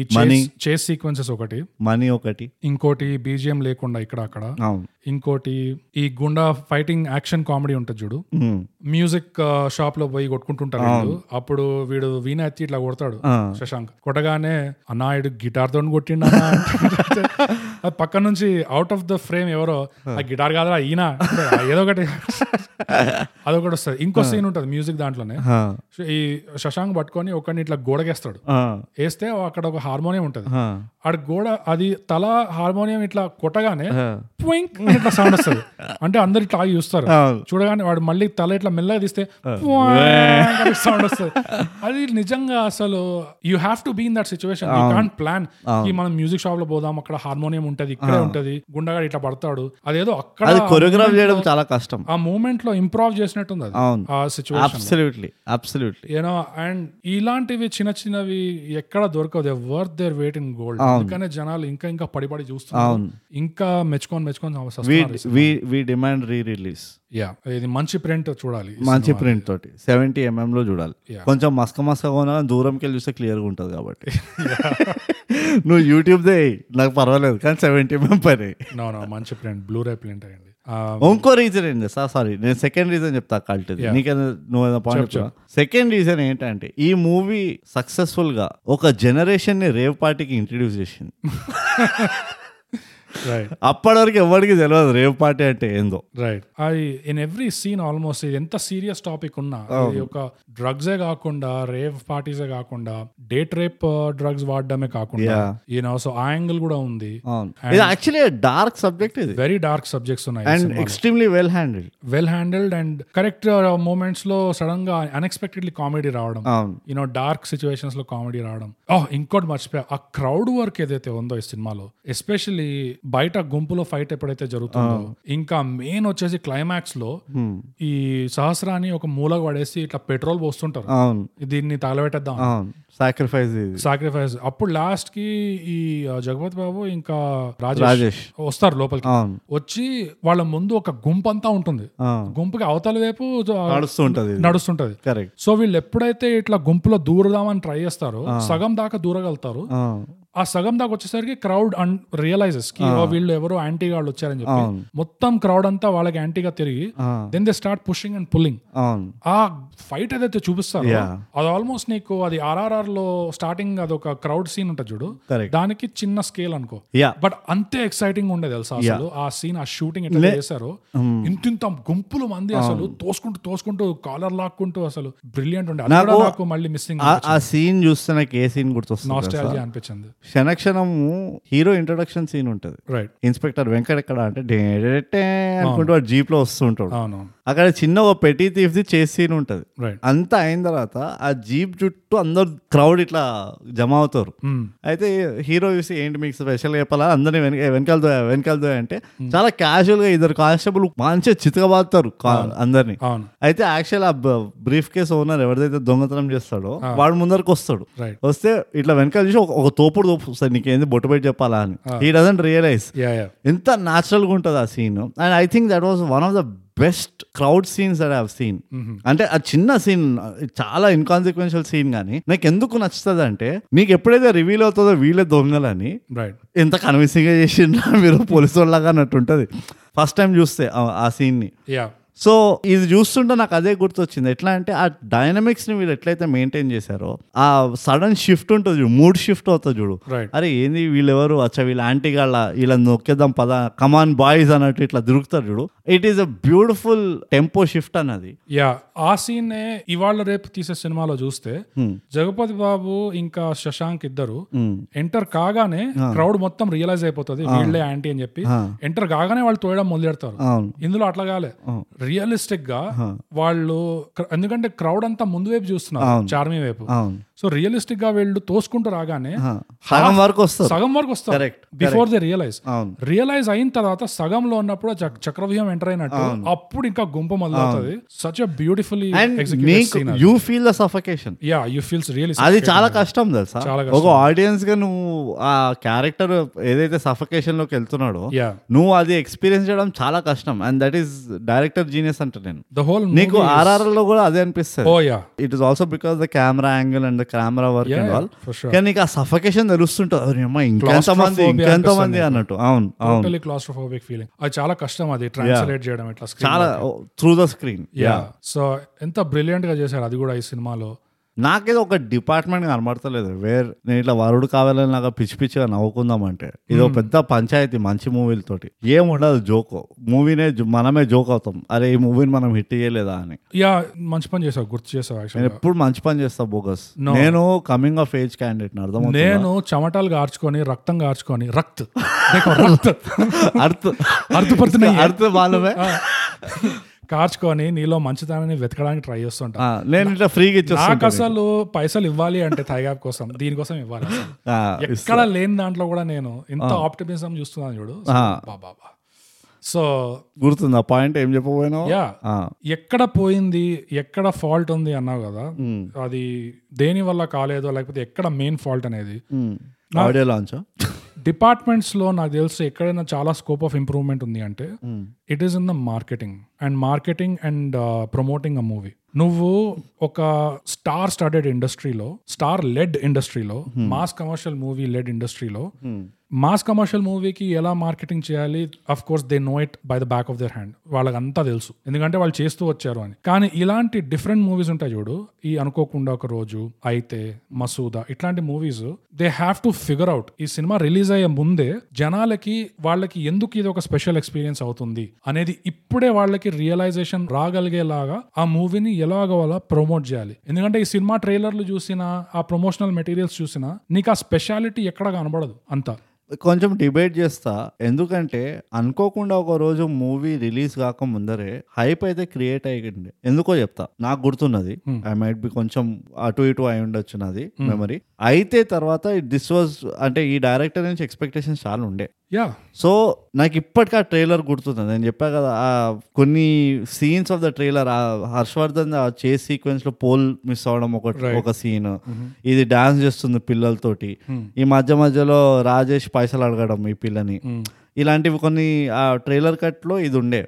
చేస్ సీక్వెన్సెస్ ఒకటి
మనీ ఒకటి
ఇంకోటి బీజిఎం లేకుండా ఇక్కడ అక్కడ
అవును
ఇంకోటి ఈ గుండా ఫైటింగ్ యాక్షన్ కామెడీ ఉంటుంది చూడు
Mm.
మ్యూజిక్ షాప్ లో పోయి కొట్టుకుంటుంటారు వీళ్ళు. అప్పుడు వీడు వీణ ఎత్తి ఇట్లా కొడతాడు శశాంక్ కొట్టగానే అన్నాయుడు గిటార్ తోని కొట్టిండు అన్నా అంటే, అది పక్క నుంచి అవుట్ ఆఫ్ ద ఫ్రేమ్ ఎవరో ఆ గిటార్ కాదురా ఈయన అంటే, "ఆ, ఏదో ఒకటి అదొకటి వస్తుంది ఇంకో సీన్ ఉంటుంది మ్యూజిక్ దాంట్లోనే
Huh.
సో ఈ శశాంక్ పట్టుకొని ఒకడిని ఇట్లా గోడకేస్తాడు
Ah.
వేస్తే అక్కడ ఒక హార్మోనియం ఉంటుంది
Huh.
ఆడ గోడ అది తల హార్మోనియం ఇట్లా కొట్టగానే
Huh.
ట్వింక్ అని ఇట్లా సౌండ్ వస్తుంది అంటే అందరు ఇట్లా ఆగి చూస్తారు
అవును.
చూడగానే వాడు మళ్ళీ తల ఇట్లా మెల్లగా తీస్తే ట్వాంగ్ అని సౌండ్ వస్తుంది అది నిజంగా అసలు you have to be in that situation you can't plan ఈ మనం మ్యూజిక్ షాప్ లో పోదాం అక్కడ హార్మోనియం ఉంటది ఇక్కడే ఉంటది గుండగాడు ఇట్లా పడతాడు అదేదో
అది
అక్కడ
కొరియోగ్రాఫ్ చేయడం చాలా కష్టం
ఆ మూమెంట్ లో ఇంప్రూవ్ చేసినట్టుంది అది
అవును.
ఆ situation
absolutely absolutely
you know and ఇలాంటివి చిన్న చిన్నవి ఎక్కడ దొరకవు they worth their weight in gold అందుకనే జనాలు ఇంకా ఇంకా పడి పడి చూస్తున్నారు ఇంకా మెచ్చుకొని
వి
మెచ్చుకొని
we we demand re release
yeah ఇది మంచి ప్రింట్ చూడాలి
మంచి ప్రింట్ తోటి సెవెంటీ ఎంఎం లో చూడాలి కొంచెం మస్క మస్కగా ఉన్నా దూరంకి వెళ్ళి చూస్తే క్లియర్గా ఉంటుంది కాబట్టి నువ్వు యూట్యూబ్ దే నాకు పర్వాలేదు కానీ సెవెంటీ ఎంఎం పని
నో నో మంచి ప్రింట్ బ్లూరే ప్రింట్ Uh, అయ్యండి ఆ,
ఇంకో రీజన్ ఏంటి సార్ సారీ నేను సెకండ్ రీజన్ చెప్తా కల్ట్ది నీకేదో నువ్వు పాయింట్ సెకండ్ రీజన్ ఏంటంటే ఈ మూవీ సక్సెస్ఫుల్ గా ఒక జనరేషన్ ని రేవ్ పార్టీకి ఇంట్రడ్యూస్ చేసింది
రైట్
అప్పటి వరకు ఎవరికి తెలియదు రేవ్ పార్టీ అంటే ఏందో
రైట్ అది ఇన్ ఎవ్రీ సీన్ ఆల్మోస్ట్ ఇది ఎంత సీరియస్ టాపిక్ ఉన్నా ఇది ఒక డ్రగ్సే కాకుండా రేవ్ పార్టీసే కాకుండా డేట్ రేప్ డ్రగ్స్ వాడడమే కాకుండా
Yeah.
యూనో సో ఆ యాంగిల్ కూడా ఉంది
అవును ఇది యాక్చువల్లీ డార్క్ సబ్జెక్ట్ ఇది
వెరీ డార్క్ సబ్జెక్ట్స్ ఉన్నాయి ఈ
అండ్
సినిమాలో.
Extremely well handled
well handled and correct moments uh, లో సడన్ గా అన్ఎక్స్పెక్టెడ్లీ కామెడీ రావడం
అవును
యూనో డార్క్ సిచ్యువేషన్స్ లో కామెడీ రావడం ఓ ఇంకోటి మర్చిపోయా ఆ క్రౌడ్ వర్క్ ఏదైతే ఉందో ఈ సినిమాలో ఎస్పెషల్లీ బయట గుంపులో ఫైట్ ఎప్పుడైతే జరుగుతుందో ఇంకా మెయిన్ వచ్చేసి క్లైమాక్స్ లో ఈ సహస్రాన్ని ఒక మూల పడేసి ఇట్లా పెట్రోల్ పోస్తుంటారు
అవును
దీన్ని తగలబెట్టేద్దాం
అవును సాక్రిఫైస్ ఇది
సాక్రిఫైస్ అప్పుడు లాస్ట్ కి ఈ ఆ, జగపతి బాబు ఇంకా రాజేష్
రాజేష్
వస్తారు లోపలికి
అవును
వచ్చి వాళ్ళ ముందు ఒక గుంపు అంతా ఉంటుంది
ఆ,
గుంపుకి అవతల వైపు ఆ,
నడుస్తుంటది
నడుస్తుంటది
కరెక్ట్
సో వీళ్ళు ఎప్పుడైతే ఇట్లా గుంపులో దూరదామని ట్రై చేస్తారో సగం దాకా దూరగలుగుతారు ఆ సగం దాకా వచ్చేసరికి క్రౌడ్ రియలైజెస్ కి "ఓ, వీళ్ళు ఎవరో యాంటీ వాళ్ళు వచ్చారని చెప్పి
అవును.
మొత్తం క్రౌడ్ అంతా వాళ్ళకి యాంటీగా తిరిగి then they start pushing and pulling
అవును
ఆ ఫైట్ ఏదైతే చూపిస్తారో
Yeah.
అది ఆల్మోస్ట్ నీకు అది ఆర్ఆర్ఆర్ లో స్టార్టింగ్ అది ఒక క్రౌడ్ సీన్ ఉంటుంది చూడు
Correct.
దానికి చిన్న స్కేల్ అనుకో
యా
బట్ అంతే ఎక్సైటింగ్ ఉండే తెలుసా అసలు ఆ సీన్ ఆ షూటింగ్ ఎట్లా చేశారు ఇంత ఇంత గుంపులు మంది అసలు తోసుకుంటూ తోసుకుంటూ కాలర్ లాక్కుంటూ అసలు బ్రిలియంట్ ఉండే అది కూడా నాకు మళ్ళీ మిస్సింగ్
ఆ సీన్ చూస్తే నాకు ఏ సీన్ గుర్తొస్తుంది
నాస్టాలజీ అనిపించింది
క్షణక్షణము హీరో ఇంట్రొడక్షన్ సీన్ ఉంటది
రైట్
ఇన్స్పెక్టర్ వెంకట్ ఎక్కడ అంటే డే- డే- డే- డే అనుకుంటూ వాడు జీప్ లో వస్తుంటాడు
అవునవును
అక్కడ చిన్న ఒక పెట్టి తీసి చేసి సీన్ ఉంటుంది
రైట్
అంతా అయిన తర్వాత ఆ జీప్ చుట్టూ అందరు క్రౌడ్ ఇట్లా జమ అవుతారు అయితే హీరో చూసి ఏంటి మీకు స్పెషల్ చెప్పాలా అందరినీ వెనక వెనకాల దోయ వెనకాల దోయ అంటే చాలా క్యాజువల్ గా ఇద్దరు కానిస్టేబుల్ మంచిగా చితకబాదుతారు కా- అందరినీ
అవును
అయితే యాక్చువల్ ఆ బ్రీఫ్ కేస్ ఓనర్ ఎవరిదైతే దొంగతనం చేస్తాడో వాడు ముందరకు వస్తాడు
రైట్
వస్తే ఇట్లా వెనకాల చూసి ఒక- ఒక తోపుడు తోపు సార్ నీకేంది బొట్టు పెట్టి చెప్పాలా అని he doesn't realise
yeah yeah
ఎంత natural గా ఉంటుంది ఆ scene and I think that was one of the best crowd scenes that have seen అంటే ఆ చిన్న సీన్ చాలా ఇన్కాన్సిక్వెన్షియల్ సీన్ కానీ నాకు ఎందుకు నచ్చుతుంది అంటే నీకు ఎప్పుడైతే రివీల్ అవుతుందో వీళ్ళే దొంగలని
రైట్
ఎంత కన్విన్సింగ్ గా చేసిండ్రా మీరు పోలీసు వాళ్ళగా అన్నట్టు ఉంటుంది ఫస్ట్ టైం చూస్తే ఆ- ఆ scene ని
యా
సో ఇది చూస్తుంటే నాకు అదే గుర్తొచ్చింది ఎట్లా అంటే ఆ డైనమిక్స్ ని వీళ్ళు ఎట్లయితే మెయింటైన్ చేశారో ఆ సడన్ షిఫ్ట్ ఉంటుంది చూడు మూడ్ షిఫ్ట్ అవుతుంది చూడు
రైట్
అరే ఏంది వీళ్ళెవరు అచ్చా వీళ్ళ ఆంటీ గాళ్ళ వీళ్ళ నొక్కేద్దాం పద కమాన్ బాయ్స్ అన్నట్టు ఇట్లా దొరుకుతారు చూడు it is a beautiful tempo shift అన్నది
యా ఆ సీన్ ఇవాళ రేపు తీసే సినిమాలో చూస్తే జగపతి బాబు ఇంకా శశాంక్ ఇద్దరు ఎంటర్ కాగానే క్రౌడ్ మొత్తం రియలైజ్ అయిపోతుంది వీళ్ళే యాంటీ అని చెప్పి ఎంటర్ కాగానే వాళ్ళు తోయడం మొదలెడతారు
అవును
ఇందులో అట్లా కాలే రియలిస్టిక్ గా వాళ్ళు క్ర- ఎందుకంటే క్రౌడ్ అంతా ముందు వైపు చూస్తున్నారు చార్మి వైపు
అవును
సో రియలిస్టిక్ గా వీళ్ళు తోసుకుంటూ రాగానే
ఆ, సగం వరకు వస్తారు
సగం వరకు వస్తారు
Correct,
బిఫోర్ దే రియలైజ్
అవును
రియలైజ్ అయిన తర్వాత సగంలో ఉన్నప్పుడు చక్- చక్రవ్యూహం ఎంటర్ అయినట్టు అప్పుడు ఇంకా గుంపు మొదలవుతుంది such a beautifully
and
executed
నీకు
scene
you feel the suffocation
yeah you feels really
అది చాలా కష్టం తెలుసా
చాలా
ఒక ఆడియన్స్ గా నువ్వు ఆ క్యారెక్టర్ ఏదైతే సఫకేషన్ లోకి వెళ్తున్నాడో
యా
నువ్వు అది ఎక్స్పీరియన్స్ చేయడం చాలా కష్టం and that is director genius అంటే నేను
ద హోల్
నీకు ఆర్ఆర్ లో కూడా అదే అనిపిస్తుంది
ఓ yeah
it is also because the camera angle and the camera work and all
for sure
కానీ నీకు ఆ సఫకేషన్ తెలుస్తుంటుంది "అరే అమ్మా, ఇంకెంతమంది
Claustrophobia
ఇంకెంతమంది అన్నట్టు అవును అవును
టోటలీ క్లాస్ట్రోఫోబిక్ ఫీలింగ్ అది చాలా కష్టం అది ట్రాన్స్లేట్ చేయడం ఇట్లా స్క్రీన్
చాలా through the screen
yeah so ఎంత బ్రిలియంట్ గా చేశారు అది కూడా ఈ సినిమాలో
నాకేదో ఒక డిపార్ట్మెంట్ కనబడతలేదు వేర్ నేను ఇట్లా వరుడు కావాలని నాకు పిచ్చి పిచ్చిగా నవ్వుకుందాం అంటే ఇది ఒక పెద్ద పంచాయతీ మంచి మూవీలతోటి ఏం ఉండదు జోక్ మూవీనే మనమే జోక్ అవుతాం అరే ఈ మూవీని మనం హిట్ చేయలేదా అని
యా మంచి పని చేసావు గుర్తు చేసావు
నేను
యాక్చువల్గా
ఎప్పుడు మంచి పని చేస్తా బోగస్ నేను కమింగ్ ఆఫ్ ఏజ్ క్యాండిడేట్ అర్థం
నేను చెమటాలుగా ఆర్చుకొని రక్తంగా ఆర్చుకొని రక్త్ దేఖో, రక్త్
అర్థ
అర్థపడుతున్నాయి
అర్థ బాలమే
కార్చుకొని నీలో మంచితనాన్ని వెతకడానికి ట్రై చేస్తుంటా
ఆ, నేను ఇట్లా ఫ్రీగా ఇచ్చేస్తాను
నాకు అసలు పైసలు ఇవ్వాలి అంటే థైగాబ్ కోసం దీనికోసం ఇవ్వాలి అసలు.
ఆ,
ఎక్కడ లేని దాంట్లో కూడా నేను ఇంత ఆప్టిమిజం చూస్తున్నాను చూడు సో, బా, బా, బా. సో
గుర్తుంది ఆ పాయింట్ ఏం చెప్పబోయినావు
యా
ఆ,
ఎక్కడ పోయింది ఎక్కడ ఫాల్ట్ ఉంది అన్నావు కదా అది దేని వల్ల కాలేదో లేకపోతే ఎక్కడ మెయిన్ ఫాల్ట్ అనేది
ఉమ్. ఆడియో లాంచ్
డిపార్ట్మెంట్స్ లో నాకు తెలిసి ఎక్కడైనా చాలా స్కోప్ ఆఫ్ ఇంప్రూవ్మెంట్ ఉంది అంటే it is in the marketing and marketing and promoting a movie నువ్వు ఒక స్టార్ స్టార్టెడ్ ఇండస్ట్రీలో స్టార్ లెడ్ ఇండస్ట్రీలో మాస్ కమర్షియల్ మూవీ లెడ్ ఇండస్ట్రీలో మాస్ కమర్షియల్ మూవీకి ఎలా మార్కెటింగ్ చేయాలి of course they know it by the back of their hand వాళ్ళకంతా తెలుసు ఎందుకంటే వాళ్ళు చేస్తూ వచ్చారు అని కానీ ఇలాంటి డిఫరెంట్ మూవీస్ ఉంటాయి చూడు ఈ అనుకోకుండా ఒక రోజు అయితే మసూదా ఇట్లాంటి movies they have to figure out ఈ సినిమా రిలీజ్ అయ్యే ముందే జనాలకి వాళ్ళకి ఎందుకు ఇది ఒక స్పెషల్ ఎక్స్పీరియన్స్ అవుతుంది అనేది ఇప్పుడే వాళ్ళకి రియలైజేషన్ రాగలిగేలాగా ఆ మూవీని ఎలాగ వాళ్ళ ప్రమోట్ చేయాలి ఎందుకంటే ఈ సినిమా ట్రైలర్లు చూసినా ఆ ప్రమోషనల్ మెటీరియల్స్ చూసినా నీకు ఆ స్పెషాలిటీ ఎక్కడ కనబడదు అంతా
కొంచెం డిబేట్ చేస్తా ఎందుకంటే అనుకోకుండా ఒక రోజు మూవీ రిలీజ్ కాక ముందరే హైప్ అయితే క్రియేట్ అయ్యింది ఎందుకో చెప్తా నాకు గుర్తున్నది ఐ మైట్ బి కొంచెం అటు ఇటు అయి ఉండొచ్చు నాది మెమరీ అయితే తర్వాత దిస్ వాజ్ అంటే ఈ డైరెక్టర్ నుంచి ఎక్స్పెక్టేషన్స్ చాలా ఉండే
యా
సో నాకు ఇప్పటికీ ఆ ట్రైలర్ గుర్తుంది నేను చెప్పా కదా ఆ కొన్ని సీన్స్ ఆఫ్ ద ట్రైలర్ ఆ హర్షవర్ధన్ ఆ చేస్ సీక్వెన్స్ లో పోల్ మిస్ అవడం ఒక ఒక సీన్ ఇది డాన్స్ చేస్తుంది పిల్లలతోటి ఈ మధ్య మధ్యలో రాజేష్ పైసలు అడగడం ఈ పిల్లని ఇలాంటివి కొన్ని ఆ ట్రైలర్ కట్ లో ఇది ఉండే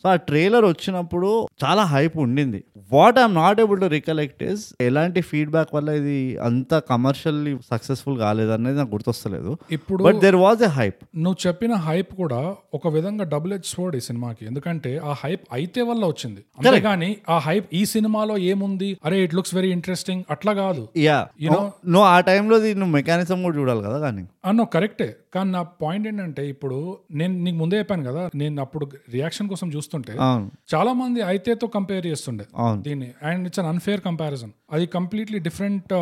సో ఆ ట్రైలర్ వచ్చినప్పుడు చాలా హైప్ ఉండింది what I'm not able to recollect is ఎలాంటి ఫీడ్బ్యాక్ వల్ల ఇది అంత కమర్షియల్లీ సక్సెస్ఫుల్ కాలేదనేది నాకు గుర్తొస్తలేదు
ఇప్పుడు
but there was a hype
నువ్వు చెప్పిన హైప్ కూడా ఒక విధంగా డబుల్ హెచ్ స్వర్డ్ ఈ సినిమాకి ఎందుకంటే ఆ హైప్ అయితే వల్ల వచ్చింది అంతేగాని ఆ హైప్ ఈ సినిమాలో ఏముంది అరే ఇట్ లుక్స్ వెరీ ఇంట్రెస్టింగ్ అట్లా కాదు
యా
You know-
Oh, నువ్వు ఆ టైంలో నువ్వు మెకానిజం కూడా చూడాలి కదా కానీ
అన్నో కరెక్టే కానీ నా పాయింట్ ఏంటంటే ఇప్పుడు నేను నీకు ముందే చెప్పాను కదా నేను అప్పుడు రియాక్షన్ కోసం చూస్తుంటే
అవును
చాలా మంది అయితేతో కంపేర్ చేస్తుండే
అవును
దీన్ని and it's un unfair comparison అది uh, completely different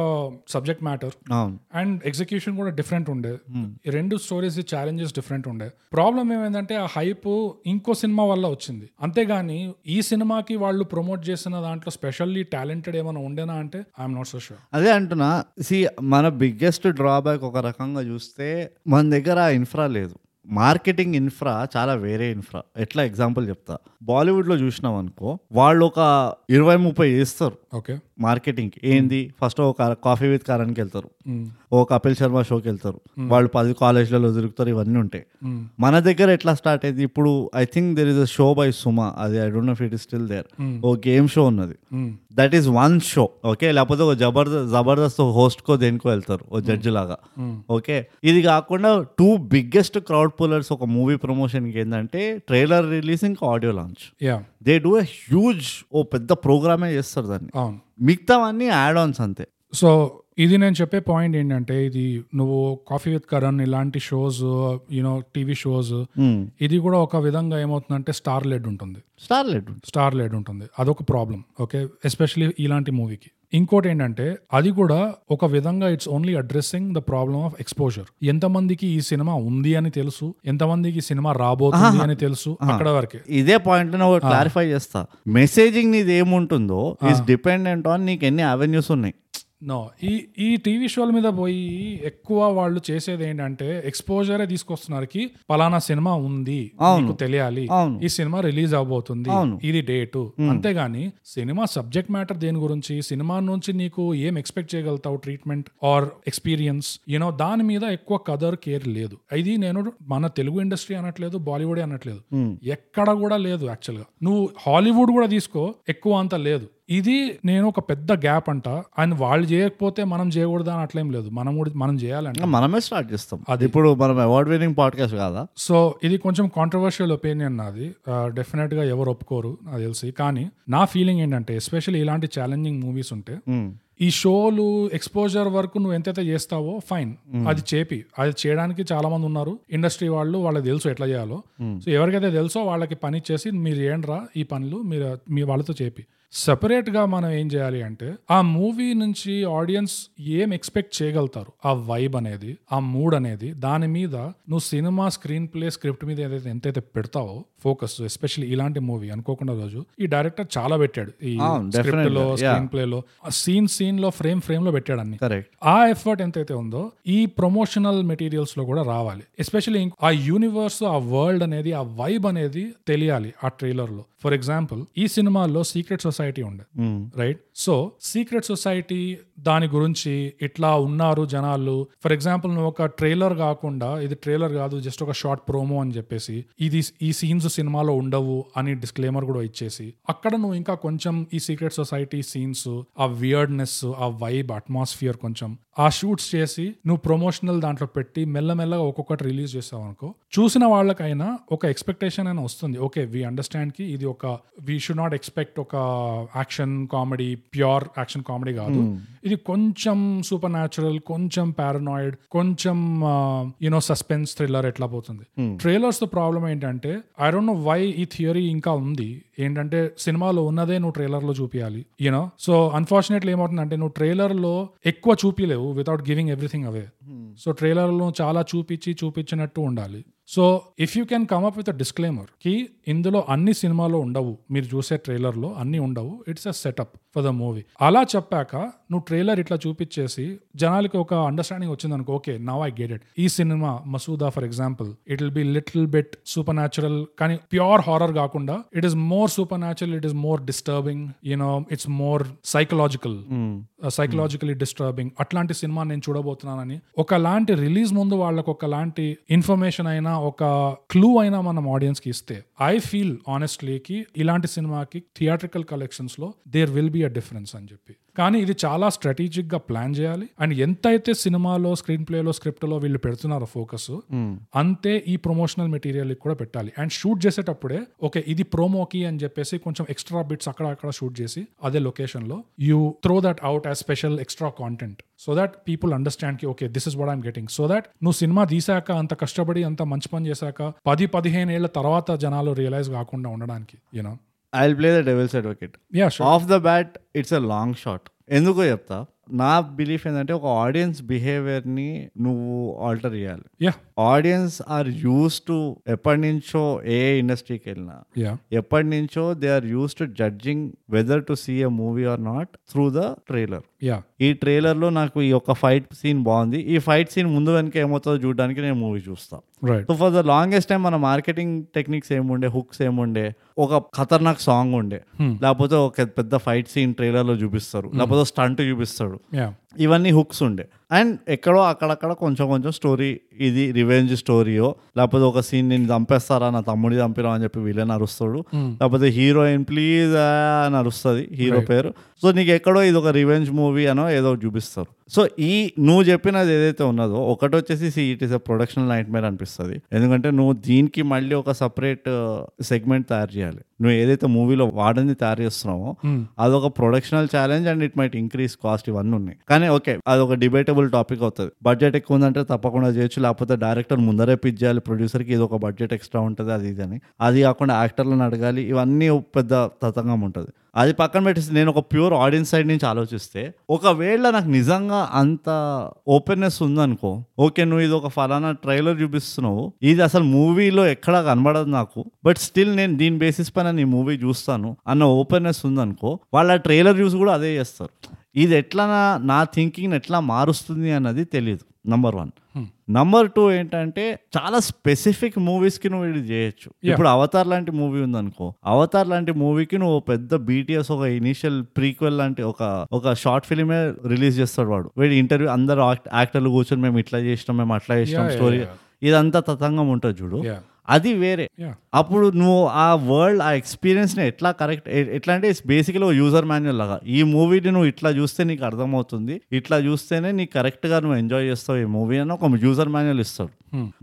subject matter
అవును
అండ్ ఎగ్జిక్యూషన్ కూడా డిఫరెంట్ ఉండే ఈ రెండు స్టోరీస్ ఛాలెంజెస్ డిఫరెంట్ ఉండే ప్రాబ్లం ఏమైందంటే ఆ హైప్ ఇంకో సినిమా వల్ల వచ్చింది అంతేగాని ఈ సినిమాకి వాళ్ళు ప్రమోట్ చేసిన దాంట్లో స్పెషల్లీ టాలెంటెడ్ ఏమైనా ఉండేనా అంటే ఐఎమ్ నాట్ సో షూర్
అదే అంటున్నా సి మన బిగ్గెస్ట్ డ్రాబ్యాక్ ఒక రకంగా చూస్తే మన దగ్గర ఆ ఇన్ఫ్రా లేదు మార్కెటింగ్ ఇన్ఫ్రా చాలా వేరే ఇన్ఫ్రా ఎట్లా ఎగ్జాంపుల్ చెప్తా బాలీవుడ్లో చూసినాం అనుకో వాళ్ళు ఒక ఇరవై ముప్పై చేస్తారు
ఓకే
మార్కెటింగ్ ఏంది ఫస్ట్ ఒక కాఫీ విత్ కారానికి వెళ్తారు ఓ కపిల్ శర్మ షోకి వెళ్తారు వాళ్ళు పది కాలేజ్లలో దొరుకుతారు ఇవన్నీ ఉంటాయి మన దగ్గర ఎట్లా స్టార్ట్ అయింది ఇప్పుడు I think there is a show by Suma అది I don't know it is still there ఓ గేమ్ షో ఉన్నది that is one show okay లేకపోతే ఒక జబర్దస్త్ జబర్దస్త్ హోస్ట్కో దేనికో వెళ్తారు ఓ జడ్జి లాగా ఓకే ఇది కాకుండా టూ బిగ్గెస్ట్ క్రౌడ్ పులర్స్ ఒక మూవీ ప్రమోషన్కి ఏంటంటే ట్రైలర్ రిలీజ్ ఇంకా audio launch
yeah
they do a huge ఓ పెద్ద ప్రోగ్రామే చేస్తారు దాన్ని
అవును
మిగతావన్నీ యాడ్ ఆన్స్ అంతే
సో ఇది నేను చెప్పే పాయింట్ ఏంటంటే ఇది నువ్వు కాఫీ విత్ కరణ్ ఇలాంటి షోస్ యూనో టీవీ షోస్ ఇది కూడా ఒక విధంగా ఏమవుతుందంటే స్టార్ లెడ్ ఉంటుంది
స్టార్లెట్
స్టార్ లైట్ ఉంటుంది అదొక ప్రాబ్లం ఓకే ఎస్పెషలీ ఇలాంటి మూవీకి ఇంకోటి ఏంటంటే అది కూడా ఒక విధంగా it's only addressing the problem of exposure ఎంతమందికి ఈ సినిమా ఉంది అని తెలుసు ఎంతమందికి ఈ సినిమా రాబోతుంది అని తెలుసు అక్కడ వరకే
ఇదే పాయింట్ లో ఒకటి క్లారిఫై చేస్తా మెసేజింగ్ నీది ఏముంటుందో ఈస్ డిపెండెంట్ ఆన్ నీకు ఎన్ని అవెన్యూస్ ఉన్నాయి
నో ఈ ఈ టీవీ షోల మీద పోయి ఎక్కువ వాళ్ళు చేసేది ఏంటంటే ఎక్స్పోజరే తీసుకొస్తున్నారు కి పలానా సినిమా ఉంది మీకు తెలియాలి
అవును.
ఈ సినిమా రిలీజ్ అవబోతుంది ఇది డేటు అంతేగాని సినిమా సబ్జెక్ట్ మ్యాటర్ దేని గురించి సినిమా నుంచి నీకు ఏం ఎక్స్పెక్ట్ చేయగలుగుతావు ట్రీట్మెంట్ ఆర్ ఎక్స్పీరియన్స్ యూనో దాని మీద ఎక్కువ కదర్ కేర్ లేదు ఇది నేను మన తెలుగు ఇండస్ట్రీ అనట్లేదు బాలీవుడ్ అనట్లేదు ఎక్కడ కూడా లేదు యాక్చువల్ గా నువ్వు హాలీవుడ్ కూడా తీసుకో ఎక్కువ అంత లేదు ఇది నేను ఒక పెద్ద గ్యాప్ అంట అండ్ వాళ్ళు చేయకపోతే మనం చేయకూడదు అని అట్లేం లేదు మనం కూడా మనం చేయాలంట
ఇంకా మనమే స్టార్ట్ చేస్తాం అది ఇప్పుడు మనం అవార్డ్ వినింగ్ పాడ్కాస్ట్ కాదా
సో ఇది కొంచెం కాంట్రవర్షియల్ ఒపీనియన్ నాది డెఫినెట్ గా ఎవరు ఒప్పుకోరు నాకు తెలిసి కానీ నా ఫీలింగ్ ఏంటంటే ఎస్పెషల్లీ ఇలాంటి ఛాలెంజింగ్ మూవీస్ ఉంటే ఈ షోలు ఎక్స్పోజర్ వరకు నువ్వు ఎంతైతే చేస్తావో ఫైన్ అది చేపి అది చేయడానికి చాలా మంది ఉన్నారు ఇండస్ట్రీ వాళ్ళు వాళ్ళకి తెలుసు ఎట్లా చేయాలో సో ఎవరికైతే తెలుసో వాళ్ళకి పని చేసి మీరు ఏంట్రా ఈ పనులు మీరు మీ వాళ్ళతో చేపి సెపరేట్ గా మనం ఏం చేయాలి అంటే ఆ మూవీ నుంచి ఆడియన్స్ ఏం ఎక్స్పెక్ట్ చేయగలుగుతారు ఆ వైబ్ అనేది ఆ మూడ్ అనేది దాని మీద నువ్వు సినిమా స్క్రీన్ ప్లే స్క్రిప్ట్ మీద ఏదైతే ఎంతైతే పెడతావో ఫోకస్ ఎస్పెషల్లీ ఇలాంటి మూవీ అనుకోకుండా రోజు ఈ డైరెక్టర్ చాలా పెట్టాడు ఈ
అవును,
స్క్రిప్ట్ లో
definitely, yeah.
స్క్రీన్ ప్లే లో సీన్ సీన్ లో ఫ్రేమ్ ఫ్రేమ్ లో పెట్టాడు అన్ని
కరెక్ట్
ఆ ఎఫర్ట్ ఎంతైతే ఉందో ఈ ప్రమోషనల్ మెటీరియల్స్ లో కూడా రావాలి ఎస్పెషల్లీ ఆ యూనివర్స్ ఆ వరల్డ్ అనేది ఆ వైబ్ అనేది తెలియాలి ఆ ట్రైలర్ లో ఫర్ ఎగ్జాంపుల్ ఈ సినిమాలో సీక్రెట్ సొసైటీ ఉండే రైట్ సో సీక్రెట్ సొసైటీ దాని గురించి ఇట్లా ఉన్నారు జనాలు ఫర్ ఎగ్జాంపుల్ నువ్వు ఒక ట్రైలర్ కాకుండా ఇది ట్రైలర్ కాదు జస్ట్ ఒక షార్ట్ ప్రోమో అని చెప్పేసి ఇది ఈ సీన్స్ సినిమాలో ఉండవు అని డిస్క్లైమర్ కూడా ఇచ్చేసి అక్కడ నువ్వు ఇంకా కొంచెం ఈ సీక్రెట్ సొసైటీ సీన్స్ ఆ వియర్డ్నెస్ ఆ వైబ్ అట్మాస్ఫియర్ కొంచెం ఆ షూట్స్ చేసి నువ్వు ప్రమోషనల్ దాంట్లో పెట్టి మెల్లమెల్లగా ఒక్కొక్కటి రిలీజ్ చేసావు అనుకో చూసిన వాళ్ళకైనా ఒక ఎక్స్పెక్టేషన్ అయినా వస్తుంది ఓకే వి అండర్స్టాండ్ కి ఇది ఒక వి షుడ్ నాట్ ఎక్స్పెక్ట్ ఒక action comedy pure action comedy కాదు ఇది కొంచెం సూపర్ న్యాచురల్ కొంచెం పారనాయిడ్ కొంచెం యూనో సస్పెన్స్ థ్రిల్లర్ ఎట్లా పోతుంది ట్రైలర్స్ తో ప్రాబ్లం ఏంటంటే ఐ డోంట్ నో వై ఈ థియరీ ఇంకా ఉంది ఏంటంటే సినిమాలో ఉన్నదే నువ్వు ట్రైలర్ లో చూపించాలి యూనో సో అన్ఫార్చునేట్లీ ఏమవుతుందంటే నువ్వు ట్రైలర్ లో ఎక్కువ చూపిలేవు without giving everything away so trailer లో చాలా చూపించి చూపించినట్టు ఉండాలి so if you can come up with disclaimer కి ఇందులో అన్ని సినిమాలో ఉండవు మీరు చూసే ట్రైలర్ లో అన్ని ఉండవు it's a setup for the movie అలా చెప్పాక నువ్వు ట్రైలర్ ఇట్లా చూపించేసి జనాలకి ఒక అండర్స్టాండింగ్ వచ్చింది అనుకో okay now I get it ఈ సినిమా Masooda for example it will be little bit supernatural కానీ ప్యూర్ హారర్ కాకుండా it is more supernatural it is more disturbing you know it's more psychological psychologically disturbing అట్లాంటి సినిమా నేను చూడబోతున్నానని ఒకలాంటి release ముందు వాళ్ళకు ఒకలాంటి ఇన్ఫర్మేషన్ అయినా ఒక క్లూ అయినా మనం ఆడియన్స్ కి ఇస్తే ఐ ఫీల్ ఆనెస్ట్లీ కి ఇలాంటి సినిమాకి థియేట్రికల్ కలెక్షన్స్ లో there will be a difference అని చెప్పి కానీ ఇది చాలా స్ట్రాటజిక్ గా ప్లాన్ చేయాలి అండ్ ఎంత అయితే సినిమాలో స్క్రీన్ ప్లేలో స్క్రిప్ట్ లో వీళ్ళు పెడుతున్నారో ఫోకస్ అంతే ఈ ప్రమోషనల్ మెటీరియల్ కూడా పెట్టాలి అండ్ షూట్ చేసేటప్పుడే ఓకే ఇది ప్రోమోకి అని చెప్పేసి కొంచెం ఎక్స్ట్రా బిట్స్ అక్కడ అక్కడ షూట్ చేసి అదే లొకేషన్ లో you throw that out as special extra content so that people understand కి okay this is what I'm getting so that నువ్వు సినిమా తీసాక అంత కష్టపడి అంత మంచి పని చేశాక పది పదిహేను ఏళ్ల తర్వాత జనాలు రియలైజ్ కాకుండా ఉండడానికి you know
I play the devil's advocate
yeah sure
off the bat it's a long shot ఎందుకో చెప్తా నా బిలీఫ్ ఏంటంటే ఒక ఆడియన్స్ బిహేవియర్ని నువ్వు ఆల్టర్ చేయాలి
yeah
audience are use to ఎప్పటి నుంచో ఏ ఇండస్ట్రీకి వెళ్ళినా
యా
ఎప్పటి నుంచో they are use to judging whether to see a movie or not through the trailer
yeah
ఈ ట్రైలర్ లో నాకు ఈ ఒక ఫైట్ సీన్ బాగుంది ఈ ఫైట్ సీన్ ముందు వెనక ఏమవుతుందో చూడడానికి నేను మూవీ చూస్తా
right
so for the longest time మన మార్కెటింగ్ టెక్నిక్స్ ఏముండే హుక్స్ ఏముండే ఒక ఖతర్నాక్ సాంగ్ ఉండే లేకపోతే ఒక పెద్ద ఫైట్ సీన్ ట్రైలర్ లో చూపిస్తారు లేకపోతే స్టంట్ చూపిస్తాడు
యా
ఇవన్నీ హుక్స్ ఉండే అండ్ ఎక్కడో అక్కడక్కడ కొంచెం కొంచెం స్టోరీ ఇది రివెంజ్ స్టోరీయో లేకపోతే ఒక సీన్ నేను చంపేస్తారా నా తమ్ముడి చంపిరా అని చెప్పి వీళ్ళని అరుస్తాడు లేకపోతే హీరోయిన్ ప్లీజ్ అని అరుస్తుంది హీరో పేరు సో నీకు ఎక్కడో ఇది ఒక రివెంజ్ మూవీ అనో ఏదో ఒకటి చూపిస్తారు సో ఈ నువ్వు చెప్పినది ఏదైతే ఉన్నదో ఒకటి వచ్చేసి it is a production nightmare అనిపిస్తుంది ఎందుకంటే నువ్వు దీనికి మళ్ళీ ఒక సపరేట్ సెగ్మెంట్ తయారు చేయాలి నువ్వు ఏదైతే మూవీలో వాడని తయారు చేస్తున్నావో అదొక productional challenge and it might increase cost ఇవన్నీ ఉన్నాయి కానీ ఓకే అదొక డిబేటబుల్ టాపిక్ అవుతుంది బడ్జెట్ ఎక్కువ ఉందంటే తప్పకుండా చేయొచ్చు లేకపోతే డైరెక్టర్ ముందరే పిచ్ చేయాలి ప్రొడ్యూసర్కి ఇది ఒక బడ్జెట్ ఎక్స్ట్రా ఉంటుంది అది ఇది అని అది కాకుండా యాక్టర్లను అడగాలి ఇవన్నీ పెద్ద తతంగం ఉంటుంది అది పక్కన పెట్టేసి నేను ఒక ప్యూర్ ఆడియన్స్ సైడ్ నుంచి ఆలోచిస్తే ఒకవేళ నాకు నిజంగా అంత ఓపెన్నెస్ ఉందనుకో ఓకే నువ్వు ఇది ఒక ఫలానా ట్రైలర్ చూపిస్తున్నావు ఇది అసలు మూవీలో ఎక్కడా కనబడదు నాకు బట్ స్టిల్ నేను దీని బేసిస్ పైన నీ మూవీ చూస్తాను అన్న ఓపెన్నెస్ ఉందనుకో వాళ్ళ ట్రైలర్ చూసి కూడా అదే చేస్తారు ఇది ఎట్లా నా- నా థింకింగ్ ఎట్లా మారుస్తుంది అన్నది తెలియదు నంబర్ వన్ నంబర్ టూ ఏంటంటే చాలా స్పెసిఫిక్ మూవీస్కి నువ్వు ఇది చేయొచ్చు ఇప్పుడు అవతార్ లాంటి మూవీ ఉందనుకో అవతార్ లాంటి మూవీకి నువ్వు పెద్ద బీటీఎస్ ఒక ఇనిషియల్ ప్రీక్వెల్ లాంటి ఒక ఒక షార్ట్ ఫిలిమే రిలీజ్ చేస్తాడు వాడు వీడి ఇంటర్వ్యూ అందరు ఆక్- యాక్టర్లు కూర్చొని మేము ఇట్లా చేసినాం మేము అట్లా చేసినాం
yeah,
స్టోరీ
yeah.
ఇదంతా తతంగం ఉంటుంది చూడు
యా
అది వేరే
యా
అప్పుడు నువ్వు ఆ వరల్డ్ ఆ ఎక్స్పీరియన్స్ని ఎట్లా కరెక్ట్ ఎ- ఎట్లా అంటే ఇట్స్ బేసికలీ యూజర్ మాన్యువల్ లాగా ఈ మూవీని నువ్వు ఇట్లా చూస్తే నీకు అర్థమవుతుంది ఇట్లా చూస్తేనే నీకు కరెక్ట్గా నువ్వు ఎంజాయ్ చేస్తావు ఈ మూవీ అని ఒక యూజర్ మాన్యువల్ ఇస్తాడు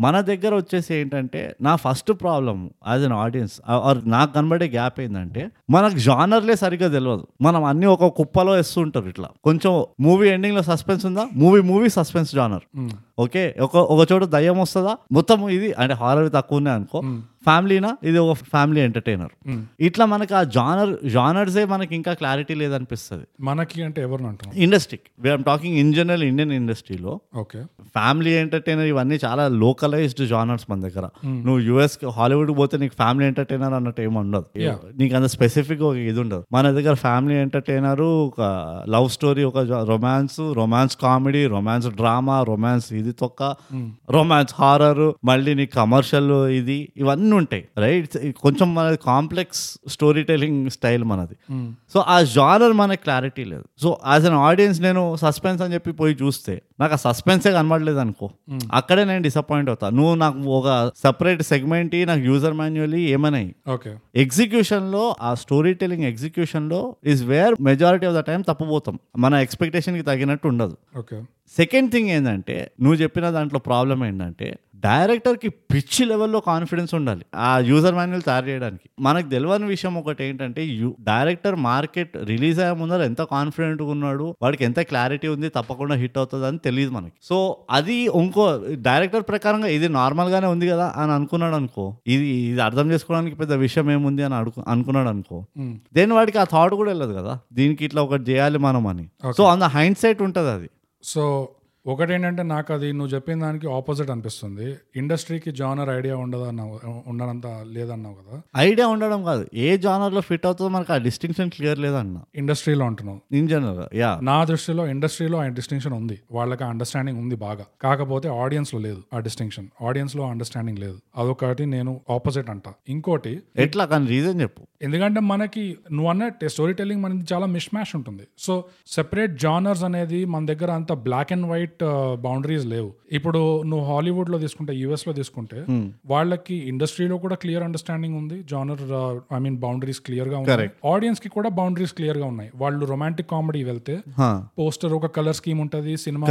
మన దగ్గర వచ్చేసి ఏంటంటే నా first problem as an audience are నాకు కనబడే గ్యాప్ ఏంటంటే మనకు జానర్లే సరిగ్గా తెలియదు మనం అన్ని ఒక కుప్పలో వేస్తుంటారు ఇట్లా కొంచెం మూవీ ఎండింగ్లో సస్పెన్స్ ఉందా movie movie suspense genre okay ఒక ఒక చోట దయ్యం వస్తుందా మొత్తం ఇది అంటే హారర్ తక్కువ ఉన్నాయి అనుకో ఫ్యామిలీనా ఇది ఒక ఫ్యామిలీ ఎంటర్టైనర్ ఇట్లా మనకి ఆ జానర్ జానర్సే మనకి ఇంకా క్లారిటీ లేదనిపిస్తుంది
మనకి అంటే ఎవరిని అంటున్నాం
industry we're talking in general Indian ఇండస్ట్రీలో
ఓకే
ఫ్యామిలీ ఎంటర్టైనర్ ఇవన్నీ చాలా లోకలైజ్డ్ జానర్స్ మన దగ్గర నువ్వు యూఎస్ హాలీవుడ్ పోతే నీకు ఫ్యామిలీ ఎంటర్టైనర్ అన్నట్టు ఏమి ఉండదు
Yeah.
నీకు అంత స్పెసిఫిక్ ఒక ఇది ఉండదు మన దగ్గర ఫ్యామిలీ ఎంటర్టైనర్ ఒక లవ్ స్టోరీ ఒక romance romance comedy romance drama romance ఇది తొక్క రొమాన్స్ హారర్ మళ్ళీ నీ కమర్షియల్ ఇది ఇవన్నీ ఉంటాయి రైట్ కొంచెం మనది కాంప్లెక్స్ స్టోరీ టెలింగ్ స్టైల్ మనది
Hmm.
సో ఆ జానర్ మనకి క్లారిటీ లేదు సో యాజ్ అన్ ఆడియన్స్ నేను సస్పెన్స్ అని చెప్పి పోయి చూస్తే నాకు ఆ సస్పెన్సే కనబడలేదు అనుకో అక్కడే నేను డిసప్పాయింట్ అవుతా నువ్వు నాకు ఒక సపరేట్ సెగ్మెంట్ నాకు యూజర్ మాన్యువల్లీ ఏమన్నాయి
ఓకే
ఎగ్జిక్యూషన్ లో ఆ స్టోరీ టెలింగ్ ఎగ్జిక్యూషన్ లో is where majority of the time తప్పపోతాం మన ఎక్స్పెక్టేషన్ కి తగినట్టు ఉండదు
ఓకే
సెకండ్ థింగ్ ఏంటంటే నువ్వు చెప్పిన దాంట్లో ప్రాబ్లం ఏంటంటే డైరెక్టర్కి పిచ్చి లెవెల్లో కాన్ఫిడెన్స్ ఉండాలి ఆ యూజర్ మాన్యువల్ తయారు చేయడానికి మనకు తెలియని విషయం ఒకటి ఏంటంటే యు- డైరెక్టర్ మార్కెట్ రిలీజ్ అయ్యే ముందర ఎంత కాన్ఫిడెంట్గా ఉన్నాడు వాడికి ఎంత క్లారిటీ ఉంది తప్పకుండా హిట్ అవుతుంది అని తెలియదు మనకి సో అది ఇంకో డైరెక్టర్ ప్రకారంగా ఇది నార్మల్గానే ఉంది కదా అని అనుకున్నాడు అనుకో ఇది ఇది అర్థం చేసుకోవడానికి పెద్ద విషయం ఏముంది అని అడుగు అనుకున్నాడు అనుకో
Mm.
దేని వాడికి ఆ థాట్ కూడా వెళ్ళదు కదా దీనికి ఇట్లా ఒకటి చేయాలి మనం అని so on the hindsight ఉంటుంది అది
సో ఒకటేంటంటే నాకు అది నువ్వు చెప్పిన దానికి ఆపోజిట్ అనిపిస్తుంది ఇండస్ట్రీకి జానర్ ఐడియా ఉండదన్నావు ఉండనంత లేదన్నావు కదా
ఐడియా ఉండడం కాదు ఏ జానర్లో ఫిట్ అవుతుందో మనకు ఆ డిస్టింక్షన్ క్లియర్ లేదన్న
ఇండస్ట్రీలో అంటున్నావు
ఇన్ జనరల్ యా
నా దృష్టిలో ఇండస్ట్రీలో ఆ డిస్టింక్షన్ ఉంది వాళ్ళకి అండర్స్టాండింగ్ ఉంది బాగా కాకపోతే ఆడియన్స్ లో లేదు ఆ డిస్టింక్షన్ ఆడియన్స్ లో అండర్స్టాండింగ్ లేదు అదొకటి నేను ఆపోజిట్ అంట ఇంకోటి
ఎట్లా కానీ రీజన్ చెప్పు
ఎందుకంటే మనకి నువ్వు అన్నట్టే స్టోరీ టెల్లింగ్ మనది చాలా మిష్ మ్యాష్ ఉంటుంది సో సెపరేట్ జానర్స్ అనేది మన దగ్గర అంత black and white immediate boundaries uh, లేవు ఇప్పుడు నువ్వు హాలీవుడ్ లో తీసుకుంటే యుఎస్ లో తీసుకుంటే వాళ్ళకి ఇండస్ట్రీలో కూడా క్లియర్ అండర్స్టాండింగ్ ఉంది uh, genre I mean boundaries clear గా ఉన్నాయి ఆడియన్స్ కి కూడా బౌండరీస్ క్లియర్ గా ఉన్నాయి వాళ్ళు రొమాంటిక్ కామెడీ వెళ్తే పోస్టర్ ఒక కలర్ స్కీమ్ ఉంటది సినిమా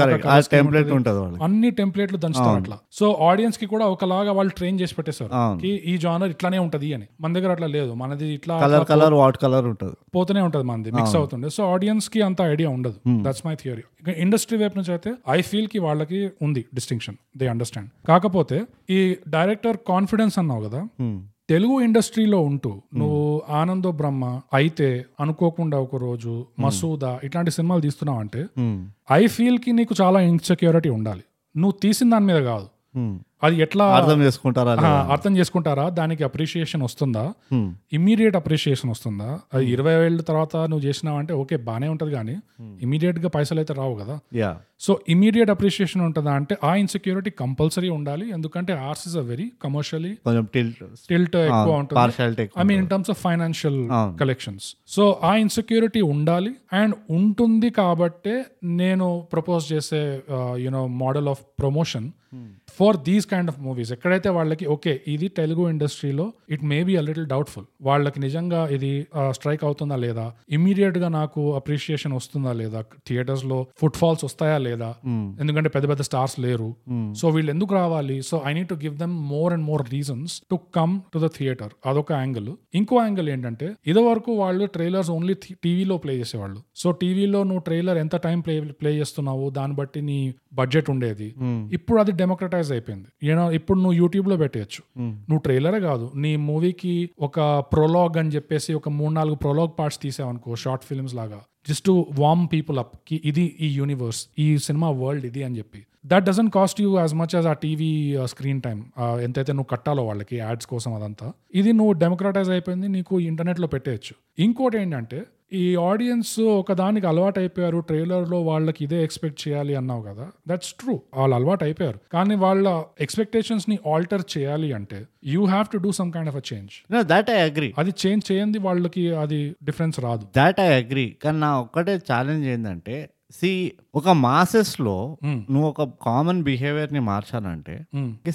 టెంప్లెట్ ఉంటుంది వాళ్ళకి
అన్ని టెంప్లెట్లు దంచుతారు అట్లా సో ఆడియన్స్ కి కూడా ఒకలాగా వాళ్ళు ట్రైన్ చేసి పెట్టేశారు కి ఈ జానర్ ఇట్లానే ఉంటది అని మన దగ్గర అట్లా లేదు మనది ఇట్లా
కలర్ కలర్ వాట్ కలర్ ఉంటుంది
పోతూనే ఉంటది మనది మిక్స్ అవుతుండే సో ఆడియన్స్ కి అంత ఐడియా ఉండదు దట్స్ మై థియరీ ఇండస్ట్రీ వైపు నుంచి అయితే ఐ ఫీల్ కి వాళ్ళకి ఉంది డిస్టింక్షన్ దే అండర్స్టాండ్ కాకపోతే ఈ డైరెక్టర్ కాన్ఫిడెన్స్ అన్నావు కదా తెలుగు ఇండస్ట్రీలో ఉంటూ నువ్వు ఆనందో బ్రహ్మ అయితే అనుకోకుండా ఒక రోజు మసూదా ఇట్లాంటి సినిమాలు తీస్తున్నావు అంటే ఐ ఫీల్ కి నీకు చాలా ఇన్సెక్యూరిటీ ఉండాలి నువ్వు తీసిన దాని మీద కాదు అది ఎట్లా
Hmm. అర్థం చేసుకుంటారా
ఆ, అర్థం చేసుకుంటారా దానికి అప్రిషియేషన్ వస్తుందా ఇమ్మీడియట్ అప్రిషియేషన్ వస్తుందా అది ఇరవై ఏళ్ళ తర్వాత నువ్వు చేసినావు అంటే ఓకే బానే ఉంటది కానీ ఇమీడియట్ గా పైసలు అయితే రావు కదా
యా
సో ఇమీడియట్ అప్రిషియేషన్ ఉంటుందా అంటే ఆ ఇన్సెక్యూరిటీ కంపల్సరీ ఉండాలి ఎందుకంటే ours is a very commercially
కొంచెం టిల్ట్
టిల్ట్ ఎక్కువ ఉంటుంది
partiality
I mean in terms of financial collections so ఆ ఇన్సెక్యూరిటీ ఉండాలి అండ్ ఉంటుంది కాబట్టే నేను ప్రపోజ్ చేసే uh, you know model of promotion for these kind of movies ఎక్కడైతే వాళ్ళకి ఓకే ఇది తెలుగు ఇండస్ట్రీలో it may be a little doubtful వాళ్ళకి నిజంగా ఇది స్ట్రైక్ అవుతుందా లేదా ఇమీడియట్ గా నాకు అప్రిషియేషన్ వస్తుందా లేదా థియేటర్స్ లో ఫుట్ ఫాల్స్ వస్తాయా లేదా ఎందుకంటే పెద్ద పెద్ద స్టార్స్ లేరు సో వీళ్ళు ఎందుకు రావాలి so I need to give them more and more reasons to come to the theatre అదొక యాంగిల్ ఇంకో యాంగిల్ ఏంటంటే ఇది వరకు వాళ్ళు ట్రైలర్స్ ఓన్లీ టీవీలో ప్లే చేసేవాళ్ళు సో టీవీలో నువ్వు ట్రైలర్ ఎంత టైం ప్లే ప్లే చేస్తున్నావు దాన్ని బట్టి నీ బడ్జెట్ ఉండేది ఇప్పుడు అది డెమోక్రటైజ్ అయిపోయింది యూనో ఇప్పుడు నువ్వు యూట్యూబ్ లో పెట్టేయచ్చు నువ్వు ట్రైలరే కాదు నీ మూవీకి ఒక ప్రొలాగ్ అని చెప్పేసి ఒక మూడు నాలుగు ప్రొలాగ్ పార్ట్స్ తీసావనుకో షార్ట్ ఫిల్మ్స్ లాగా just to warm people up కి ఇది ఈ యూనివర్స్ ఈ సినిమా వరల్డ్ ఇది అని చెప్పి that doesn't cost you as much as ఆ టీవీ స్క్రీన్ టైం ఎంతైతే నువ్వు కట్టాలో వాళ్ళకి యాడ్స్ కోసం అదంతా ఇది నువ్వు డెమోక్రటైజ్ అయిపోయింది నీకు ఇంటర్నెట్లో పెట్టేయచ్చు ఇంకోటి ఏంటంటే ఈ ఆడియన్స్ ఒక దానికి అలవాటు అయిపోయారు ట్రైలర్లో వాళ్ళకి ఇదే ఎక్స్పెక్ట్ చేయాలి అన్నావు కదా దట్స్ ట్రూ వాళ్ళు అలవాటు అయిపోయారు కానీ వాళ్ళ ఎక్స్పెక్టేషన్స్ ని ఆల్టర్ చేయాలి అంటే you have to do some kind of a change
that I agree
అది చేంజ్ చేయండి వాళ్ళకి అది డిఫరెన్స్ రాదు
దాట్ ఐ అగ్రి కానీ నా ఒక్కటే ఛాలెంజ్ ఏంటంటే సి ఒక మాసెస్లో నువ్వు ఒక కామన్ బిహేవియర్ని మార్చాలంటే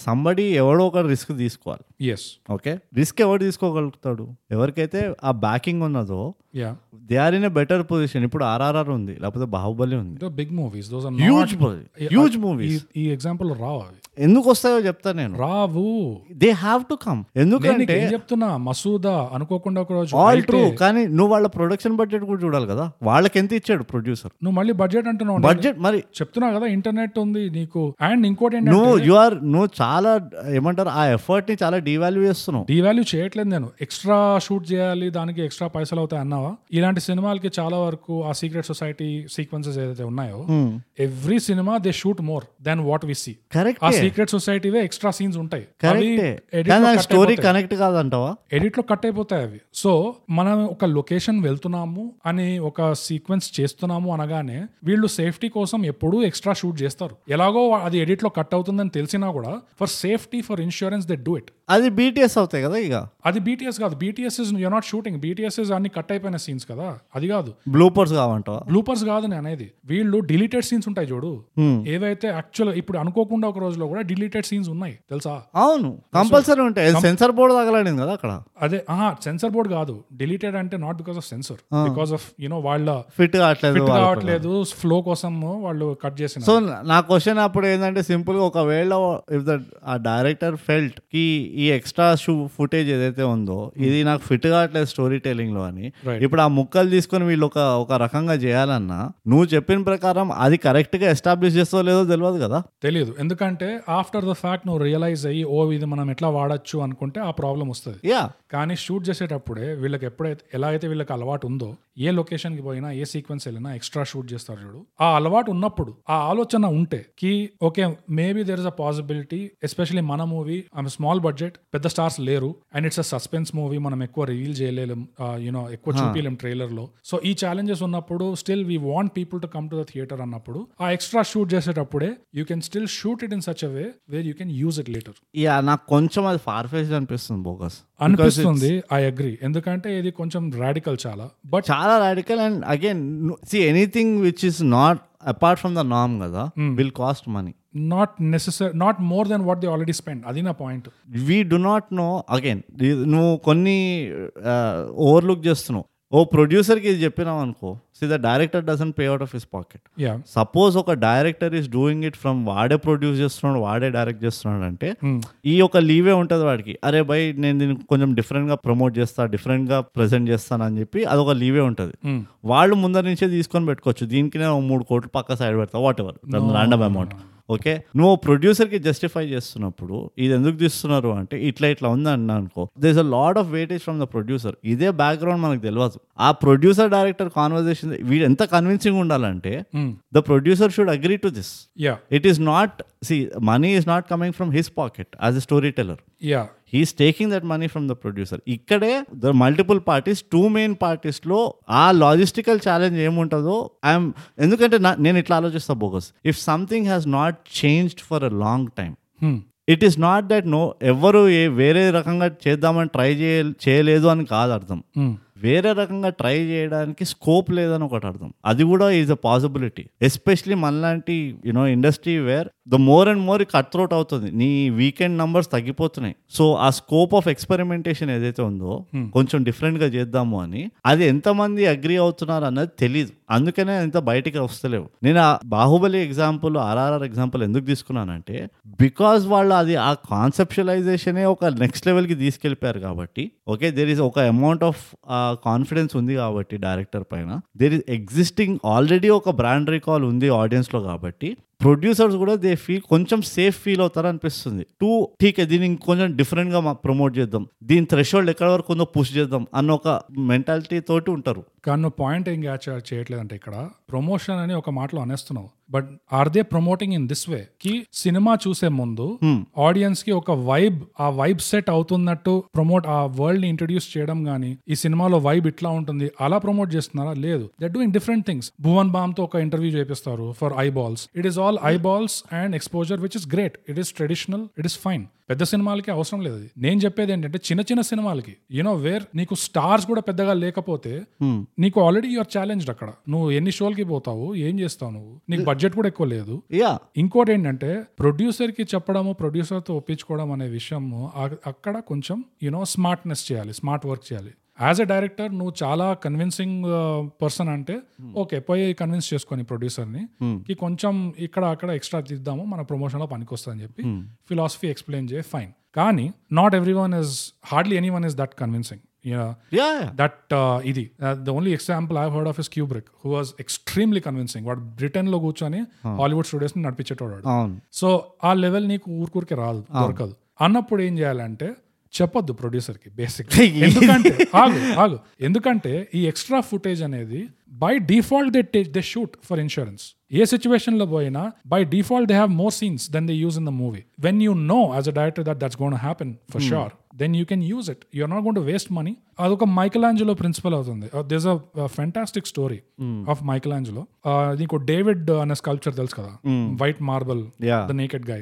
సంబడి ఎవడో ఒక రిస్క్ తీసుకోవాలి
ఎస్
ఓకే రిస్క్ ఎవడు తీసుకోగలుగుతాడు ఎవరికైతే ఆ బ్యాకింగ్ ఉన్నదో
yeah
they are in better position ఇప్పుడు ఆర్ఆర్ఆర్ ఉంది లేకపోతే బాహుబలి ఉంది
big movies those are
huge huge movies
ఈ ఎగ్జాంపుల్ రావు అవి
ఎందుకు వస్తాయో చెప్తా నేను
రావు
దే హ్యావ్ టు కమ్
నేను
ఎందుకంటే
నీకు ఏం చెప్తున్నా మసూదా అనుకోకుండా ఒక రోజు
ఆల్
అయితే
ట్రూ కానీ నువ్వు వాళ్ళ ప్రొడక్షన్ బడ్జెట్ కూడా చూడాలి కదా వాళ్ళకి ఎంత ఇచ్చాడు ప్రొడ్యూసర్
నువ్వు మళ్ళీ బడ్జెట్ అంటున్నావు నేను
బడ్జెట్ మరి
చెప్తున్నా కదా ఇంటర్నెట్ ఉంది నీకు అండ్ ఇంకోటి ఏంటంటే
నువ్వు యు ఆర్ నువ్వు చాలా ఏమంటారు ఆ ఎఫర్ట్ ని చాలా డివాల్యూ చేస్తున్నావు
డివాల్యూ చేయట్లేదు నేను ఎక్స్ట్రా షూట్ చేయాలి దానికి ఎక్స్ట్రా పైసలు అవుతాయి అన్నావా ఇలాంటి సినిమాలకి చాలా వరకు ఆ సీక్రెట్ సొసైటీ సీక్వెన్సెస్ ఏదైతే ఉన్నాయో every cinema they shoot more then what we see
correct
ఆ సీక్రెట్ సొసైటీవే ఎక్స్ట్రా సీన్స్ ఉంటాయి అవి
కరెక్టే
edit
కానీ
లో
నాకు
cut
స్టోరీ
అయిపోతాయి.
కనెక్ట్ కాదంటావా
ఎడిట్ లో కట్ అయిపోతాయి అవి సో మనం ఒక లొకేషన్ వెళ్తున్నాము అని ఒక సీక్వెన్స్ చేస్తున్నాము అనగానే వీళ్ళు సేఫ్టీ కోసం ఎప్పుడూ ఎక్స్ట్రా షూట్ చేస్తారు ఎలాగో అది ఎడిట్ లో కట్ అవుతుందని తెలిసినా కూడా for safety for insurance they do it
అది బీటీఎస్ అవుతాయి కదా ఇక
అది బీటీఎస్ కాదు BTS is you not shooting BTS is అన్ని కట్ అయిపోయిన సీన్స్ కదా అది కాదు
బ్లూపర్స్ కావంటావా
బ్లూపర్స్ కాదు నేను అనేది వీళ్ళు డిలీటెడ్ సీన్స్ ఉంటాయి చూడు ఏవైతే యాక్చువల్ ఇప్పుడు అనుకోకుండా ఒక రోజులో కూడా డిలీటెడ్ సీన్స్ ఉన్నాయి తెలుసా
అవును కంపల్సరీ ఉంటాయి సెన్సార్ బోర్డు తగలడింది కదా అక్కడ
అదే ఆహా సెన్సర్ బోర్డ్ కాదు డిలీటెడ్ అంటే not because of censor because of you know వాళ్ళ
ఫిట్ కావట్లేదు
ఫిట్
వాళ్ళ product.
కావట్లేదు ఫ్లో కోసం వాళ్ళు కట్ చేసిన
సో నా క్వశ్చన్ అప్పుడు ఏంటంటే సింపుల్ గా ఒకవేళ ఇఫ్ ద ఆ డైరెక్టర్ ఫెల్ట్ కి ఈ ఎక్స్ట్రా షూ ఫుటేజ్ ఏదైతే ఉందో ఇది నాకు ఫిట్ కావట్లేదు స్టోరీ టెలింగ్ లో అని
Hmm. Right.
ఇప్పుడు ఆ ముక్కలు తీసుకొని వీళ్ళు ఒక ఒక రకంగా చేయాలన్నా నువ్వు చెప్పిన ప్రకారం అది కరెక్ట్ గా ఎస్టాబ్లిష్ చేస్తో లేదో తెలియదు కదా
తెలియదు ఎందుకంటే ఆఫ్టర్ ద ఫ్యాక్ట్ నువ్వు రియలైజ్ అయ్యి ఓ ఇది మనం ఎట్లా వాడచ్చు అనుకుంటే ఆ ప్రాబ్లం వస్తుంది
యా
కానీ షూట్ చేసేటప్పుడే వీళ్ళకి ఎప్పుడైతే ఎలా అయితే వీళ్ళకి అలవాటు ఉందో ఏ లొకేషన్ కి పోయినా ఏ సీక్వెన్స్ వెళ్ళినా ఎక్స్ట్రా షూట్ చేస్తారు చూడు ఆ అలవాటు ఉన్నప్పుడు ఆ ఆలోచన ఉంటే కి okay maybe there is a possibility especially మన మూవీ ఆమె స్మాల్ బడ్జెట్ పెద్ద స్టార్స్ లేరు and it's a suspense movie మనం ఎక్కువ రివీల్ చేయలేం యూనో ఎక్కువ చూపించలేం ట్రైలర్ లో సో ఈ ఛాలెంజెస్ ఉన్నప్పుడు still we want people to come to the theatre అన్నప్పుడు ఆ ఎక్స్ట్రా షూట్ చేసేటప్పుడే you can still shoot it in such a way where you can use it later
yeah నాకు కొంచెం అది ఫార్ ఫేజ్ అనిపిస్తుంది bogus
అనిపిస్తుంది I agree ఎందుకంటే ఇది కొంచెం రాడికల్ చాలా బట్
చాలా radical and again see anything which is not apart from the నామ్ కదా will cost money
not necessary not more then what they already spend అది నా point
we do not know again నువ్వు కొన్ని overlook చేస్తున్నావు ఓ ప్రొడ్యూసర్కి ఇది చెప్పినావు అనుకో see the director doesn't pay out of his pocket
yeah
suppose ఒక director is doing it from వాడే ప్రొడ్యూస్ చేస్తున్నాడు వాడే డైరెక్ట్ చేస్తున్నాడు అంటే ఈ ఒక లీవే ఉంటుంది వాడికి అరే బై నేను దీన్ని కొంచెం డిఫరెంట్గా ప్రమోట్ చేస్తా డిఫరెంట్గా ప్రజెంట్ చేస్తాను అని చెప్పి అదొక లీవే ఉంటుంది వాళ్ళు ముందర నుంచే తీసుకొని పెట్టుకోవచ్చు దీనికి నేను మూడు కోట్లు పక్క సైడ్ పెడతా whatever random amount okay నువ్వు ప్రొడ్యూసర్కి జస్టిఫై చేస్తున్నప్పుడు ఇది ఎందుకు తీస్తున్నారు అంటే ఇట్లా ఇట్లా ఉంది అన్న అనుకో does a lord of weightage from the producer ఇదే బ్యాక్గ్రౌండ్ మనకు తెలియదు ఆ ప్రొడ్యూసర్ డైరెక్టర్ కాన్వర్జేషన్ వీడు ఎంత కన్విన్సింగ్ ఉండాలంటే the producer should agree to this
yeah
it is not see money is not coming from his pocket as a story teller
yeah
he's taking that money from the producer ఇక్కడే the multiple parties two main parties లో ఆ logistical challenge ఏముంటుందో I'm ఎందుకంటే నా- నేను ఇట్లా ఆలోచిస్తా bogus if something has not changed for a long time
Hmm.
It is not that no ఎవరు ఏ వేరే రకంగా చేద్దామని ట్రై చేయ చేయలేదు అని కాదు అర్థం
Hmm.
వేరే రకంగా ట్రై చేయడానికి స్కోప్ లేదని ఒకటి అర్థం అది కూడా ఈజ్ అ పాసిబిలిటీ ఎస్పెషలీ మనలాంటి you know industry where the more and more cut throat అవుతుంది నీ వీకెండ్ నంబర్స్ తగ్గిపోతున్నాయి సో ఆ స్కోప్ ఆఫ్ ఎక్స్పెరిమెంటేషన్ ఏదైతే ఉందో కొంచెం different గా చేద్దాము అని అది ఎంతమంది అగ్రి అవుతున్నారు అన్నది తెలియదు అందుకనే ఎంత బయటికి వస్తలేవు నేను ఆ బాహుబలి ఎగ్జాంపుల్ ఆర్ఆర్ఆర్ ఎగ్జాంపుల్ ఎందుకు తీసుకున్నానంటే బికాజ్ వాళ్ళు అది ఆ కాన్సెప్షువలైజేషనే ఒక నెక్స్ట్ లెవెల్కి తీసుకెళ్ళిపోయారు కాబట్టి ఓకే దేర్ ఇస్ ఒక అమౌంట్ ఆఫ్ కాన్ఫిడెన్స్ ఉంది కాబట్టి డైరెక్టర్ పైన దేర్ ఇస్ ఎగ్జిస్టింగ్ ఆల్రెడీ ఒక బ్రాండ్ రికాల్ ఉంది ఆడియన్స్లో కాబట్టి ప్రొడ్యూసర్స్ కూడా దే ఫీల్ కొంచెం సేఫ్ ఫీల్ అవుతారు అనిపిస్తుంది టూ ఠీక్ దీన్ని ఇంకొంచెం డిఫరెంట్గా ప్రమోట్ చేద్దాం దీని థ్రెషోల్డ్ ఎక్కడి వరకు ఉందో పుష్ చేద్దాం అన్న ఒక మెంటాలిటీ తోటి ఉంటారు
కానీ నువ్వు పాయింట్ ఏం క్యాచ్ చేయట్లేదు అంటే ఇక్కడ ప్రమోషన్ అని ఒక మాటలో అనేస్తున్నావు but are they promoting in this way కి సినిమా చూసే ముందు ఆడియన్స్ కి ఒక వైబ్ ఆ వైబ్ సెట్ అవుతున్నట్టు ప్రమోట్ ఆ వరల్డ్ ని ఇంట్రడ్యూస్ చేయడం గానీ ఈ సినిమాలో వైబ్ ఇట్లా ఉంటుంది అలా ప్రమోట్ చేస్తున్నారా లేదు they doing different things Bhuvan Bam తో ఒక ఇంటర్వ్యూ చేపిస్తారు for eyeballs it is all eyeballs and exposure which is great it is traditional it is fine పెద్ద సినిమాలకి అవసరం లేదు అది నేను చెప్పేది ఏంటంటే చిన్న చిన్న సినిమాలకి యూనో వేర్ నీకు స్టార్స్ కూడా పెద్దగా లేకపోతే
Hmm.
నీకు ఆల్రెడీ యూఆర్ ఛాలెంజ్డ్ అక్కడ నువ్వు ఎన్ని షోలకి పోతావు ఏం చేస్తావు నువ్వు నీకు బడ్జెట్ కూడా ఎక్కువ లేదు
యా
ఇంకోటి ఏంటంటే ప్రొడ్యూసర్ కి చెప్పడము producer తో ఒప్పించుకోవడం అనే విషయము ఆ- అక్కడ కొంచెం యూనో స్మార్ట్నెస్ చేయాలి స్మార్ట్ వర్క్ చేయాలి యాజ్ ఎ డైరెక్టర్ నువ్వు చాలా కన్విన్సింగ్ పర్సన్ అంటే ఓకే పోయి కన్విన్స్ చేసుకొని ప్రొడ్యూసర్ని ఈ కొంచెం ఇక్కడ అక్కడ ఎక్స్ట్రా తీద్దాము మన ప్రమోషన్లో పనికొస్తుందని చెప్పి ఫిలాసఫీ ఎక్స్ప్లెయిన్ చేయ ఫైన్ కానీ not everyone is hardly anyone is that convincing
yeah
that uh, ఇది the only example I heard of is Kubrick who was extremely convincing వాడు బ్రిటన్ లో కూర్చొని హాలీవుడ్ స్టూడియోస్ ని నడిపించేటోడు
అవును
so ఆ లెవెల్ నీకు ఊరుకూరికే రాదు దొరకదు అన్నప్పుడు ఏం చేయాలంటే చెప్పొద్దు ప్రొడ్యూసర్ కి బేసిక్ ఎందుకంటే ఆగు ఆగు ఎందుకంటే ఈ ఎక్స్ట్రా ఫుటేజ్ అనేది by default they take they shoot for insurance ఏ సిచ్యువేషన్ లో పోయినా by default they have more scenes than they use in the movie when you know as a director that that's gonna happen for sure then you can use it you're not gonna to waste money అదొక Michelangelo principle అవుతుంది Uh, this a fantastic story of Michelangelo Uh, నీకు David అనే sculpture తెలుసు కదా white marble
yeah
the naked guy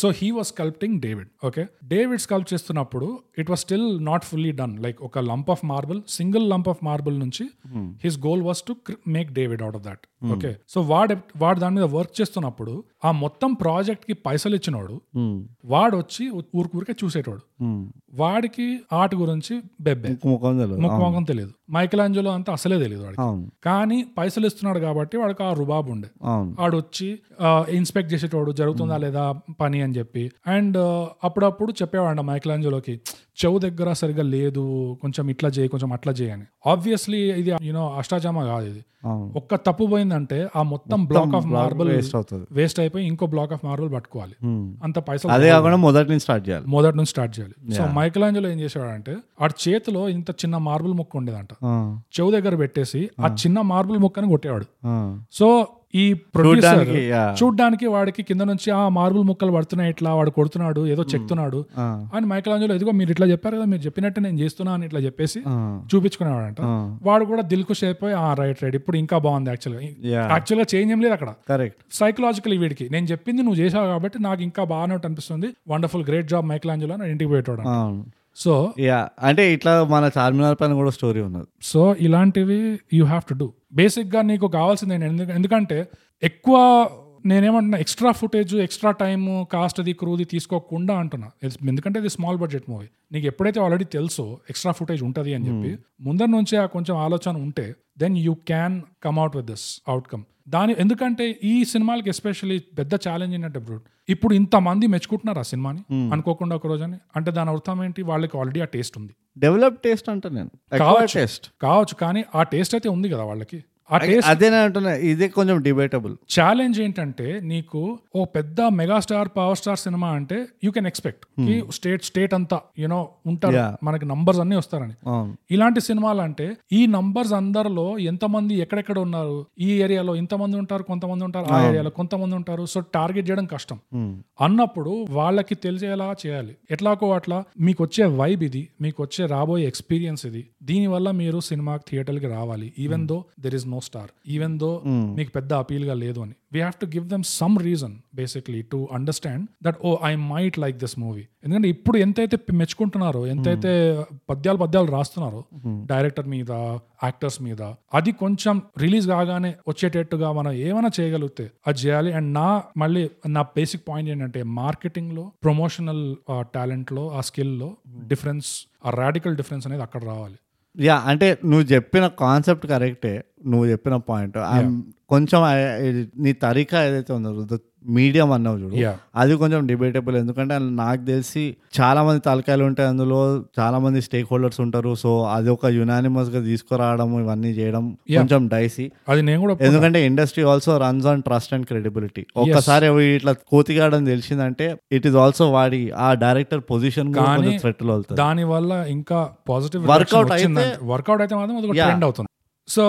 so he was sculpting David okay David sculpt చేస్తున్నప్పుడు it was still not fully done like ఒక lump of marble single lump of marble నుంచి his goal was to make David out of that okay so వాడు వాడు దాని మీద work చేస్తున్నప్పుడు ఆ మొత్తం ప్రాజెక్ట్ కి పైసలు ఇచ్చినోడు
Hmm.
వాడు వచ్చి ఊరికి ఊరికే చూసేటోడు వాడికి ఆట గురించి బెబ్బే
ముఖం తెలియదు
ముఖం ముఖం తెలియదు మైకలాంజలో అంతా అసలే తెలియదు వాడికి
అవును
కానీ పైసలు ఇస్తున్నాడు కాబట్టి వాడికి ఆ రుబాబు ఉండే
అవును
ఆడు వచ్చి ఇన్స్పెక్ట్ చేసేటోడు జరుగుతుందా
Hmm.
లేదా పని అని చెప్పి అండ్ అప్పుడప్పుడు చెప్పేవాడు మైకలాంజలోకి చెవు దగ్గర సరిగ్గా లేదు కొంచెం ఇట్లా చేయి కొంచెం అట్లా చేయి అని ఆబ్వియస్లీ ఇది యూనో అష్టాజామ కాదు ఇది
అవును
ఒక్క తప్పు పోయిందంటే ఆ మొత్తం బ్లాక్ ఆఫ్ మార్బుల్
వేస్ట్ అవుతుంది Hmm.
వేస్ట్ అయిపోయి ఇంకో బ్లాక్ ఆఫ్ మార్బుల్ పట్టుకోవాలి అంత పైసలు
అదే కాకుండా మొదటి నుంచి స్టార్ట్ చేయాలి
మొదటి నుంచి స్టార్ట్ చేయాలి సో మైకలాంజలో ఏం చేసేవాడంటే ఆడి చేతిలో ఇంత చిన్న మార్బుల్ ముక్క ఉండేదంట
ఆ,
చెవు దగ్గర పెట్టేసి ఆ
Hmm.
చిన్న మార్బుల్ ముక్కని కొట్టేవాడు
ఆ.
సో ఈ ప్రొడ్యూసర్
చూడ్డానికి, yeah.
చూడ్డానికి వాడికి కింద నుంచి ఆ మార్బుల్ ముక్కలు పడుతున్నాయి ఇట్లా వాడు కొడుతున్నాడు ఏదో చెక్తున్నాడు
ఆ.
అని మైకలాంజలో ఇదిగో మీరు ఇట్లా చెప్పారు కదా మీరు చెప్పినట్టు నేను చేస్తున్నా అని ఇట్లా చెప్పేసి
ఆ.
చూపించుకునేవాడంట
ఆ.
వాడు కూడా దిల్ ఖుష్ అయిపోయి ఆ రైట్ రైట్ ఇప్పుడు ఇంకా బాగుంది యాక్చువల్గా
Yeah.
యాక్చువల్గా చేంజ్ ఏం లేదు అక్కడ
కరెక్ట్
సైకలాజికల్ వీడికి నేను చెప్పింది నువ్వు చేసావు కాబట్టి నాకు ఇంకా బాగానే అనిపిస్తుంది వండర్ఫుల్ గ్రేట్ జాబ్ మైకలాంజలో అని ఇంటికి పోయేటోడు
అవును
సో
యా అంటే ఇట్లా మన చార్మినార్ పైన కూడా స్టోరీ ఉన్నది
సో ఇలాంటివి you have to do basic గా నీకు కావాల్సింది ఏంటి? ఎందుకు- ఎందుకంటే ఎక్కువ నేనేమంటున్నా extra footage extra time cost అది క్రూది తీసుకోకుండా అంటున్నా ఎస్- ఎందుకంటే ఇది స్మాల్ బడ్జెట్ మూవీ నీకు ఎప్పుడైతే ఆల్రెడీ తెలుసో ఎక్స్ట్రా ఫుటేజ్ ఉంటుంది అని చెప్పి ముందర నుంచే ఆ కొంచెం ఆలోచన ఉంటే then you can come at with this outcome దాని ఎందుకంటే ఈ సినిమాలకి ఎస్పెషల్లీ పెద్ద ఛాలెంజ్ ఏంటంటే బ్రూట్ ఇప్పుడు ఇంతమంది మెచ్చుకుంటున్నారు ఆ సినిమాని అనుకోకుండా ఒక రోజని అంటే దాని అర్థం ఏంటి వాళ్ళకి ఆల్రెడీ ఆ టేస్ట్ ఉంది
డెవలప్ టేస్ట్ అంట నేను ఎక్కువ
కావచ్చు.
టేస్ట్
కావచ్చు కానీ ఆ టేస్ట్ అయితే ఉంది కదా వాళ్ళకి ఆ టేస్ట్
అదే నేను అంటున్నా ఇదే కొంచెం డిబేటబుల్
ఛాలెంజ్ ఏంటంటే నీకు ఓ పెద్ద మెగాస్టార్ పవర్ స్టార్ సినిమా అంటే you can expect state state అంతా యూనో ఉంటారు
Yeah.
మనకి నంబర్స్ అన్ని వస్తారని
అవును
ఇలాంటి సినిమాలు అంటే ఈ నంబర్స్ అందరిలో ఎంతమంది ఎక్కడెక్కడ ఉన్నారు ఈ ఏరియాలో ఇంతమంది ఉంటారు కొంతమంది ఉంటారు ఆ ఏరియాలో కొంతమంది ఉంటారు సో టార్గెట్ చేయడం కష్టం
Hmm.
అన్నప్పుడు వాళ్ళకి తెలిసేలా చేయాలి ఎట్లాకో అట్లా మీకు వచ్చే వైబ్ ఇది మీకు వచ్చే రాబోయే ఎక్స్పీరియన్స్ ఇది దీనివల్ల మీరు సినిమా థియేటర్కి రావాలి even though there is no star even though మీకు పెద్ద appeal గా లేదు అని we have to give them some reason basically to understand that oh I might like this movie ఎందుకంటే ఇప్పుడు ఎంతైతే పి- మెచ్చుకుంటున్నారో ఎంతైతే పద్యాలు పద్యాలు రాస్తున్నారో డైరెక్టర్ మీద యాక్టర్స్ మీద అది కొంచెం రిలీజ్ కాగానే వచ్చేటట్టుగా మనం ఏమైనా చేయగలిగితే అది చేయాలి అండ్ నా మళ్ళీ నా బేసిక్ పాయింట్ ఏంటంటే మార్కెటింగ్ లో ప్రమోషనల్ టాలెంట్ లో ఆ స్కిల్ లో డిఫరెన్స్ ఆ రాడికల్ డిఫరెన్స్ అనేది అక్కడ రావాలి
యా అంటే నువ్వు చెప్పిన కాన్సెప్ట్ కరెక్టే నువ్వు చెప్పిన పాయింట్ కొంచెం I- ఇది నీ తరీకా ఏదైతే ఉందో మీడియం అన్నావు చూడు
Yeah.
అది కొంచెం డిబేటబుల్ ఎందుకంటే అది నాకు తెలిసి చాలా మంది తలకాయలు ఉంటాయి అందులో చాలా మంది స్టేక్ హోల్డర్స్ ఉంటారు సో అది ఒక యునానిమస్ గా తీసుకురావడం ఇవన్నీ చేయడం కొంచెం డైసీ
అది నేను కూడా
ఎందుకంటే industry also runs on trust and credibility ఒక్కసారి అవి ఇట్లా కోతిగాడని తెలిసిందంటే ఇట్ ఈస్ ఆల్సో వాడి ఆ డైరెక్టర్ పొజిషన్
కానీ
థ్రెట్ లో వెళ్తుంది
దాని వల్ల ఇంకా పాజిటివ్
Workout
వర్కౌట్ అయితే మాత్రం అది ఒక
Yeah.
ట్రెండ్ అవుతుంది సో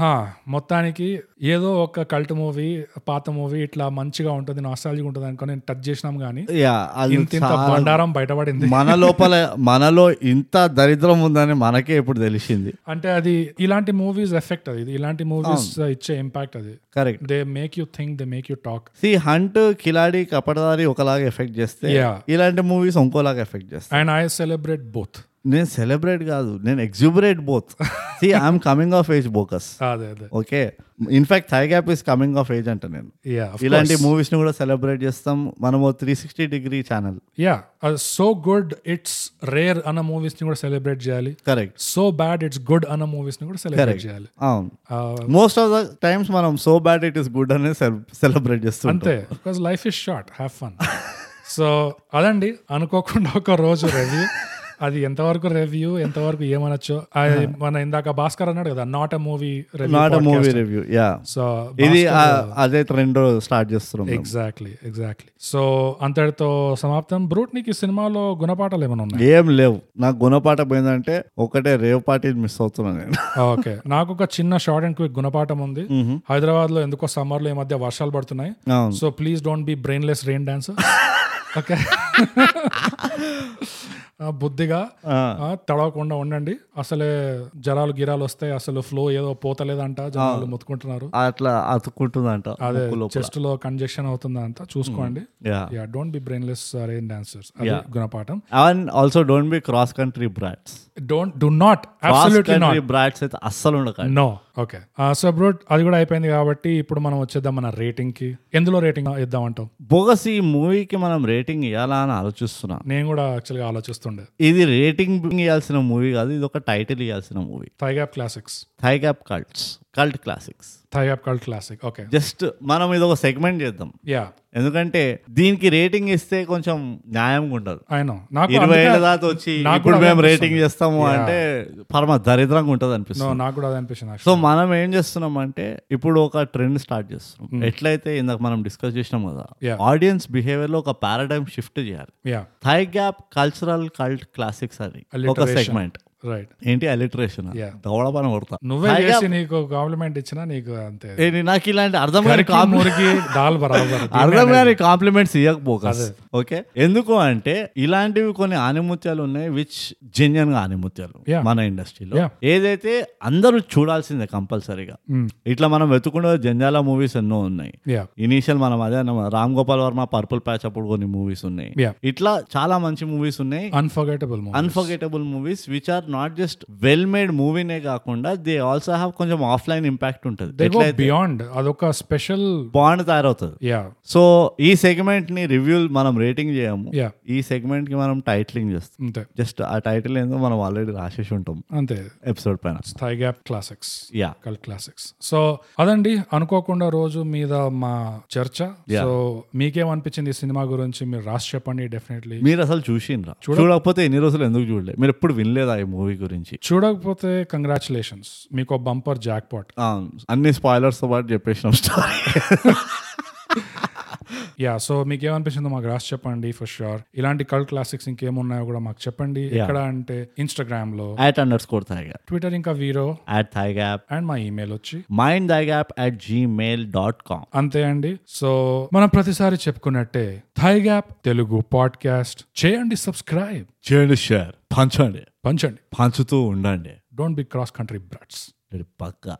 హా, మొత్తానికి ఏదో ఒక కల్ట్ మూవీ పాత మూవీ ఇట్లా మంచిగా ఉంటుంది నాస్టాలజీగా ఉంటుంది అనుకో నేను టచ్ చేసినాం కానీ
యా అది
ఇంత ఇంత
చాలా-
బండారం బయటపడింది
మన లోపల మనలో ఇంత దరిద్రం ఉందని మనకే ఇప్పుడు తెలిసింది
అంటే అది ఇలాంటి మూవీస్ ఎఫెక్ట్ అది ఇలాంటి మూవీస్ ఇచ్చే ఇంపాక్ట్ అది
correct
they make you think they make you talk
C hunt Khiladi Kapatadhaari ఒకలాగా ఎఫెక్ట్ చేస్తే
Yeah.
ఇలాంటి మూవీస్ ఇంకోలాగా ఎఫెక్ట్ చేస్తాయి
అండ్ ఐ సెలబ్రేట్ బోత్
నేను సెలబ్రేట్ కాదు నేను exuberate both C I'm coming of age bogus
అదే అదే
okay in fact thigh gap is coming of age అంట నేను
యా
ఇలాంటి మూవీస్ ని కూడా సెలబ్రేట్ చేస్తాం మనము three sixty degree channel
yeah so good it's rare అన్న మూవీస్ ని కూడా సెలబ్రేట్ చేయాలి
correct
so bad it's good అన్న మూవీస్ ని కూడా సెలబ్రేట్
Correct.
చేయాలి
అవును
ఆ,
మోస్ట్ ఆఫ్ ద టైమ్స్ మనం so bad it is good అనేది సెలబ్రేట్ చేస్తాం
అంతే because life is short have fun so అదండి అనుకోకుండా ఒక రోజు రివ్యూ అది ఎంతవరకు రివ్యూ ఎంతవరకు ఏమనొచ్చో అది మన ఇందాక భాస్కర్ అన్నాడు కదా not a movie
not
review
a movie review yeah
so
ఇది ఆ- అదే ట్రెండ్ స్టార్ట్ చేస్తున్నాం మేము.
ఎగ్జాక్ట్లీ ఎగ్జాక్ట్లీ సో అంతటితో సమాప్తం బ్రూట్ నీకు ఈ సినిమాలో గుణపాఠాలు ఏమైనా ఉన్నాయి
ఏం లేవు నాకు గుణపాట పోయిందంటే ఒకటే రేవ్ పార్టీ మిస్ అవుతున్నాను నేను
ఓకే నాకు ఒక చిన్న షార్ట్ అండ్ క్విక్ గుణపాఠం ఉంది హైదరాబాద్ లో ఎందుకో సమ్మర్ లో ఈ మధ్య వర్షాలు పడుతున్నాయి
అవును
so please don't be brainless rain dancer okay Ah, బుద్ధిగా
ఆ,
ఆ, తడవకుండా ఉండండి అసలే జరాలు గిరాలు వస్తాయి అసలు ఫ్లో ఏదో పోతలేదంట జనాలు మొత్తుకుంటున్నారు
అట్లా అతుక్కుంటుందంట
అదే
ముక్కులో.
చెస్ట్ లో కంజెక్షన్ అవుతుందంట చూసుకోండి
yeah
yeah don't be brainless rain dancers uh, అది గుణపాఠం
and also don't be cross country brats
don't do not
cross
absolutely not
country brats అయితే అస్సలు ఉండకండి
no okay so bro Ah, అది కూడా అయిపోయింది కాబట్టి ఇప్పుడు మనం వచ్చేద్దాం మన రేటింగ్ కి ఎందులో రేటింగ్ ఇద్దాం అంటాం
బోగస్ ఈ మూవీకి మనం రేటింగ్ ఇవ్వాలా అని ఆలోచిస్తున్నా
నేను కూడా యాక్చువల్ గా ఆలోచిస్తుండే
ఇది రేటింగ్ ఇవ్వాల్సిన మూవీ కాదు ఇది ఒక టైటిల్ ఇవ్వాల్సిన movie
thigh gap classics
thigh gap cults cult classics
thigh gap cult classic okay
just మనం ఇది ఒక సెగ్మెంట్ చేద్దాం
యా
ఎందుకంటే దీనికి రేటింగ్ ఇస్తే కొంచెం న్యాయంగా ఉండదు
ఐ నో నాకు
ఇరవై
అందుకే-
ఏళ్ళ దాకా వచ్చి
నాకు
ఇప్పుడు
కూడా
మేము
అదే
రేటింగ్ చేస్తాము అంటే పరమ దరిద్రంగా ఉంటుంది అనిపిస్తుంది
No, నాకు కూడా అది అనిపించింది actually.
సో మనం ఏం చేస్తున్నాం అంటే ఇప్పుడు ఒక ట్రెండ్ స్టార్ట్ చేస్తున్నాం ఎట్లయితే ఇందాక మనం డిస్కస్ చేసినాం కదా
Hmm. Yeah.
ఆడియన్స్ బిహేవియర్ లో ఒక పారాడైమ్ షిఫ్ట్ చేయాలి
yeah
thigh gap cultural cult classics అని ఒక
Alliteration.
సెగ్మెంట్
రైట్
ఏంటి అలిటరేషన్
Yeah.
దవడపన కొడతా
నువ్వే
Thai gap-
చేసి నీకు కాంప్లిమెంట్ ఇచ్చినా నీకు అంతే
ఏంటి నాకు ఇలాంటి అర్థం కాని
కరికి
కాంప్లి-
మురికి దాల్ బరాబర్
అర్థం కాని కాంప్లిమెంట్స్ ఇవ్వకపోకస్ ఓకే ఎందుకు అంటే ఇలాంటివి కొన్ని ఆనిముత్యాలు ఉన్నాయి విచ్ జెన్యున్ గా ఆనిముత్యాలు
Yeah.
మన ఇండస్ట్రీలో
Yeah. Hmm.
ఏదైతే అందరూ చూడాల్సిందే కంపల్సరీగా ఇట్లా మనం వెతుకుండా జంజాల మూవీస్ ఎన్నో ఉన్నాయి
యా
ఇనీషియల్ మనం అదే అన్నాం, రామ్ గోపాల్ వర్మ పర్పుల్ ప్యాచ్ అప్పుడు కొన్ని మూవీస్ ఉన్నాయి
Yeah.
ఇట్లా చాలా మంచి మూవీస్ ఉన్నాయి
unforgettable movie
unforgettable movies which are not just well made మూవీనే కాకుండా దే ఆల్సో హ్యావ్ కొంచెం ఆఫ్లైన్ ఇంపాక్ట్ ఉంటుంది
దే గో బియాండ్ అదొక స్పెషల్
బాండ్ తయారవుతుంది
యా
సో ఈ సెగ్మెంట్ ని రివ్యూ మనం రేటింగ్ చేయము
Yeah.
ఈ సెగ్మెంట్ కి మనం టైటిలింగ్ చేస్తాం
అంతే
జస్ట్ ఆ టైటిల్ ఏందో మనం ఆల్రెడీ రాసేసి ఉంటాం
అంతే
ఎపిసోడ్ పైన
thigh gap classics
yeah
cult classics so అదండి అనుకోకుండా రోజు మీద మా చర్చ సో మీకేమనిపించింది ఈ సినిమా గురించి మీరు రాసి చెప్పండి డెఫినెట్లీ
మీరు అసలు చూసిండ్రా చూడకపోతే ఎన్ని రోజులు ఎందుకు చూడలేదు మీరు ఎప్పుడు వినలేదా ఈ మూవీ గురించి
చూడకపోతే కంగ్రాచులేషన్స్ మీకు బంపర్ జాక్ పాట్
ఆ, అన్ని స్పాయిలర్స్ తో పాటు చెప్పేసినాం స్టోరీ
యా సో మీకు ఏమనిపించిందో మాకు రాసి చెప్పండి ఫర్ షూర్ ఇలాంటి కల్ క్లాసిక్స్ ఇంకేమున్నాయో కూడా మాకు చెప్పండి ఎక్కడ అంటే ఇన్స్టాగ్రామ్ లో
at under score thigh gap
Twitter ఇంకా వీరో
యాట్ థై గ్యాప్
అండ్ మా ఇమెయిల్ వచ్చి
mind thigh gap at Gmail dot com
అంతే అండి సో మనం ప్రతిసారి చెప్పుకున్నట్టే థై గ్యాప్ తెలుగు పాడ్కాస్ట్ చేయండి సబ్స్క్రైబ్
చేయండి షేర్ పంచండి
పంచండి
పంచుతూ ఉండండి
don't be cross country brats
మీరు పక్కా